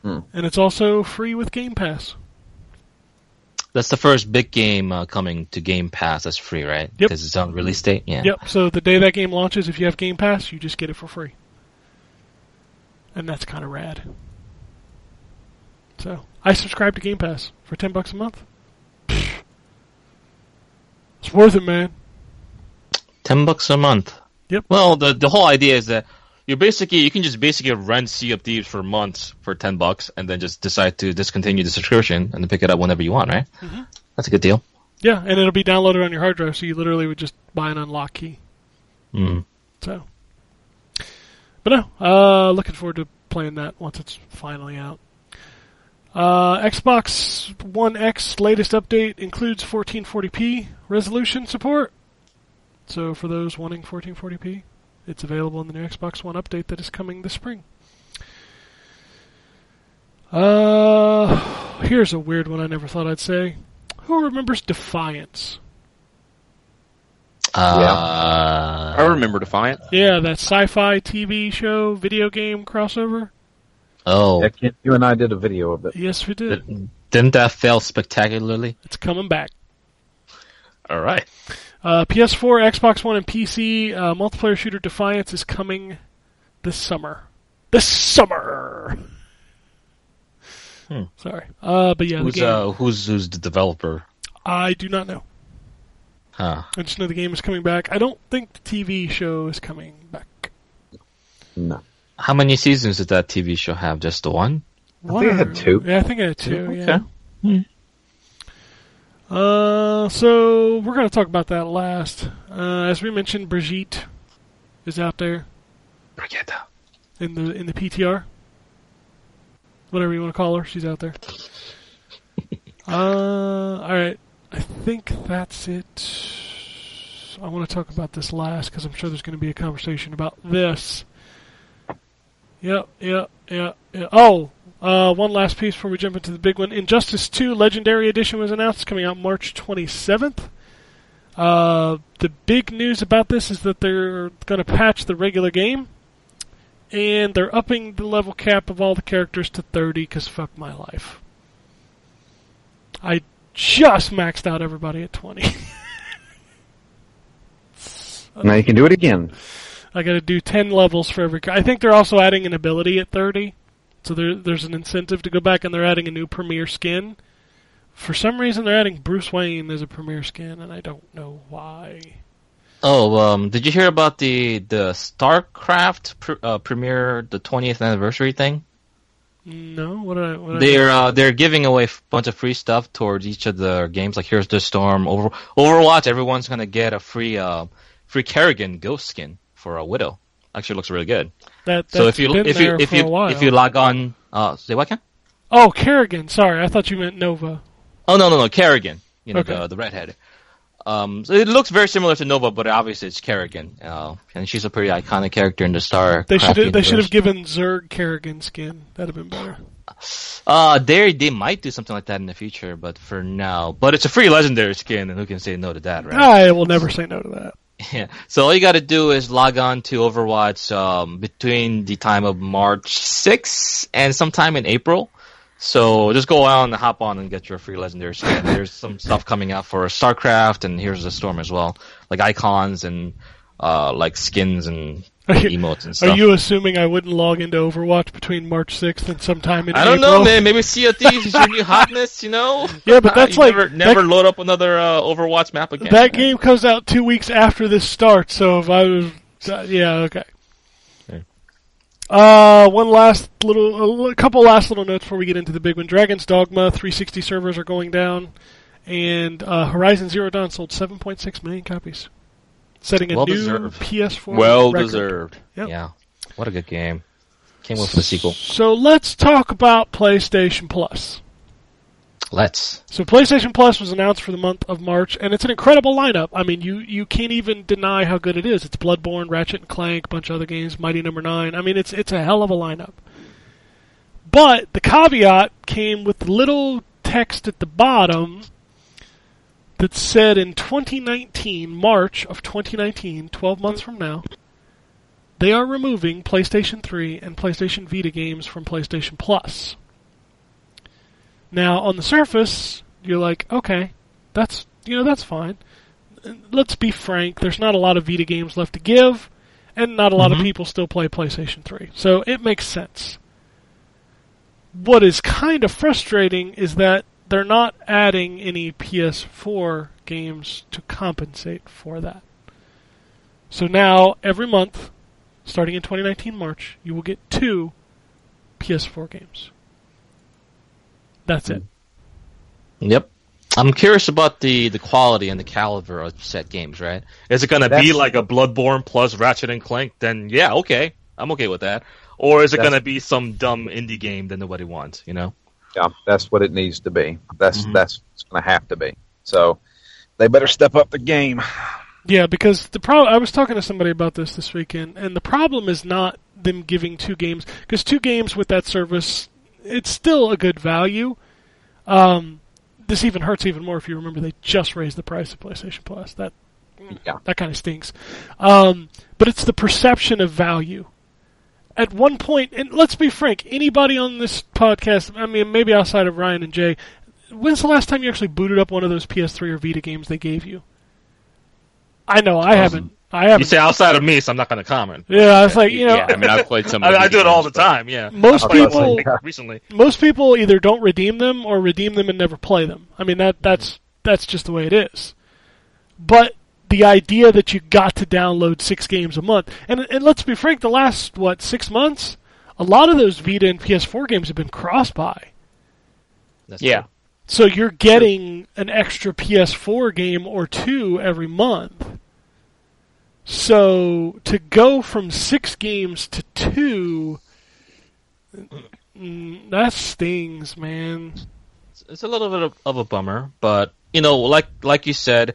[SPEAKER 3] Hmm.
[SPEAKER 1] and it's also free with Game Pass.
[SPEAKER 5] That's the first big game uh, coming to Game Pass. That's free, right?
[SPEAKER 1] Yep.
[SPEAKER 5] Because it's on release date. Yeah.
[SPEAKER 1] Yep. So the day that game launches, if you have Game Pass, you just get it for free, and that's kind of rad. So I subscribe to Game Pass for ten bucks a month. It's worth it, man.
[SPEAKER 5] Ten bucks a month.
[SPEAKER 1] Yep.
[SPEAKER 5] Well, the the whole idea is that you basically you can just basically rent Sea of Thieves for months for ten bucks, and then just decide to discontinue the subscription and then pick it up whenever you want, right?
[SPEAKER 1] Mm-hmm.
[SPEAKER 5] That's a good deal.
[SPEAKER 1] Yeah, and it'll be downloaded on your hard drive, so you literally would just buy an unlock key.
[SPEAKER 5] Mm.
[SPEAKER 1] So, but no, uh, looking forward to playing that once it's finally out. Uh, Xbox One X latest update includes 1440p resolution support. So for those wanting 1440p, it's available in the new Xbox One update that is coming this spring. Uh, *sighs* here's a weird one I never thought I'd say. Who remembers Defiance?
[SPEAKER 5] Uh,
[SPEAKER 4] I remember Defiant.
[SPEAKER 1] Yeah, that sci-fi TV show video game crossover.
[SPEAKER 5] Oh,
[SPEAKER 3] Yeah, Ken, you and I did a video of it.
[SPEAKER 1] Yes, we did.
[SPEAKER 5] didn't that fail spectacularly?
[SPEAKER 1] It's coming back.
[SPEAKER 5] All right.
[SPEAKER 1] Uh, PS4, Xbox One, and PC uh, multiplayer shooter Defiance is coming this summer. This summer.
[SPEAKER 5] Hmm.
[SPEAKER 1] Sorry, uh, but yeah, the
[SPEAKER 5] Who's
[SPEAKER 1] game,
[SPEAKER 5] uh, who's who's the developer?
[SPEAKER 1] I do not know.
[SPEAKER 5] Huh.
[SPEAKER 1] I just know the game is coming back. I don't think the TV show is coming back.
[SPEAKER 3] No.
[SPEAKER 5] How many seasons did that TV show have? Just the one?
[SPEAKER 1] One
[SPEAKER 3] I had
[SPEAKER 1] or-
[SPEAKER 3] two.
[SPEAKER 1] Yeah, I think I had two.
[SPEAKER 5] Mm-hmm. Okay.
[SPEAKER 1] Yeah. Uh, so we're gonna talk about that last. Uh, as we mentioned, Brigitte is out there
[SPEAKER 5] Forget that.
[SPEAKER 1] in the in the PTR, whatever you want to call her. She's out there. uh, all right. I think that's it. I want to talk about this last because I'm sure there's going to be a conversation about this. Yep, yep, yep, yep. Oh, uh, one last piece before we jump into the big one. Injustice 2 Legendary Edition was announced, coming out March 27th. Uh, the big news about this is that they're going to patch the regular game and they're upping the level cap of all the characters to 30 because fuck my life i just maxed out everybody at 20
[SPEAKER 3] Now you can do it again.
[SPEAKER 1] *laughs* i gotta do 10 levels for every ca- i think they're also adding an ability at 30 so there, there's an incentive to go back and they're adding a new premier skin for some reason they're adding bruce wayne as a premier skin and i don't know why
[SPEAKER 5] Oh, um, did you hear about the the StarCraft pr- uh, premiere, the 20th anniversary thing?
[SPEAKER 1] no what did i what did I-
[SPEAKER 5] They're uh, they're giving away a bunch of free stuff towards each of the games. Like here's the storm, over Overwatch. Everyone's gonna get a free uh, free Kerrigan ghost skin for a widow. Actually, looks really good.
[SPEAKER 1] that,
[SPEAKER 5] so
[SPEAKER 1] that's
[SPEAKER 5] if you
[SPEAKER 1] been
[SPEAKER 5] if you
[SPEAKER 1] there
[SPEAKER 5] if
[SPEAKER 1] for a
[SPEAKER 5] you
[SPEAKER 1] while.
[SPEAKER 5] if you log on, uh, say what can?
[SPEAKER 1] oh kerrigan sorry i thought you meant nova
[SPEAKER 5] Oh no no no Kerrigan, you know
[SPEAKER 1] Okay.
[SPEAKER 5] the the redhead. Um, so it looks very similar to Nova, but obviously it's Kerrigan, uh, and she's a pretty iconic character in the Star.
[SPEAKER 1] They should they should have given Zerg Kerrigan skin. That'd have been better.
[SPEAKER 5] Uh, they they might do something like that in the future, but for now, but it's a free legendary skin, and who can say no to that, right?
[SPEAKER 1] I will never say no to that. *laughs*
[SPEAKER 5] Yeah. *laughs* So all you got to do is log on to Overwatch um, between the time of March 6th and sometime in April. So just go on and hop on and get your free legendary skin. There's some stuff coming out for StarCraft and Heroes of the Storm as well, like icons and uh, like skins and
[SPEAKER 1] *laughs* Are you,
[SPEAKER 5] emotes and stuff.
[SPEAKER 1] are you assuming I wouldn't log into Overwatch between March sixth and sometime in
[SPEAKER 5] I don't
[SPEAKER 1] April?
[SPEAKER 5] know, man. Maybe Sea of Thieves is
[SPEAKER 1] *laughs*
[SPEAKER 5] your new hotness, you know?
[SPEAKER 1] Yeah, but that's
[SPEAKER 5] You
[SPEAKER 1] like-
[SPEAKER 5] never, never
[SPEAKER 1] that-
[SPEAKER 5] load up another uh, Overwatch map again.
[SPEAKER 1] That game comes out two weeks after this starts, so if I was, uh, yeah, okay.
[SPEAKER 5] Okay.
[SPEAKER 1] Uh, one last little, a li- couple last little notes before we get into the big one. Dragon's Dogma 360 servers are going down, and uh, Horizon Zero Dawn sold 7.6 million copies, setting a
[SPEAKER 5] Well
[SPEAKER 1] new
[SPEAKER 5] deserved.
[SPEAKER 1] PS4
[SPEAKER 4] Well
[SPEAKER 1] record.
[SPEAKER 4] deserved.
[SPEAKER 1] Yep.
[SPEAKER 5] Yeah. What a good game. Came with the sequel.
[SPEAKER 1] So let's talk about PlayStation Plus.
[SPEAKER 5] Let's.
[SPEAKER 1] So PlayStation Plus was announced for the month of March, and it's an incredible lineup. I mean, you you can't even deny how good it is. It's Bloodborne, Ratchet and Clank, a bunch of other games, Mighty Number Nine. I mean, it's it's a hell of a lineup. But the caveat came with little text at the bottom that said in 2019, March of 2019, 12 months from now, they are removing PlayStation 3 and PlayStation Vita games from PlayStation Plus. Now, on the surface, you're like, okay, that's you know that's fine. Uh, Let's be frank. There's not a lot of Vita games left to give, and not a lot of people still play PlayStation 3, so it makes sense. What is kind of frustrating is that they're not adding any PS4 games to compensate for that. So now, every month, starting in 2019 March, you will get two PS4 games. That's it.
[SPEAKER 5] Yep. I'm curious about the, the quality and the caliber of set games, right? Is it going to be
[SPEAKER 3] That's-
[SPEAKER 5] like a Bloodborne plus Ratchet and Clank? Then yeah, okay, I'm okay with that. Or is it
[SPEAKER 3] That's-
[SPEAKER 5] going to be some dumb indie game that nobody wants? You know?
[SPEAKER 3] Yeah, that's what it needs to be. That's
[SPEAKER 5] Mhm.
[SPEAKER 3] that's what's going to have to be. So they better step up the game.
[SPEAKER 1] Yeah, because the problem I was talking to somebody about this this weekend, and the problem is not them giving two games because two games with that service, it's still a good value. Um, this even hurts even more if you remember they just raised the price of PlayStation Plus. That
[SPEAKER 3] Yeah.
[SPEAKER 1] that kind of stinks. Um, but it's the perception of value. At one point, and let's be frank, anybody on this podcast, I mean, maybe outside of Ryan and Jay, when's the last time you actually booted up one of those PS3 or Vita games they gave you? I know I haven't. I
[SPEAKER 5] You
[SPEAKER 1] haven't.
[SPEAKER 5] say outside of me, so I'm not going to comment.
[SPEAKER 1] Yeah, I was like, you know,
[SPEAKER 4] yeah, I mean, I've played
[SPEAKER 5] *laughs*
[SPEAKER 4] some.
[SPEAKER 5] I,
[SPEAKER 4] of
[SPEAKER 5] I
[SPEAKER 4] these
[SPEAKER 5] do it all the
[SPEAKER 4] games, but-
[SPEAKER 5] time. Yeah.
[SPEAKER 1] most
[SPEAKER 3] I'll
[SPEAKER 5] But,
[SPEAKER 3] That's
[SPEAKER 1] people
[SPEAKER 3] like-
[SPEAKER 5] like, recently.
[SPEAKER 1] most people either don't redeem them or redeem them and never play them. I mean that that's that's just the way it is. but the idea that you got to download six games a month, and and let's be frank, the last what six months, a lot of those Vita and PS4 games have been cross buy.
[SPEAKER 5] That's
[SPEAKER 4] Yeah.
[SPEAKER 5] true.
[SPEAKER 1] So you're getting an extra PS4 game or two every month. So to go from six games to two, mm, that stings, man.
[SPEAKER 5] It's- It's a little bit of, of a bummer, but you know, like like you said,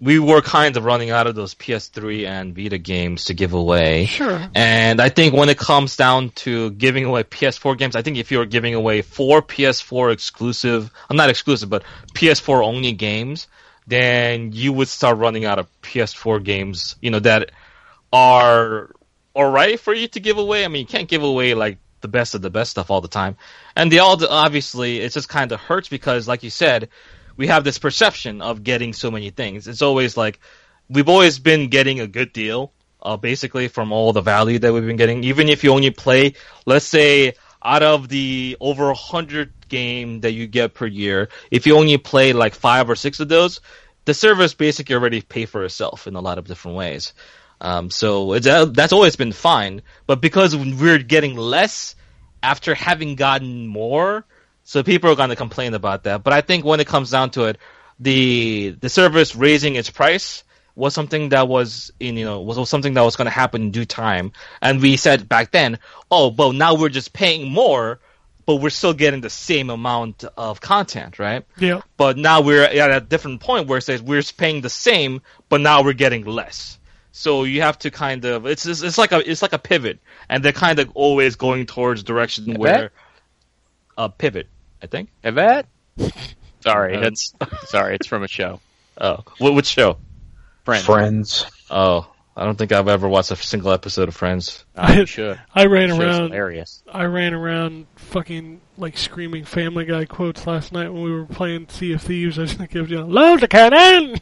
[SPEAKER 5] we were kind of running out of those PS3 and Vita games to give away.
[SPEAKER 1] Sure.
[SPEAKER 5] And I think when it comes down to giving away PS4 games, I think if you're giving away four PS4 exclusive, I'm not exclusive, but PS4 only games, then you would start running out of PS4 games, you know, that are alright for you to give away. I mean, you can't give away like the best of the best stuff all the time. And the all obviously, it just kind of hurts because, like you said, we have this perception of getting so many things. It's always like we've always been getting a good deal, uh, basically from all the value that we've been getting. Even if you only play, let's say, out of the over hundred game that you get per year, if you only play like five or six of those, the service basically already pay for itself in a lot of different ways. Um, so it's, uh, that's always been fine, but because we're getting less after having gotten more, so people are going to complain about that. But I think when it comes down to it, the the service raising its price was something that was in you know was, was something that was going to happen in due time. And we said back then, oh, but now we're just paying more, but we're still getting the same amount of content, right?
[SPEAKER 1] *laughs* Yeah.
[SPEAKER 5] but now we're at a different point where it says we're paying the same, but now we're getting less. So you have to kind of it's it's, it's like a it's like a pivot, and they're kind of always going towards direction
[SPEAKER 4] Pivot?
[SPEAKER 5] where a pivot, I think.
[SPEAKER 4] Yvette? Sorry,
[SPEAKER 5] Um,
[SPEAKER 4] that's sorry. It's from a show.
[SPEAKER 5] Oh, what which show?
[SPEAKER 4] Friends.
[SPEAKER 3] Friends.
[SPEAKER 5] Oh, I don't think I've ever watched a single episode of Friends.
[SPEAKER 4] Ah, you should.
[SPEAKER 1] I ran
[SPEAKER 4] Show's
[SPEAKER 1] around.
[SPEAKER 4] hilarious.
[SPEAKER 1] I ran around fucking like screaming Family Guy quotes last night when we were playing Sea of Thieves. I was like, yelling, load the cannon.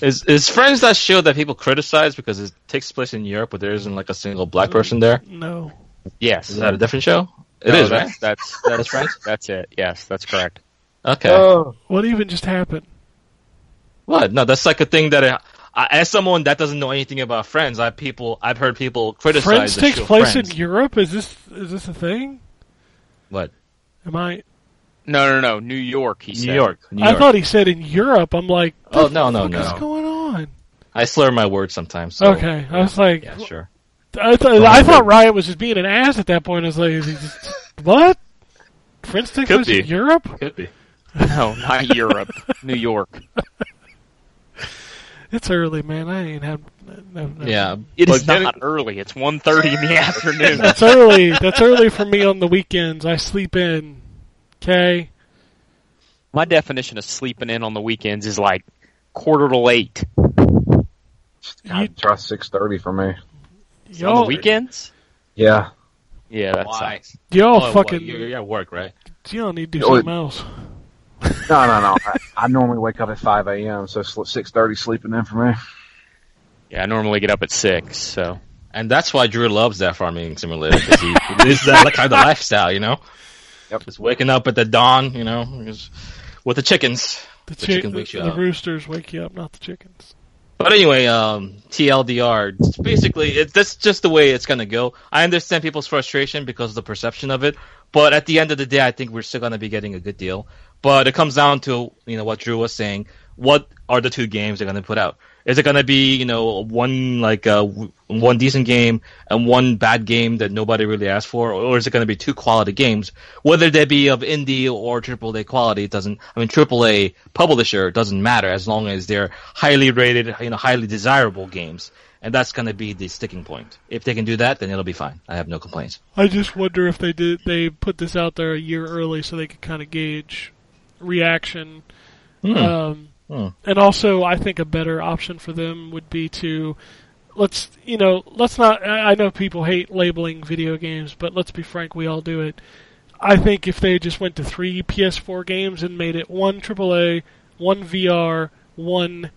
[SPEAKER 5] Is is Friends that show that people criticize because it takes place in Europe, but there isn't like a single black person there?
[SPEAKER 1] No,
[SPEAKER 4] Yes.
[SPEAKER 5] Is that a different show? It
[SPEAKER 4] No,
[SPEAKER 5] is
[SPEAKER 4] that's,
[SPEAKER 5] right?
[SPEAKER 4] That's
[SPEAKER 5] That's
[SPEAKER 4] that's
[SPEAKER 5] right.
[SPEAKER 4] That's it. Yes, that's correct.
[SPEAKER 5] Okay.
[SPEAKER 1] what even just happened?
[SPEAKER 5] What? No, that's like a thing that I, I, as someone that doesn't know anything about Friends, I people I've heard people criticize.
[SPEAKER 1] Friends
[SPEAKER 5] the
[SPEAKER 1] takes
[SPEAKER 5] show
[SPEAKER 1] place
[SPEAKER 5] Friends.
[SPEAKER 1] in Europe. Is this is this a thing?
[SPEAKER 5] what?
[SPEAKER 1] Am I?
[SPEAKER 4] No, no, no. New York. He said.
[SPEAKER 5] New York. *laughs* New
[SPEAKER 1] I
[SPEAKER 5] York.
[SPEAKER 1] thought he said in Europe. I'm like,
[SPEAKER 5] oh no no
[SPEAKER 1] what the fuck is
[SPEAKER 5] no!
[SPEAKER 1] going on?
[SPEAKER 5] I slur my words sometimes. So,
[SPEAKER 1] okay, I was like,
[SPEAKER 5] Yeah, sure.
[SPEAKER 1] I, th- I thought Riot was just being an ass at that point. I was like, is he
[SPEAKER 5] *laughs*
[SPEAKER 1] just, what? Friends takes
[SPEAKER 5] Could
[SPEAKER 1] place in
[SPEAKER 5] be.
[SPEAKER 1] Europe?
[SPEAKER 5] Could be.
[SPEAKER 4] No, not Europe. New York.
[SPEAKER 1] It's early, man. I ain't had. No, no.
[SPEAKER 5] Yeah.
[SPEAKER 4] It
[SPEAKER 5] but
[SPEAKER 4] is
[SPEAKER 5] getting-
[SPEAKER 4] not early. It's 1.30 in the *laughs* afternoon.
[SPEAKER 1] That's early. That's early for me on the weekends. I sleep in. Okay.
[SPEAKER 4] My definition of sleeping in on the weekends is like quarter to eight.
[SPEAKER 1] You,
[SPEAKER 3] God, try six thirty for me.
[SPEAKER 4] on the
[SPEAKER 1] y'all,
[SPEAKER 4] weekends?
[SPEAKER 3] Yeah.
[SPEAKER 4] Yeah, that
[SPEAKER 5] Why?
[SPEAKER 4] sucks.
[SPEAKER 1] y'all
[SPEAKER 5] well,
[SPEAKER 1] fucking.
[SPEAKER 5] Oh, you're, you're at work, right?
[SPEAKER 1] y'all need to do
[SPEAKER 3] Oh,
[SPEAKER 1] something else.
[SPEAKER 3] No, no, no. I, I *laughs* normally wake up at five a.m. So six thirty sleeping in for me.
[SPEAKER 4] Yeah, I normally get up at six, so
[SPEAKER 5] And that's why Drew loves that farming simulator because he *laughs* lives that like, kind of lifestyle, you know.
[SPEAKER 3] Yep.
[SPEAKER 5] Just waking up at the dawn, you know, just with the chickens.
[SPEAKER 1] The,
[SPEAKER 5] The
[SPEAKER 1] chi-
[SPEAKER 5] chicken wakes you
[SPEAKER 1] the
[SPEAKER 5] up.
[SPEAKER 1] roosters wake you up, not the chickens.
[SPEAKER 5] But anyway, um, TLDR. it's Basically, it, that's just the way it's gonna go. I understand people's frustration because of the perception of it, but at the end of the day, I think we're still gonna be getting a good deal. But it comes down to you know what Drew was saying. What are the two games they're gonna put out? Is it gonna be you know one like uh, w- one decent game and one bad game that nobody really asked for, or is it gonna be two quality games? Whether they be of indie or AAA quality, it doesn't. I mean, AAA publisher it doesn't matter as long as they're highly rated, you know, highly desirable games, and that's gonna be the sticking point. If they can do that, then it'll be fine. I have no complaints.
[SPEAKER 1] I just wonder if they did. They put this out there a year early so they could kind of gauge reaction. Um,
[SPEAKER 5] Hmm.
[SPEAKER 1] And also, I think a better option for them would be to let's you know let's not. I I know people hate labeling video games, but let's be frank, we all do it. I think if they just went to three PS4 games and made it one AAA, one VR, one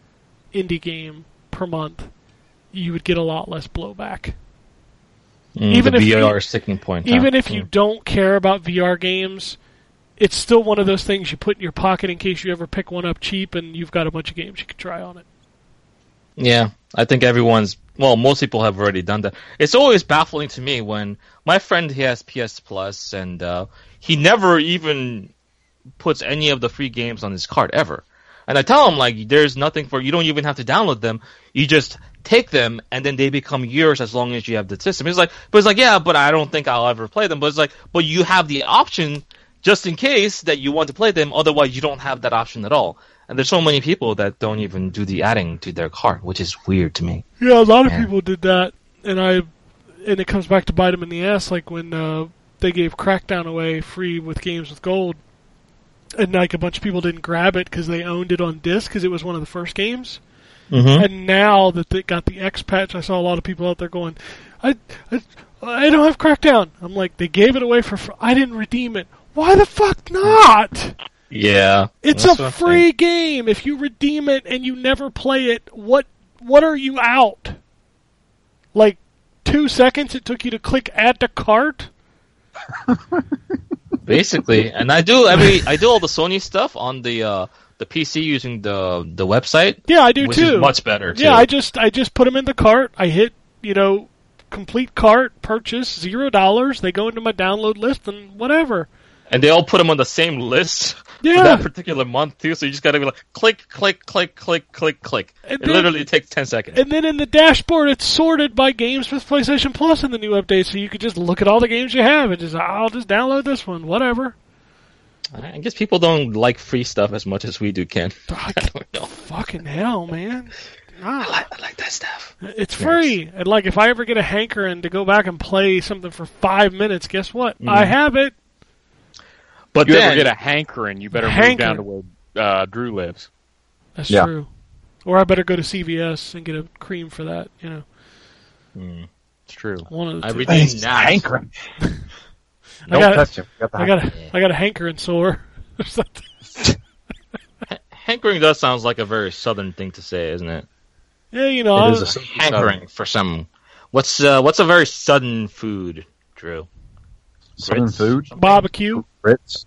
[SPEAKER 1] indie game per month, you would get a lot less blowback.
[SPEAKER 5] Mm,
[SPEAKER 1] Even
[SPEAKER 5] the
[SPEAKER 1] if you-
[SPEAKER 5] VR sticking point. huh?
[SPEAKER 1] Even if you don't care about VR games, it's still one of those things you put in your pocket in case you ever pick one up cheap and you've got a bunch of games you can try on it.
[SPEAKER 5] Yeah, I think everyone's well, most people have already done that. It's always baffling to me when my friend he has PS Plus and uh, he never even puts any of the free games on his card ever. And I tell him like, there's nothing for you. Don't even have to download them. You just take them and then they become yours as long as you have the system. He's like, but it's like, yeah, but I don't think I'll ever play them. But it's like, but you have the option just in case that you want to play them. Otherwise, you don't have that option at all. And there's so many people that don't even do the adding to their cart, which is weird to me.
[SPEAKER 1] Yeah, a lot of
[SPEAKER 5] Yeah.
[SPEAKER 1] people did that, and I, and it comes back to bite them in the ass, like when uh, they gave Crackdown away free with games with gold, and like a bunch of people didn't grab it because they owned it on disc because it was one of the first games.
[SPEAKER 5] Mm-hmm.
[SPEAKER 1] And now that they got the X patch, I saw a lot of people out there going, I, I, I don't have Crackdown. I'm like, they gave it away for, fr- I didn't redeem it. Why the fuck not?
[SPEAKER 5] Yeah,
[SPEAKER 1] It's
[SPEAKER 5] That's what
[SPEAKER 1] a
[SPEAKER 5] I'm
[SPEAKER 1] free game. If you redeem it and you never play it, what what are you out? Like two seconds it took you to click add to cart?
[SPEAKER 5] saying. basically. And I do every I do all the Sony stuff on the uh, the PC using the the website,
[SPEAKER 1] Yeah, I do
[SPEAKER 5] which
[SPEAKER 1] too.
[SPEAKER 5] is much better. Too.
[SPEAKER 1] yeah, I just I just put them in the cart. I hit you know complete cart purchase zero dollars. They go into my download list and whatever.
[SPEAKER 5] and they all put them on the same list *laughs* for
[SPEAKER 1] Yeah,
[SPEAKER 5] that particular month too. So you just gotta be like click, click, click, click, click, click.
[SPEAKER 1] And
[SPEAKER 5] it
[SPEAKER 1] then-
[SPEAKER 5] literally takes ten seconds.
[SPEAKER 1] and then in the dashboard it's sorted by games with PlayStation Plus in the new update, so you could just look at all the games you have and just I'll just download this one, whatever.
[SPEAKER 5] I guess people don't like free stuff as much as we do. Ken, I don't know.
[SPEAKER 1] Fucking hell, man. Ah.
[SPEAKER 5] I like, I like that stuff.
[SPEAKER 1] It's free. And like if I ever get a hankering to go back and play something for five minutes, guess what? I have it.
[SPEAKER 5] But
[SPEAKER 4] you
[SPEAKER 5] then
[SPEAKER 4] ever get a hankering, you better move down to where uh, Drew lives.
[SPEAKER 1] That's
[SPEAKER 3] Yeah.
[SPEAKER 1] true. Or I better go to CVS and get a cream for that. You know,
[SPEAKER 4] It's true.
[SPEAKER 1] one of the
[SPEAKER 5] I
[SPEAKER 1] two.
[SPEAKER 5] redeemed that.
[SPEAKER 1] I got,
[SPEAKER 3] Touch him. Got the
[SPEAKER 1] I got, a, I got a hankering sore. or something.
[SPEAKER 5] Hankering does sounds like a very southern thing to say, isn't it?
[SPEAKER 1] yeah, you know,
[SPEAKER 3] It
[SPEAKER 1] I
[SPEAKER 3] is
[SPEAKER 1] was-
[SPEAKER 3] a-
[SPEAKER 5] hankering for some. What's uh, what's a very sudden food, Drew?
[SPEAKER 3] southern
[SPEAKER 5] Ritz.
[SPEAKER 3] food.
[SPEAKER 1] barbecue,
[SPEAKER 3] Ritz.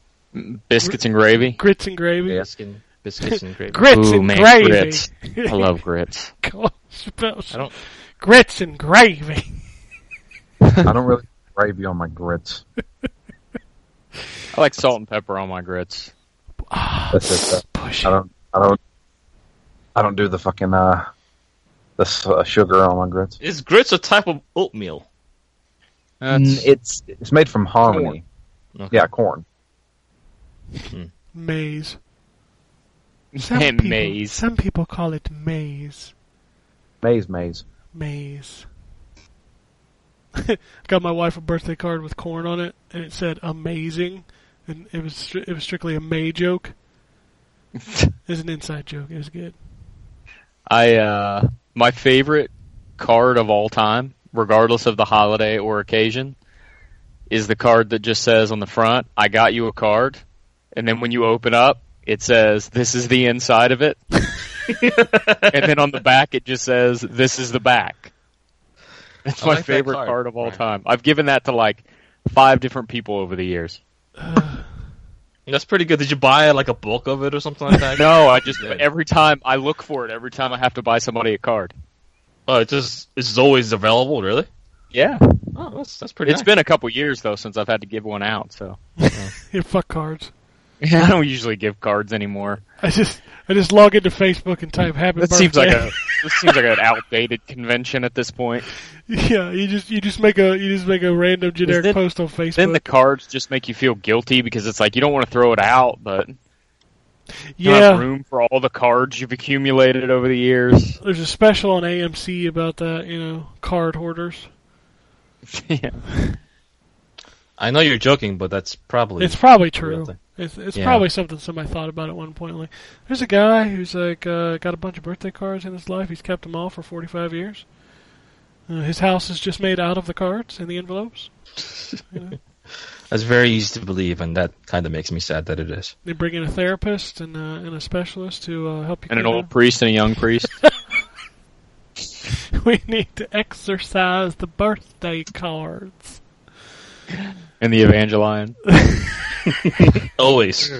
[SPEAKER 4] Biscuits and gravy.
[SPEAKER 1] grits and gravy.
[SPEAKER 3] Yeah.
[SPEAKER 5] Biscuit, biscuits and gravy.
[SPEAKER 1] Grits
[SPEAKER 4] Ooh,
[SPEAKER 1] and
[SPEAKER 4] man,
[SPEAKER 1] gravy.
[SPEAKER 4] grits. I love grits.
[SPEAKER 5] I don't.
[SPEAKER 1] grits and gravy.
[SPEAKER 3] I don't really put gravy on my grits.
[SPEAKER 4] I like salt and pepper on my grits.
[SPEAKER 3] That's it. though.
[SPEAKER 1] Push.
[SPEAKER 3] I
[SPEAKER 1] it.
[SPEAKER 3] don't. I don't. I don't do the fucking uh, the s- uh, sugar on my grits.
[SPEAKER 5] Is grits a type of oatmeal?
[SPEAKER 4] That's-
[SPEAKER 3] it's it's made from harmony.
[SPEAKER 5] Corn.
[SPEAKER 3] Yeah, corn.
[SPEAKER 1] Maize. Some
[SPEAKER 4] man,
[SPEAKER 1] people-
[SPEAKER 4] maize.
[SPEAKER 1] Some people call it maize.
[SPEAKER 3] Maize, maize.
[SPEAKER 1] maze. *laughs* Got my wife a birthday card with corn on it, and it said "amazing," and it was stri- it was strictly a May
[SPEAKER 4] *laughs*
[SPEAKER 1] joke. it's an inside joke. It was good.
[SPEAKER 4] I uh, my favorite card of all time, regardless of the holiday or occasion, is the card that just says on the front, "I got you a card," and then when you open up, it says, "This is the
[SPEAKER 5] *laughs*
[SPEAKER 4] inside of it," and then on the back, it just says, "This is the back." That's
[SPEAKER 5] I
[SPEAKER 4] my
[SPEAKER 5] like that
[SPEAKER 4] favorite
[SPEAKER 5] card.
[SPEAKER 4] card. of all
[SPEAKER 5] Right.
[SPEAKER 4] time. I've given that to like five different people over the years.
[SPEAKER 5] That's pretty good. Did you buy like a bulk of it or something like that?
[SPEAKER 4] *laughs* No, I just
[SPEAKER 5] Yeah.
[SPEAKER 4] every time I look for it. Every time I have to buy somebody a card.
[SPEAKER 5] Oh, it just it's always available. Really?
[SPEAKER 4] Yeah,
[SPEAKER 5] Oh, that's that's pretty.
[SPEAKER 4] it's
[SPEAKER 5] nice.
[SPEAKER 4] been a couple years though since I've had to give one out. So.
[SPEAKER 1] Yeah, fuck cards.
[SPEAKER 4] *laughs* I don't usually give cards anymore.
[SPEAKER 1] I just I just log into Facebook and type "happy
[SPEAKER 4] That
[SPEAKER 1] birthday."
[SPEAKER 4] seems like a this seems like an outdated convention at this point.
[SPEAKER 1] *laughs* yeah. You just you just make a you just make a random generic
[SPEAKER 4] then-
[SPEAKER 1] post on Facebook.
[SPEAKER 4] Then the cards just make you feel guilty because it's like you don't want to throw it out, but you
[SPEAKER 1] yeah,
[SPEAKER 4] have room for all the cards you've accumulated over the years.
[SPEAKER 1] *laughs* there's a special on AMC about that. You know, card hoarders.
[SPEAKER 4] yeah.
[SPEAKER 5] I know you're joking, but that's probably
[SPEAKER 1] It's probably
[SPEAKER 5] real
[SPEAKER 1] true.
[SPEAKER 5] thing.
[SPEAKER 1] It's, it's
[SPEAKER 5] Yeah.
[SPEAKER 1] probably something somebody thought about at one point. Like, there's a guy who's like uh, got a bunch of birthday cards in his life. He's kept them all for 45 years. Uh, his house is just made out of the cards and the envelopes.
[SPEAKER 5] that's very easy to believe, and that kind of makes me sad that it is.
[SPEAKER 1] They bring in a therapist and uh, and a specialist to uh, help you.
[SPEAKER 4] And an
[SPEAKER 1] clean
[SPEAKER 4] old priest and a young priest.
[SPEAKER 1] up. *laughs* We need to exercise the birthday cards. *laughs*
[SPEAKER 4] and the Evangelion.
[SPEAKER 5] *laughs* Always.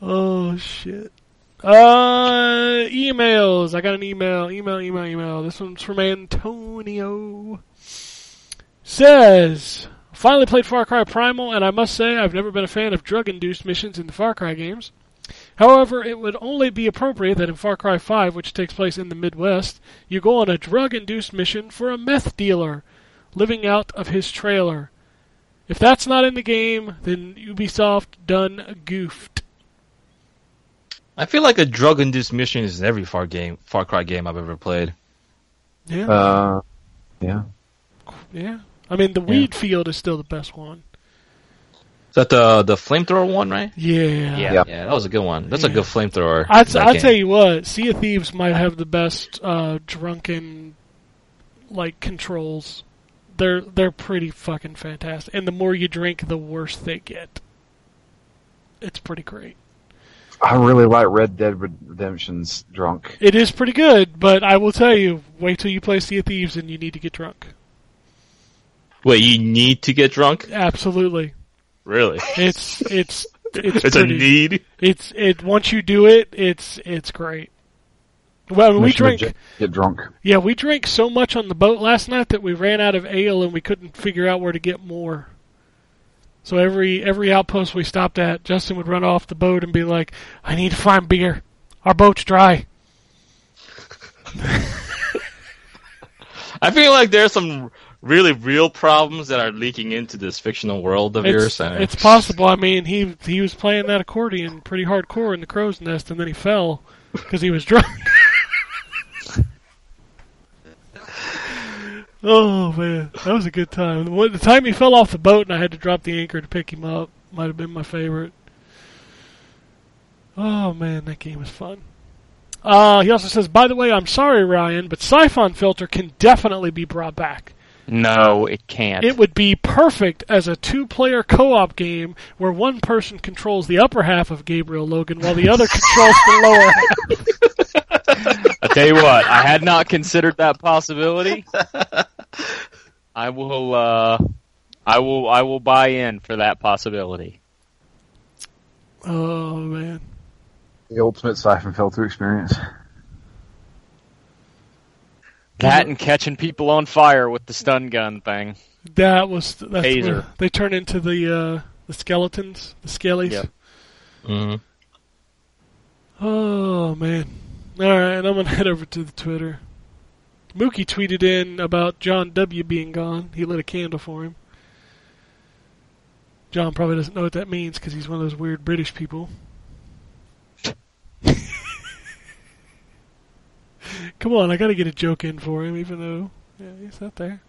[SPEAKER 1] Oh shit. Uh, emails. I got an email. Email. Email. Email. This one's from Antonio. Says, finally played Far Cry Primal, and I must say I've never been a fan of drug-induced missions in the Far Cry games. However, it would only be appropriate that in Far Cry 5, which takes place in the Midwest, you go on a drug-induced mission for a meth dealer living out of his trailer. If that's not in the game, then Ubisoft done goofed.
[SPEAKER 5] I feel like a drug-induced mission is in every Far game, Far Cry game I've ever played.
[SPEAKER 1] Yeah,
[SPEAKER 3] Uh, yeah.
[SPEAKER 1] yeah. I mean, the weed field is still the best one.
[SPEAKER 5] Is that the the flamethrower one, right?
[SPEAKER 1] Yeah.
[SPEAKER 4] Yeah.
[SPEAKER 3] Yeah.
[SPEAKER 5] that was a good one. That's a
[SPEAKER 1] Yeah.
[SPEAKER 5] good flamethrower.
[SPEAKER 1] I'd,
[SPEAKER 5] that
[SPEAKER 1] I'd
[SPEAKER 5] game.
[SPEAKER 1] tell you what, Sea of Thieves might have the best uh, drunken like controls. They're they're pretty fucking fantastic. And the more you drink, the worse they get. It's pretty great.
[SPEAKER 3] I really like Red Dead Redemption's drunk.
[SPEAKER 1] It is pretty good, but I will tell you, wait till you play Sea of Thieves and you need to get drunk.
[SPEAKER 5] Wait, you need to get drunk?
[SPEAKER 1] Absolutely.
[SPEAKER 5] Really?
[SPEAKER 1] It's it's *laughs* it's,
[SPEAKER 5] It's, a
[SPEAKER 1] pretty-
[SPEAKER 5] need.
[SPEAKER 1] It's it once you do it, it's it's great. Well, we
[SPEAKER 3] Mission
[SPEAKER 1] drink.
[SPEAKER 3] Object- Get drunk.
[SPEAKER 1] Yeah, we drank so much on the boat last night that we ran out of ale and we couldn't figure out where to get more. So every every outpost we stopped at, Justin would run off the boat and be like, "I need to find beer. Our boat's dry."
[SPEAKER 5] I feel like there's some really real problems that are leaking into this fictional world of
[SPEAKER 1] It's,
[SPEAKER 5] yours. and-
[SPEAKER 1] it's possible. I mean, he he was playing that accordion pretty hardcore in the crow's nest, and then he fell because he was drunk. *laughs* oh man, that was a good time. The one- The time he fell off the boat and I had to drop the anchor to pick him up might have been my favorite. Oh man, that game was fun. Uh, he also says, by the way, I'm sorry, Ryan, but Siphon Filter can definitely be brought back.
[SPEAKER 4] No, it can't.
[SPEAKER 1] It would be perfect as a two player co op game where one person controls the upper half of Gabriel Logan while the other controls the lower half.
[SPEAKER 4] I tell you what, I had not considered that *laughs* possibility. I will, uh, I will, I will buy in for that possibility.
[SPEAKER 1] Oh, man.
[SPEAKER 3] The ultimate siphon filter experience.
[SPEAKER 4] That and catching people on fire with the stun gun thing.
[SPEAKER 1] That was. That's
[SPEAKER 4] Taser.
[SPEAKER 1] where they turn into the uh, the skeletons, the skellies.
[SPEAKER 4] Yep.
[SPEAKER 5] Mhm.
[SPEAKER 1] Oh, man. Alright, I'm going to *laughs* head over to the Twitter. Mookie tweeted in about John W. being gone. He lit a candle for him. John probably doesn't know what that means because he's one of those weird British people. *laughs* Come on, I gotta get a joke in for him, even though yeah, he's not there.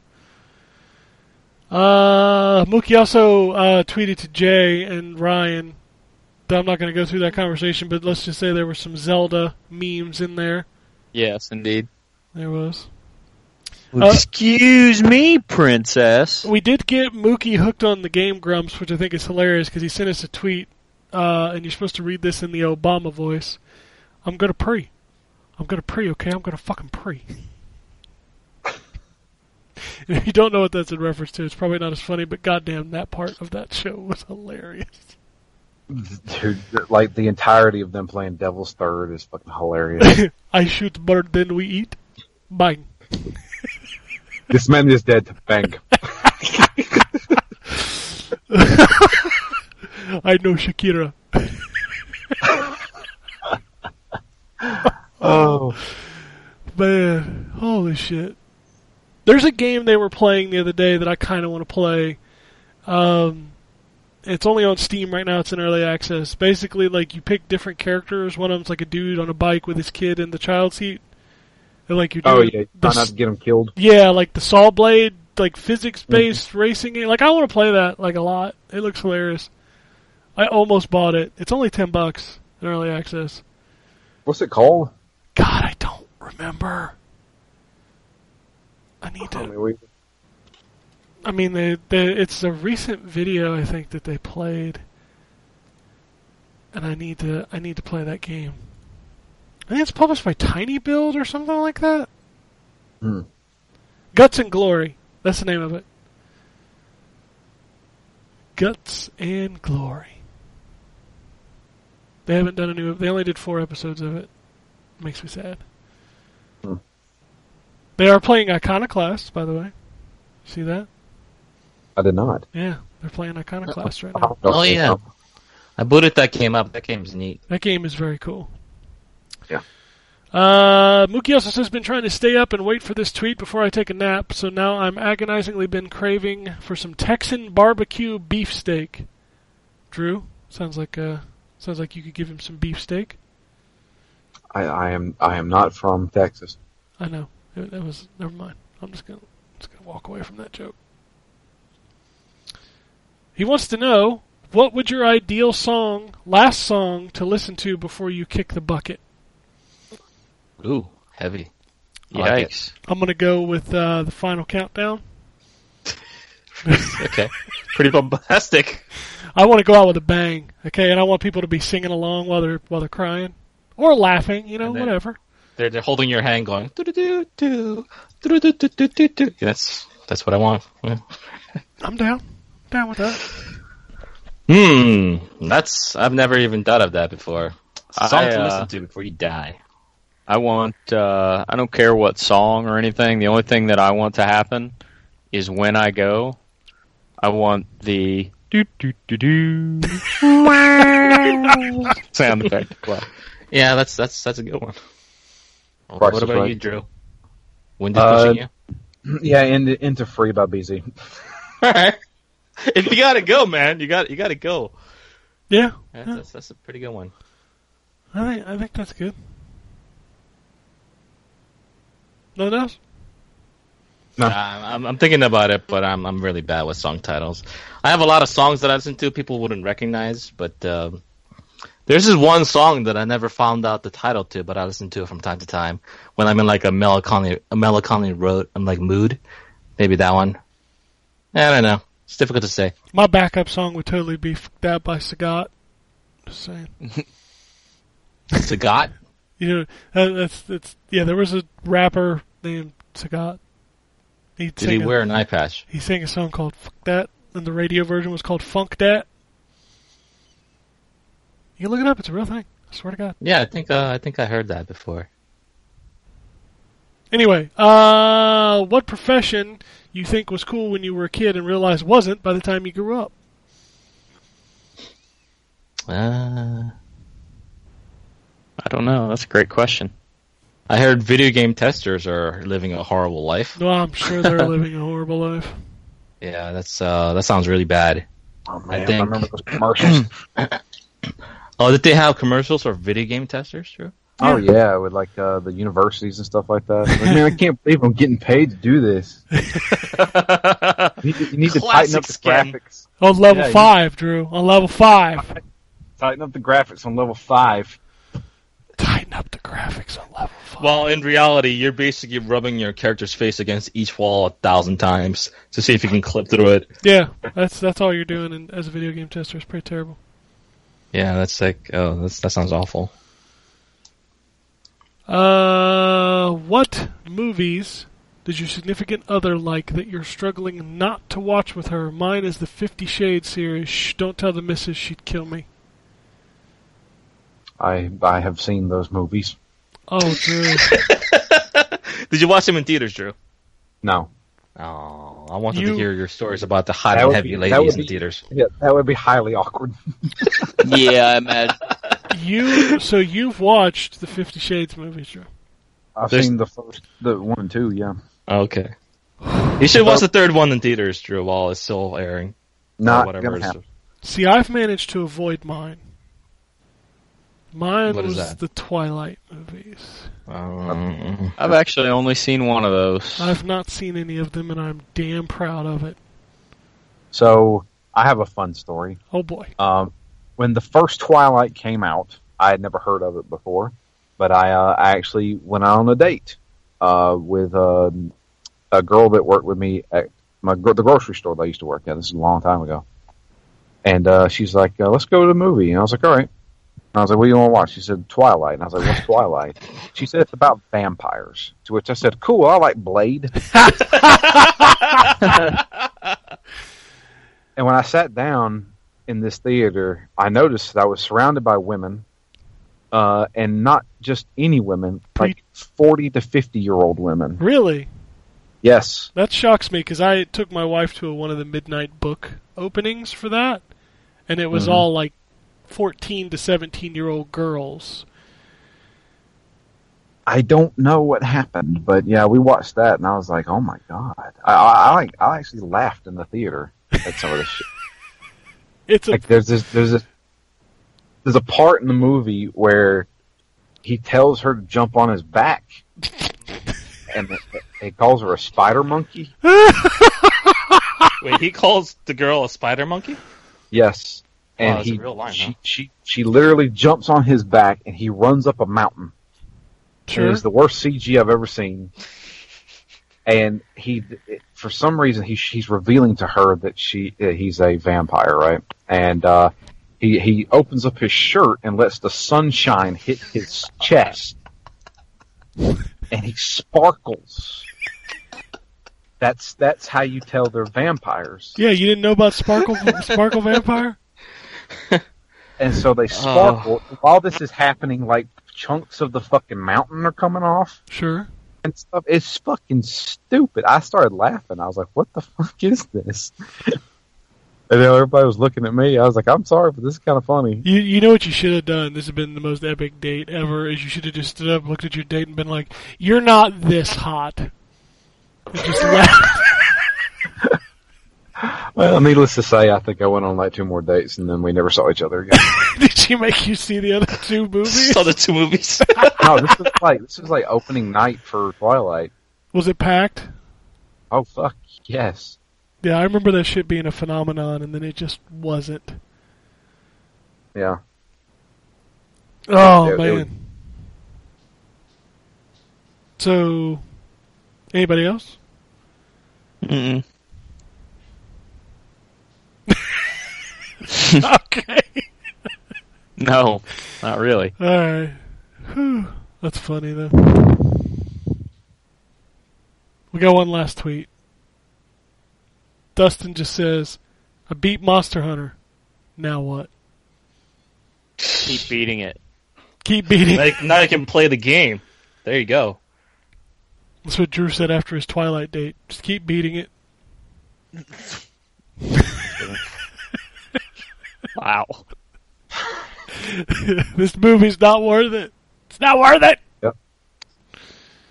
[SPEAKER 1] Uh, Mookie also uh, tweeted to Jay and Ryan. That I'm not gonna go through that conversation, but let's just say there were some Zelda memes in there.
[SPEAKER 4] Yes, indeed.
[SPEAKER 1] There was. Uh,
[SPEAKER 4] Excuse me, princess.
[SPEAKER 1] We did get Mookie hooked on the game Grumps, which I think is hilarious because he sent us a tweet, uh, and you're supposed to read this in the Obama voice. I'm gonna pre. I'm gonna pre, okay? I'm gonna fucking pre. *laughs* and if you don't know what that's in reference to, it's probably not as funny, but goddamn, that part of that show was hilarious. *laughs*
[SPEAKER 3] Dude, like the entirety of them playing Devil's Third is fucking
[SPEAKER 1] *laughs*
[SPEAKER 3] hilarious.
[SPEAKER 1] I shoot more than we eat. Bang.
[SPEAKER 3] this man is dead.
[SPEAKER 1] *laughs*
[SPEAKER 3] Bang.
[SPEAKER 1] I know Shakira.
[SPEAKER 3] Oh.
[SPEAKER 1] Man, holy shit. There's a game they were playing the other day that I kind of want to play. Um, it's only on Steam right now. It's in early access. Basically, like you pick different characters. One of them's like a dude on a bike with his kid in the child seat, and like you do
[SPEAKER 3] Oh yeah.
[SPEAKER 1] the
[SPEAKER 3] Try not to get him killed.
[SPEAKER 1] yeah, like the saw blade, like physics based racing game. Like I want to play that like a lot. It looks hilarious. I almost bought it. It's only ten bucks in early access.
[SPEAKER 3] What's it called?
[SPEAKER 1] God, I don't remember. I need
[SPEAKER 3] I
[SPEAKER 1] to.
[SPEAKER 3] mean, we,
[SPEAKER 1] I mean, they, they, it's a recent video I think that they played, and I need to I need to play that game. I think it's published by Tiny Build or something like that.
[SPEAKER 3] Hmm.
[SPEAKER 1] Guts and Glory. That's the name of it. Guts and Glory. They haven't done a new. They only did four episodes of it. Makes me sad.
[SPEAKER 3] Hmm.
[SPEAKER 1] They are playing Iconoclast, by the way. See that?
[SPEAKER 3] I did not.
[SPEAKER 1] Yeah, they're playing Iconoclast right
[SPEAKER 3] I
[SPEAKER 1] now.
[SPEAKER 3] don't know.
[SPEAKER 5] Oh, yeah. I booted that game up. That game's neat.
[SPEAKER 1] That game is very cool.
[SPEAKER 3] Yeah.
[SPEAKER 1] Uh, Mookie also says, been trying to stay up and wait for this tweet before I take a nap, so now I'm agonizingly been craving for some Texan barbecue beefsteak. Drew, sounds like uh, sounds like you could give him some beefsteak.
[SPEAKER 3] I, I am I am not from Texas.
[SPEAKER 1] I know it, that was never mind. I'm just gonna just gonna walk away from that joke. He wants to know what would your ideal song, last song to listen to before you kick the bucket.
[SPEAKER 5] Ooh, heavy. I like it.
[SPEAKER 4] Yikes.
[SPEAKER 1] I'm gonna go with uh, the final countdown.
[SPEAKER 5] Okay. Pretty bombastic.
[SPEAKER 1] I want to go out with a bang, okay, and I want people to be singing along while they're while they're crying or laughing, you know,
[SPEAKER 5] And then-
[SPEAKER 1] whatever.
[SPEAKER 5] They're, they're holding your hand going, doo doo doo doo doo doo doo doo doo. That's, that's what I want. Yeah.
[SPEAKER 1] I'm down, down with that.
[SPEAKER 5] Hmm. That's, I've never even thought of that before.
[SPEAKER 4] I,
[SPEAKER 5] Song to
[SPEAKER 4] uh,
[SPEAKER 5] listen to before you die.
[SPEAKER 4] I want. Uh, I don't care what song or anything. The only thing that I want to happen is when I go. I want the do do do do *laughs* sound effect. *laughs* Well,
[SPEAKER 5] Yeah, that's that's that's a good one.
[SPEAKER 3] Price
[SPEAKER 5] what
[SPEAKER 3] is
[SPEAKER 5] about
[SPEAKER 3] Right.
[SPEAKER 5] you, Drew? Wind is
[SPEAKER 3] Uh,
[SPEAKER 5] pushing you.
[SPEAKER 3] *clears throat* Yeah, into into free by BZ.
[SPEAKER 5] All right. *laughs* If you gotta go, man, you got you gotta go.
[SPEAKER 1] Yeah,
[SPEAKER 5] That's,
[SPEAKER 1] yeah.
[SPEAKER 5] that's, that's a pretty good one.
[SPEAKER 1] I think I think that's good. Nothing else?
[SPEAKER 3] No.
[SPEAKER 5] Uh, I'm, I'm thinking about it, but I'm I'm really bad with song titles. I have a lot of songs that I listen to people wouldn't recognize, but um, there's this one song that I never found out the title to, but I listen to it from time to time when I'm in like a melancholy a melancholy road, I'm like mood. Maybe that one. I don't know. It's difficult to say.
[SPEAKER 1] My backup song would totally be "Fucked Out" by Sagat. Just saying.
[SPEAKER 5] Sagat.
[SPEAKER 1] You know, that, that's that's yeah. There was a rapper named Sagat. He'd
[SPEAKER 5] Did
[SPEAKER 1] sing
[SPEAKER 5] he
[SPEAKER 1] a-
[SPEAKER 5] wear an eye patch?
[SPEAKER 1] He sang a song called "Fuck That," and the radio version was called "Funk That." You can look it up; it's a real thing. I swear to God.
[SPEAKER 5] Yeah, I think uh, I think I heard that before.
[SPEAKER 1] Anyway, uh, what profession you think was cool when you were a kid and realized wasn't by the time you grew up?
[SPEAKER 5] Uh,
[SPEAKER 4] I don't know. That's a
[SPEAKER 5] *laughs*
[SPEAKER 4] great question.
[SPEAKER 5] I heard video game testers are living a horrible life.
[SPEAKER 1] Well, I'm sure
[SPEAKER 5] *laughs*
[SPEAKER 1] they're living a horrible life.
[SPEAKER 5] Yeah, that's uh, that sounds really bad.
[SPEAKER 3] Oh man, I,
[SPEAKER 5] think-
[SPEAKER 3] remember *clears throat* those commercials.
[SPEAKER 5] Oh, did they have commercials for video game testers? True.
[SPEAKER 3] oh yeah, with like uh, the universities and stuff like that. Like, *laughs* man, I can't believe I'm getting paid to do this. You need to, you need to tighten up the
[SPEAKER 5] Classic scam.
[SPEAKER 3] graphics.
[SPEAKER 1] On level
[SPEAKER 3] Yeah, you-
[SPEAKER 1] five, Drew. On level five.
[SPEAKER 3] Tighten up the graphics on level five.
[SPEAKER 1] Tighten up the graphics on level five.
[SPEAKER 5] well, in reality, you're basically rubbing your character's face against each wall a thousand times to see if you can clip through it.
[SPEAKER 1] yeah, that's that's all you're doing in, as a video game tester. It's pretty terrible.
[SPEAKER 5] Yeah, that's like oh, that's, that sounds awful.
[SPEAKER 1] Uh, what movies does your significant other like that you're struggling not to watch with her? Mine is the Fifty Shades series. Shh, don't tell the missus; she'd kill me.
[SPEAKER 3] I I have seen those movies.
[SPEAKER 1] Oh, *laughs* Drew,
[SPEAKER 5] Did you watch them in theaters, Drew?
[SPEAKER 3] No,
[SPEAKER 5] Oh, I wanted
[SPEAKER 1] You-
[SPEAKER 5] to hear your stories about the hot
[SPEAKER 3] That
[SPEAKER 5] and
[SPEAKER 3] would be-
[SPEAKER 5] heavy
[SPEAKER 3] that
[SPEAKER 5] ladies
[SPEAKER 3] would
[SPEAKER 5] in
[SPEAKER 3] be-
[SPEAKER 5] theaters.
[SPEAKER 3] yeah, that would be highly awkward.
[SPEAKER 2] yeah, I imagine.
[SPEAKER 1] you so you've watched the Fifty Shades movies, Drew?
[SPEAKER 3] I've
[SPEAKER 5] There's-
[SPEAKER 3] seen the first, the one and two. Yeah.
[SPEAKER 5] Okay. You should watch the third one in theaters, Drew, while it's still airing.
[SPEAKER 3] Not
[SPEAKER 5] or whatever.
[SPEAKER 3] gonna
[SPEAKER 5] it's-
[SPEAKER 3] happen.
[SPEAKER 1] See, I've managed to avoid mine. Mine
[SPEAKER 5] What is
[SPEAKER 1] was
[SPEAKER 5] that?
[SPEAKER 1] the Twilight movies.
[SPEAKER 5] Um,
[SPEAKER 4] I've actually only seen one of those.
[SPEAKER 1] I've not seen any of them, and I'm damn proud of it.
[SPEAKER 3] So I have a fun story.
[SPEAKER 1] Oh boy,
[SPEAKER 3] Um, when the first Twilight came out, I had never heard of it before, but I, uh, I actually went out on a date uh, with uh, a girl that worked with me at my gro- the grocery store that I used to work at. This is a long time ago, and uh, she's like, uh, "Let's go to the movie," and I was like, "All right." And I was like, "What do you want to watch?" She said, "Twilight," and I was like, "What's Twilight?" She said, "It's about vampires." To which I said, "Cool, I like Blade." And when I sat down in this theater, I noticed that I was surrounded by women, uh, and not just any women, like forty to fifty year old women.
[SPEAKER 1] Really?
[SPEAKER 3] Yes,
[SPEAKER 1] That shocks me because I took my wife to one of the midnight book openings for that, and it was
[SPEAKER 3] Mhm.
[SPEAKER 1] all like 14 to 17 year old girls.
[SPEAKER 3] I don't know what happened, but yeah, we watched that, and I was like, oh my god, I I, I, like, I actually laughed in the theater at some of this shit.
[SPEAKER 1] It's a
[SPEAKER 3] like there's this there's this there's a part in the movie where he tells her to jump on his back and he calls her a spider monkey
[SPEAKER 5] Wait, he calls the girl a spider monkey?
[SPEAKER 3] yes and
[SPEAKER 5] that's a
[SPEAKER 3] he
[SPEAKER 5] real line,
[SPEAKER 3] she,
[SPEAKER 5] huh?
[SPEAKER 3] she she literally jumps on his back and he runs up a mountain it
[SPEAKER 1] sure.
[SPEAKER 3] is the worst cg i've ever seen and he for some reason he he's revealing to her that she that he's a vampire right and uh he, he opens up his shirt and lets the sunshine hit his chest and he sparkles that's that's how you tell they're vampires
[SPEAKER 1] Yeah, you didn't know about
[SPEAKER 3] *laughs*
[SPEAKER 1] Sparkle Sparkle Vampire?
[SPEAKER 3] and so they sparkle while this is happening like chunks of the fucking mountain are coming off
[SPEAKER 1] Sure.
[SPEAKER 3] and stuff. It's fucking stupid. I started laughing. I was like, "What the fuck is this?" and then everybody was looking at me. I was like, "I'm sorry, but this is kind of funny."
[SPEAKER 1] You you know what you should have done? This has been the most epic date ever. Is you should have just stood up, looked at your date, and been like, "You're not this hot." And Just *laughs* laugh.
[SPEAKER 3] Well, needless to say, I think I went on like two more dates, and then we never saw each other again. *laughs*
[SPEAKER 1] Did she make you see the other two movies?
[SPEAKER 5] Saw the two movies.
[SPEAKER 3] no, this was like this was like opening night for Twilight.
[SPEAKER 1] Was it packed?
[SPEAKER 3] Oh fuck yes!
[SPEAKER 1] Yeah, I remember that shit being a phenomenon, and then it just wasn't.
[SPEAKER 3] Yeah,
[SPEAKER 1] Oh
[SPEAKER 3] It- it
[SPEAKER 1] man.
[SPEAKER 3] was-
[SPEAKER 1] So, anybody *laughs* else?
[SPEAKER 4] *laughs* Mm-mm.
[SPEAKER 1] okay.
[SPEAKER 4] No, not really.
[SPEAKER 1] All right. Whew. That's funny though. We got one last tweet. Dustin just says, "I beat Monster Hunter. Now what?
[SPEAKER 4] Keep beating it.
[SPEAKER 1] Keep beating."
[SPEAKER 5] Now you- now you can play the game. There you go.
[SPEAKER 1] That's what Drew said after his Twilight date. Just keep beating it. *laughs*
[SPEAKER 4] Wow.
[SPEAKER 1] this movie's not worth it. It's not worth it.
[SPEAKER 5] Uh,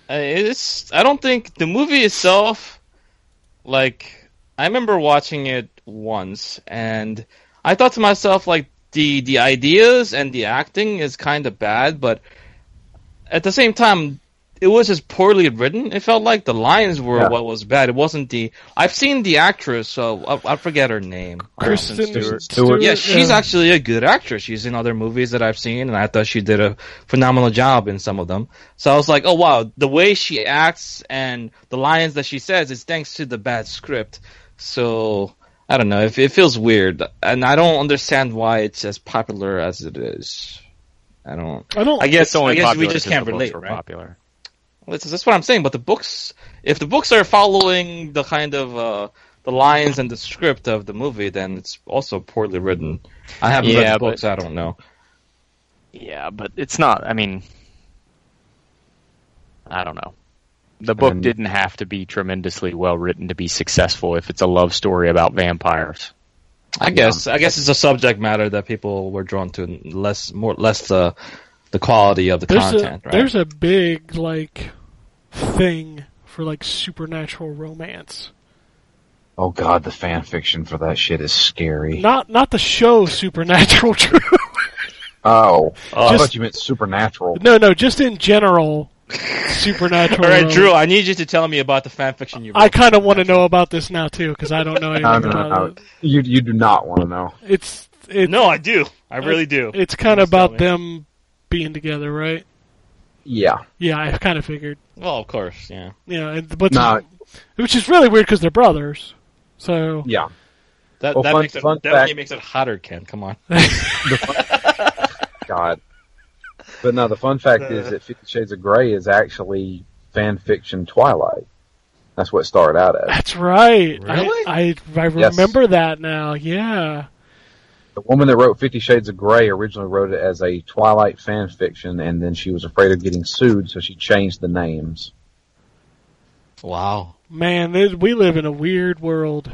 [SPEAKER 5] It's. I don't think the movie itself. Like I remember watching it once, and I thought to myself, like the the ideas and the acting is kind of bad, but at the same time, it was just poorly written. It felt like the lines were
[SPEAKER 3] Yeah.
[SPEAKER 5] what was bad. It wasn't the. I've seen the actress, so I, I forget her name.
[SPEAKER 1] Kristen Stewart.
[SPEAKER 3] Stewart. Stewart.
[SPEAKER 5] Yeah, she's actually a good actress. She's in other movies that I've seen, and I thought she did a phenomenal job in some of them. So I was like, oh wow, the way she acts and the lines that she says is thanks to the bad script. So I don't know, it, it feels weird, and I don't understand why it's as popular as it is. I don't.
[SPEAKER 1] I don't.
[SPEAKER 5] I guess.
[SPEAKER 4] It's only
[SPEAKER 5] I guess we
[SPEAKER 4] popular
[SPEAKER 5] just
[SPEAKER 4] 'cause
[SPEAKER 5] can't
[SPEAKER 4] the books
[SPEAKER 5] relate,
[SPEAKER 4] were
[SPEAKER 5] right?
[SPEAKER 4] Popular.
[SPEAKER 5] Well, That's, that's what I'm saying. But the books, if the books are following the kind of uh, the lines and the script of the movie, then it's also poorly written. I haven't read
[SPEAKER 4] Yeah,
[SPEAKER 5] the
[SPEAKER 4] but-
[SPEAKER 5] books. I don't know.
[SPEAKER 4] Yeah, but it's not. I mean, I don't know. The book
[SPEAKER 3] then-
[SPEAKER 4] didn't have to be tremendously well written to be successful if it's a love story about vampires.
[SPEAKER 5] I guess I guess it's a subject matter that people were drawn to and less more less the the quality of the
[SPEAKER 1] there's
[SPEAKER 5] content.
[SPEAKER 1] a
[SPEAKER 5] right?
[SPEAKER 1] there's a big like thing for like supernatural romance.
[SPEAKER 3] Oh god, the fan fiction for that shit is scary.
[SPEAKER 1] Not not the show Supernatural. *laughs* True.
[SPEAKER 3] Oh, I
[SPEAKER 1] Just-
[SPEAKER 3] thought you meant supernatural.
[SPEAKER 1] no, no, just in general, supernatural.
[SPEAKER 5] All right,
[SPEAKER 1] romance.
[SPEAKER 5] Drew, I need you to tell me about the fan fiction you wrote.
[SPEAKER 1] I kind of want to know about this now too because I don't know anything
[SPEAKER 3] No, no, no,
[SPEAKER 1] about
[SPEAKER 3] no.
[SPEAKER 1] it.
[SPEAKER 3] You you do not want to know.
[SPEAKER 1] It's it,
[SPEAKER 5] no, I do. I really do.
[SPEAKER 1] It's kind of
[SPEAKER 5] Please tell
[SPEAKER 1] about
[SPEAKER 5] me.
[SPEAKER 1] them being together, right?
[SPEAKER 3] Yeah.
[SPEAKER 1] Yeah, I kind of figured.
[SPEAKER 5] Well, of course, yeah.
[SPEAKER 1] Yeah, and what's
[SPEAKER 3] No.
[SPEAKER 1] which is really weird because they're brothers. So
[SPEAKER 3] Yeah.
[SPEAKER 5] That
[SPEAKER 3] Well,
[SPEAKER 5] that
[SPEAKER 3] fun-
[SPEAKER 5] makes it
[SPEAKER 3] fun
[SPEAKER 5] that really
[SPEAKER 3] fact-
[SPEAKER 5] makes it hotter, Ken. Come on.
[SPEAKER 3] God. But no, the fun fact is that Fifty Shades of Grey is actually fan fiction Twilight. That's what it started out as.
[SPEAKER 1] That's right. I-
[SPEAKER 5] Really?
[SPEAKER 1] I, I, remember that now. Yeah.
[SPEAKER 3] The woman that wrote Fifty Shades of Grey originally wrote it as a Twilight fan fiction, and then she was afraid of getting sued, so she changed the names.
[SPEAKER 5] Wow.
[SPEAKER 1] Man, this, we live in a weird world.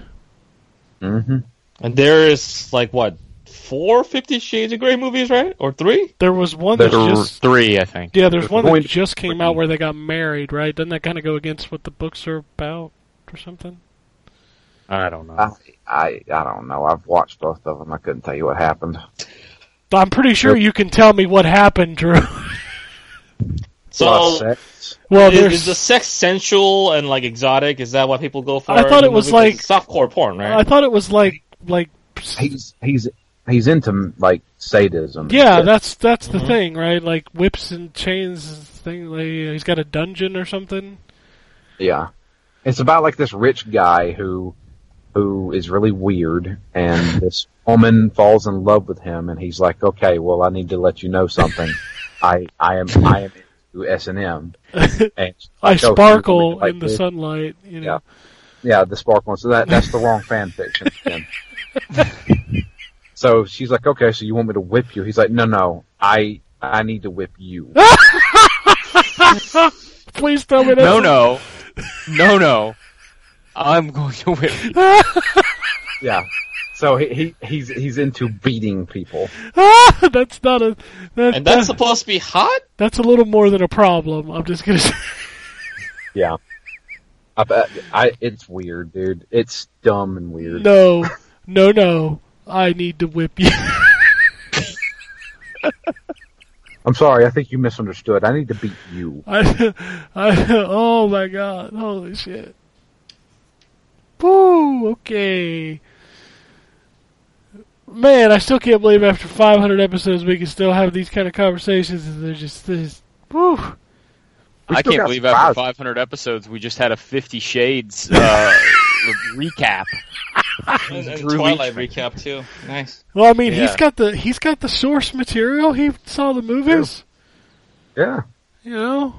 [SPEAKER 3] Mm-hmm.
[SPEAKER 5] And there is like what four Fifty Shades of Grey movies, right? Or three?
[SPEAKER 1] There was one that
[SPEAKER 4] There's
[SPEAKER 1] just
[SPEAKER 4] three, I think.
[SPEAKER 1] yeah, there's one that
[SPEAKER 3] Going-
[SPEAKER 1] just came out where they got married, right? Doesn't that kind of go against what the books are about or something?
[SPEAKER 4] I don't know.
[SPEAKER 3] I, I I don't know. I've watched both of them. I couldn't tell you what happened.
[SPEAKER 1] I'm pretty sure you can tell me what happened, Drew. *laughs*
[SPEAKER 3] Plus
[SPEAKER 5] So
[SPEAKER 3] sex.
[SPEAKER 1] well,
[SPEAKER 5] is,
[SPEAKER 1] there's
[SPEAKER 5] is the sex sensual and like exotic? Is that what people go for?
[SPEAKER 1] I thought it
[SPEAKER 5] in
[SPEAKER 1] was
[SPEAKER 5] the movie?
[SPEAKER 1] like-
[SPEAKER 5] 'Cause it's softcore porn, right?
[SPEAKER 1] I thought it was like like
[SPEAKER 3] He's he's he's into like sadism.
[SPEAKER 1] yeah, that's that's the thing, right? Like whips and chains is the thing. Like, he's got a dungeon or something.
[SPEAKER 3] Yeah. It's about like this rich guy who who is really weird
[SPEAKER 1] *laughs*
[SPEAKER 3] and this woman falls in love with him and he's like, Okay, well I need to let you know something. I I am I am into S and
[SPEAKER 1] *laughs*
[SPEAKER 3] M and
[SPEAKER 1] I
[SPEAKER 3] Oh,
[SPEAKER 1] sparkle
[SPEAKER 3] like
[SPEAKER 1] in the
[SPEAKER 3] this.
[SPEAKER 1] sunlight. You know,
[SPEAKER 3] Yeah, the sparkle. So that that's the wrong fan fiction. Then.
[SPEAKER 1] *laughs*
[SPEAKER 3] so she's like, Okay, so you want me to whip you? He's like, No no, I I need to whip
[SPEAKER 1] *laughs*
[SPEAKER 3] you.
[SPEAKER 1] please tell me that.
[SPEAKER 4] no, no, no, no. I'm going to whip. you.
[SPEAKER 3] yeah. So he, he he's he's into beating people.
[SPEAKER 1] Ah, *laughs* that's not a. That, *laughs*
[SPEAKER 5] and that's
[SPEAKER 1] that-
[SPEAKER 5] supposed to be hot.
[SPEAKER 1] that's a little more than a problem. I'm just gonna say.
[SPEAKER 3] Yeah. I, bet- I it's weird, dude. It's dumb and
[SPEAKER 1] *laughs*
[SPEAKER 3] weird.
[SPEAKER 1] No, no, no. I need to whip you. *laughs*
[SPEAKER 3] I'm sorry. I think you misunderstood. I need to beat you.
[SPEAKER 1] I, I, oh my god. Holy shit. Woo, okay. Man, I still can't believe after 500 episodes we can still have these kind of conversations and they're just this. Woo.
[SPEAKER 3] We
[SPEAKER 4] I
[SPEAKER 3] still
[SPEAKER 4] can't
[SPEAKER 3] got
[SPEAKER 4] believe after
[SPEAKER 3] five.
[SPEAKER 4] 500 episodes, we just had a Fifty Shades uh, *laughs* recap.
[SPEAKER 5] And, and
[SPEAKER 4] Drew
[SPEAKER 5] Twilight
[SPEAKER 4] Leach.
[SPEAKER 5] recap too. Nice.
[SPEAKER 1] Well, I mean, he's
[SPEAKER 4] Yeah.
[SPEAKER 1] got the he's got the source material. He saw the movies,
[SPEAKER 3] Yeah.
[SPEAKER 1] you know.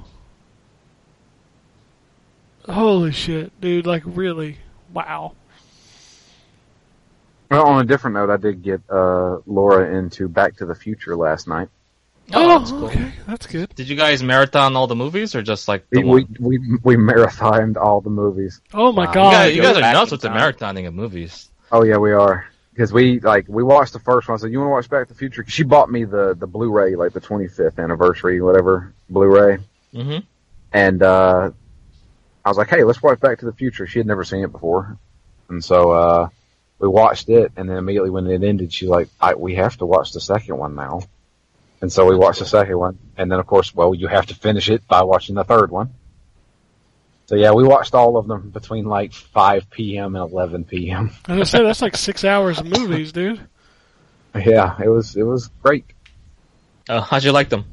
[SPEAKER 1] Holy shit, dude! Like, really? Wow.
[SPEAKER 3] Well, on a different note, I did get uh, Laura into Back to the Future last night.
[SPEAKER 5] that's cool.
[SPEAKER 1] Oh, okay, that's good.
[SPEAKER 5] Did you guys marathon all the movies or just like the
[SPEAKER 3] We
[SPEAKER 5] one?
[SPEAKER 3] we, we we marathoned all the movies.
[SPEAKER 1] Oh my
[SPEAKER 4] Wow.
[SPEAKER 5] You
[SPEAKER 1] god!
[SPEAKER 5] guys, you
[SPEAKER 4] Go
[SPEAKER 5] guys are
[SPEAKER 4] back
[SPEAKER 5] nuts
[SPEAKER 4] in
[SPEAKER 5] with the
[SPEAKER 4] time.
[SPEAKER 5] marathoning of movies.
[SPEAKER 3] Oh yeah, we are. Because we like we watched the first one. I said, "You want to watch Back to the Future?" 'Cause she bought me the the Blu-ray, like the 25th anniversary, whatever Blu-ray.
[SPEAKER 5] Mm-hmm.
[SPEAKER 3] And uh, I was like, hey, let's watch Back to the Future. She had never seen it before. And so uh, we watched it, and then immediately when it ended, she's like, I, we have to watch the second one now. And so we watched the second one. And then, of course, well, you have to finish it by watching the third one. So yeah, we watched all of them between like 5 p.m. and 11 p.m.
[SPEAKER 1] As I said, that's like six hours of movies, dude.
[SPEAKER 3] *laughs* Yeah, it was it was great.
[SPEAKER 5] Uh, how'd you like them?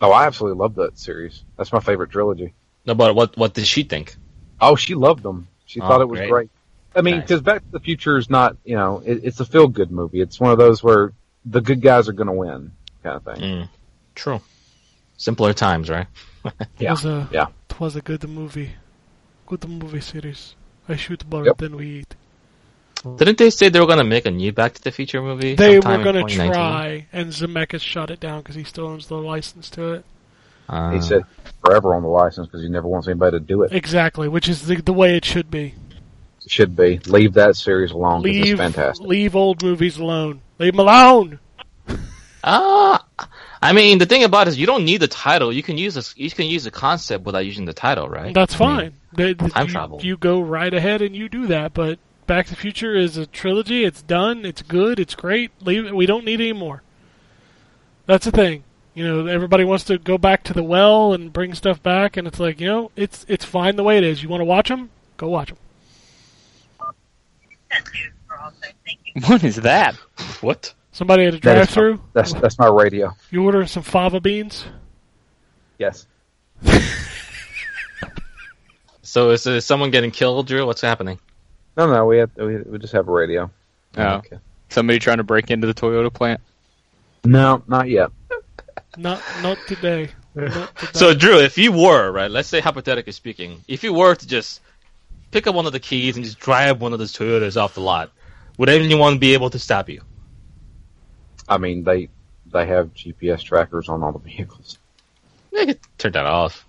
[SPEAKER 3] Oh, I absolutely loved that series. That's my favorite trilogy.
[SPEAKER 5] No, but what what did she think?
[SPEAKER 3] Oh, she loved them. She
[SPEAKER 5] Oh,
[SPEAKER 3] thought it was
[SPEAKER 5] great.
[SPEAKER 3] great. I mean,
[SPEAKER 5] Nice.
[SPEAKER 3] because Back to the Future is not, you know, it, it's a feel good movie. It's one of those where the good guys are going to win, kind of thing.
[SPEAKER 5] Mm. True. Simpler times, right?
[SPEAKER 3] Yeah.
[SPEAKER 1] It was a,
[SPEAKER 3] Yeah.
[SPEAKER 1] It was a good movie. Good movie series. I shoot more
[SPEAKER 3] Yep.
[SPEAKER 1] than we eat.
[SPEAKER 5] Didn't they say they were gonna make a new Back to the Future movie?
[SPEAKER 1] They
[SPEAKER 5] sometime
[SPEAKER 1] were
[SPEAKER 5] in
[SPEAKER 1] gonna
[SPEAKER 5] 2019?
[SPEAKER 1] try, and Zemeckis shot it down because he still owns the license to it.
[SPEAKER 5] Uh,
[SPEAKER 3] He said forever on the license because he never wants anybody to do it.
[SPEAKER 1] Exactly, which is the, the way it should be.
[SPEAKER 3] It should be leave that series alone. 'cause
[SPEAKER 1] Leave,
[SPEAKER 3] it's fantastic.
[SPEAKER 1] leave old movies alone. Leave them alone.
[SPEAKER 5] Ah, I mean, the thing about it is you don't need the title. You can use this. You can use the concept without using the title, right?
[SPEAKER 1] That's
[SPEAKER 5] I mean,
[SPEAKER 1] fine. They- they-
[SPEAKER 5] time
[SPEAKER 1] you,
[SPEAKER 5] travel.
[SPEAKER 1] You go right ahead and you do that. But Back to the Future is a trilogy. It's done. It's good. It's great. Leave. it. We don't need any more. That's the thing. You know, everybody wants to go back to the well and bring stuff back, and it's like you know, it's it's fine the way it is. You want to watch them? Go watch them.
[SPEAKER 4] What is that?
[SPEAKER 5] *laughs* what?
[SPEAKER 1] Somebody at a
[SPEAKER 3] That is-
[SPEAKER 1] drive-through.
[SPEAKER 3] That's that's my radio.
[SPEAKER 1] You ordering some fava beans?
[SPEAKER 3] Yes.
[SPEAKER 5] So is, is someone getting killed, Drew? What's happening?
[SPEAKER 3] No, no, we have, we, we just have a radio.
[SPEAKER 4] Oh. Somebody trying to break into the Toyota plant?
[SPEAKER 3] No, not yet.
[SPEAKER 1] Not not today.
[SPEAKER 5] So Drew, if you were right, let's say hypothetically speaking, if you were to just pick up one of the keys and just drive one of those Toyotas off the lot, would anyone be able to stop you?
[SPEAKER 3] I mean, they they have GPS trackers on all the vehicles.
[SPEAKER 5] They could turn that off.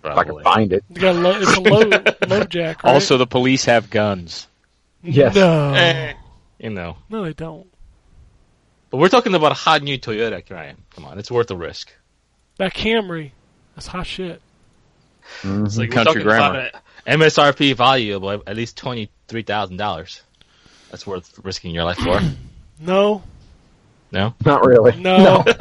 [SPEAKER 3] If I
[SPEAKER 5] Probably.
[SPEAKER 3] can find it.
[SPEAKER 1] You got a lo- it's a load, load jack. Right?
[SPEAKER 4] Also, the police have guns.
[SPEAKER 3] Yes.
[SPEAKER 1] No.
[SPEAKER 5] Eh, you know,
[SPEAKER 1] No, they don't.
[SPEAKER 5] but we're talking about a hot new Toyota, Ryan. Come on, it's worth the risk.
[SPEAKER 1] That Camry, that's hot shit.
[SPEAKER 3] Mm-hmm.
[SPEAKER 5] It's like
[SPEAKER 4] Country
[SPEAKER 5] we're talking
[SPEAKER 4] grammar.
[SPEAKER 5] about a MSRP value of like at least twenty three thousand dollars. That's worth risking your life for.
[SPEAKER 1] No, *clears throat*
[SPEAKER 5] no,
[SPEAKER 3] Not really.
[SPEAKER 1] no. *laughs*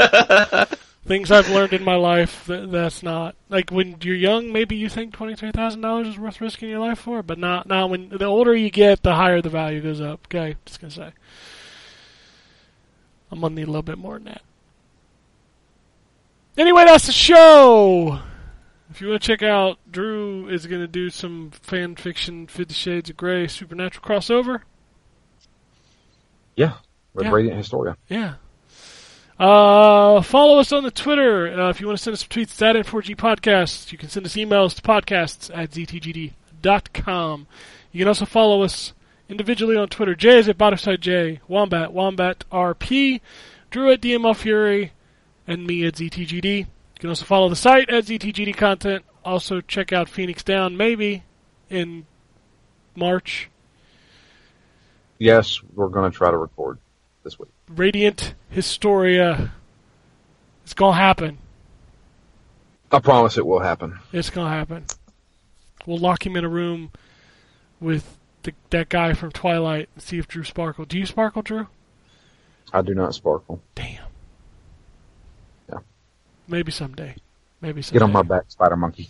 [SPEAKER 1] Things I've learned in my life that that's not like when you're young. Maybe you think twenty three thousand dollars is worth risking your life for, but not not when the older you get, the higher the value goes up. Okay, just gonna say, I'm gonna need a little bit more than that. Anyway, that's the show. If you want to check out, Drew is gonna do some fan fiction Fifty Shades of Grey supernatural crossover.
[SPEAKER 3] Yeah. With
[SPEAKER 1] Yeah.
[SPEAKER 3] Radiant Historia.
[SPEAKER 1] Yeah. Uh, follow us on the Twitter. Uh, if you want to send us some tweets, it's at N4G Podcasts. You can send us emails to podcasts at ztgd.com. You can also follow us individually on Twitter. Jay is at Botterside J, Wombat, Wombat RP, Drew at DML Fury, and me at ZTGD. You can also follow the site at ZTGD Content. Also check out Phoenix Down, maybe, in March.
[SPEAKER 3] Yes, we're going to try to record this week.
[SPEAKER 1] Radiant Historia. It's gonna happen.
[SPEAKER 3] I promise it will happen.
[SPEAKER 1] It's gonna happen. We'll lock him in a room with the, that guy from Twilight and see if Drew sparkle. Do you sparkle, Drew?
[SPEAKER 3] I do not sparkle.
[SPEAKER 1] Damn.
[SPEAKER 3] Yeah.
[SPEAKER 1] Maybe someday. Maybe someday.
[SPEAKER 3] Get on my back, Spider Monkey.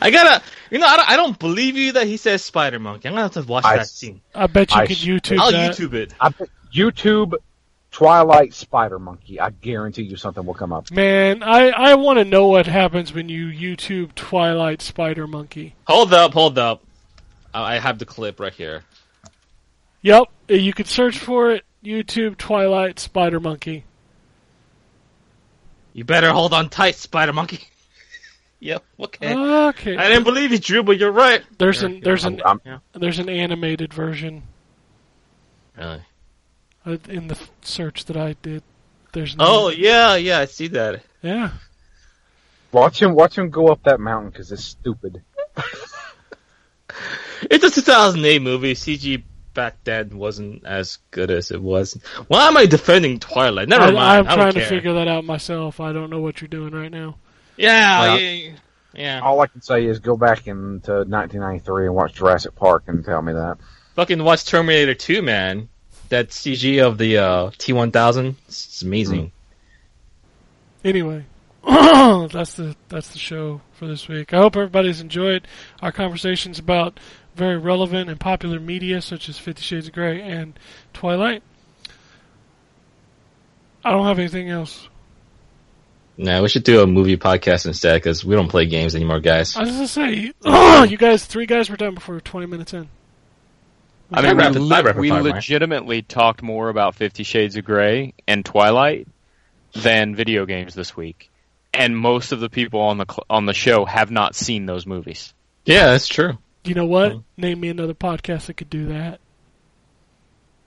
[SPEAKER 5] I gotta. You know, I don't, I don't believe you that he says Spider Monkey. I'm gonna have to watch
[SPEAKER 3] I
[SPEAKER 5] that
[SPEAKER 3] s-
[SPEAKER 5] scene.
[SPEAKER 1] I bet you
[SPEAKER 3] I
[SPEAKER 1] could
[SPEAKER 3] sh-
[SPEAKER 1] YouTube
[SPEAKER 5] I'll
[SPEAKER 1] that.
[SPEAKER 5] YouTube it.
[SPEAKER 3] I put YouTube Twilight Spider Monkey. I guarantee you something will come up.
[SPEAKER 1] Man, I, I want to know what happens when you YouTube Twilight Spider Monkey.
[SPEAKER 5] Hold up, hold up. I I have the clip right here.
[SPEAKER 1] Yep, eh, you could search for it. YouTube Twilight Spider Monkey.
[SPEAKER 5] You better hold on tight, Spider Monkey. *laughs* yep. Okay.
[SPEAKER 1] Oh. Okay.
[SPEAKER 5] Eh, I didn't believe you, Drew, but you're right.
[SPEAKER 1] There's an there's an
[SPEAKER 3] I'm, I'm,
[SPEAKER 1] there's an animated version
[SPEAKER 5] Really?
[SPEAKER 1] uh, in the search that I did. There's no,
[SPEAKER 5] Oh yeah, yeah. I see that.
[SPEAKER 1] Yeah.
[SPEAKER 3] watch him, watch him go up that mountain because it's stupid.
[SPEAKER 5] It's a 2008 movie. CG back then wasn't as good as it was. Why am I defending Twilight? Never
[SPEAKER 1] I, I'm
[SPEAKER 5] mind. I
[SPEAKER 1] trying
[SPEAKER 5] don't
[SPEAKER 1] to
[SPEAKER 5] care.
[SPEAKER 1] figure that out myself. I don't know what you're doing right now.
[SPEAKER 5] Yeah,
[SPEAKER 3] Well-
[SPEAKER 5] yeah, yeah.
[SPEAKER 3] All I can say is go back into 1993 and watch Jurassic Park and tell me that.
[SPEAKER 5] Fucking watch Terminator 2, man. That CG of the uh, T1000, it's amazing.
[SPEAKER 1] Anyway, *clears throat* that's the that's the show for this week. I hope everybody's enjoyed our conversations about very relevant and popular media such as Fifty Shades of Grey and Twilight. I don't have anything else.
[SPEAKER 5] Nah, we should do a movie podcast instead because we don't play games anymore, guys.
[SPEAKER 1] I was just gonna say, *clears throat* you guys, three guys were done before 20 minutes in.
[SPEAKER 4] I mean,
[SPEAKER 5] rapid-
[SPEAKER 4] we,
[SPEAKER 5] I
[SPEAKER 4] le-
[SPEAKER 5] rapid
[SPEAKER 4] we
[SPEAKER 5] fire, Mike.
[SPEAKER 4] legitimately talked more about Fifty Shades of Grey and Twilight than video games this week, and most of the people on the cl- on the show have not seen those movies.
[SPEAKER 5] Yeah, that's true.
[SPEAKER 1] You know what? Name me another podcast that could do
[SPEAKER 5] *laughs*
[SPEAKER 1] that.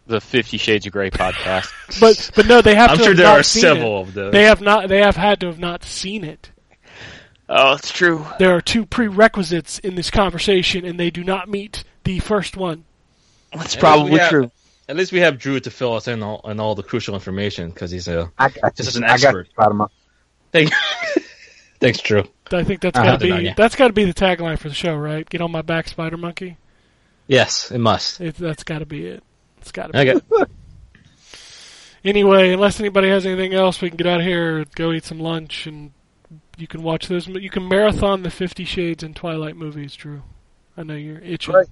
[SPEAKER 4] The Fifty Shades of Grey podcast.
[SPEAKER 1] But but no, they have.
[SPEAKER 5] I'm
[SPEAKER 1] to
[SPEAKER 5] sure
[SPEAKER 1] have
[SPEAKER 5] there
[SPEAKER 1] not
[SPEAKER 5] are
[SPEAKER 1] seen
[SPEAKER 5] several of
[SPEAKER 1] It.
[SPEAKER 5] those.
[SPEAKER 1] They have not. They have had to have not seen it.
[SPEAKER 4] oh, it's true.
[SPEAKER 1] There are two prerequisites in this conversation, and they do not meet the first one.
[SPEAKER 4] That's
[SPEAKER 5] At least we have- At least we have Drew to fill us in on, on all the crucial information because he's a.
[SPEAKER 3] I got
[SPEAKER 5] Just
[SPEAKER 3] you.
[SPEAKER 5] an
[SPEAKER 3] I got you,
[SPEAKER 5] expert.
[SPEAKER 3] Spider Monkey.
[SPEAKER 5] Thank- *laughs* Thanks, Drew.
[SPEAKER 1] I think that's
[SPEAKER 5] I
[SPEAKER 1] got
[SPEAKER 5] have
[SPEAKER 1] to
[SPEAKER 5] it on
[SPEAKER 1] be
[SPEAKER 5] you.
[SPEAKER 1] that's got to be the tagline for the show, right? Get on my back, Spider Monkey.
[SPEAKER 5] Yes, it must.
[SPEAKER 1] It, that's got to be it. It's got to
[SPEAKER 5] *laughs*
[SPEAKER 1] be.
[SPEAKER 5] Okay.
[SPEAKER 1] Anyway, unless anybody has anything else, we can get out of here, go eat some lunch, and you can watch those. You can marathon the Fifty Shades and Twilight movies, Drew. I know you're itching.
[SPEAKER 3] Right.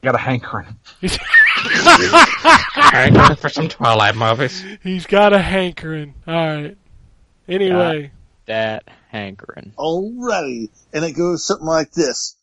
[SPEAKER 3] Got a hankering.
[SPEAKER 5] All right, for some Twilight movies.
[SPEAKER 1] He's got a hankering. All right. Anyway.
[SPEAKER 4] That hankering.
[SPEAKER 6] Alrighty. And it goes something like this.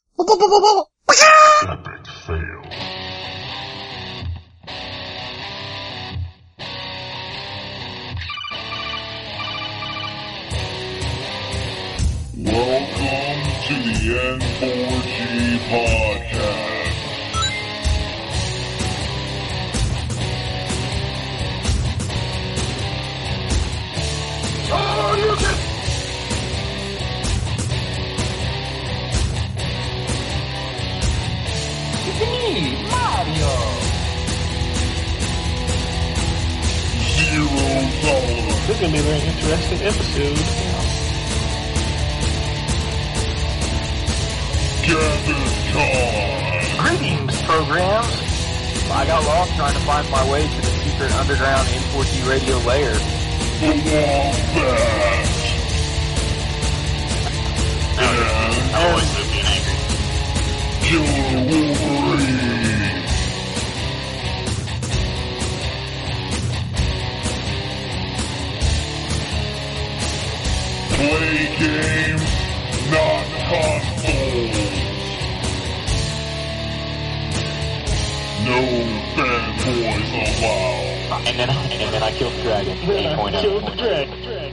[SPEAKER 7] to the N4G podcast. Zero dollars.
[SPEAKER 8] This is going to be a very interesting episode.
[SPEAKER 7] Gather time.
[SPEAKER 8] Greetings, programs. I got lost trying to find my way to the secret underground N4G radio layer.
[SPEAKER 7] The Wombat. And
[SPEAKER 8] I always have been angry.
[SPEAKER 7] Killer Wolverine. Play games, not consoles. No fanboys allowed.
[SPEAKER 8] And then, and then I killed the dragon. Then I killed the dragon.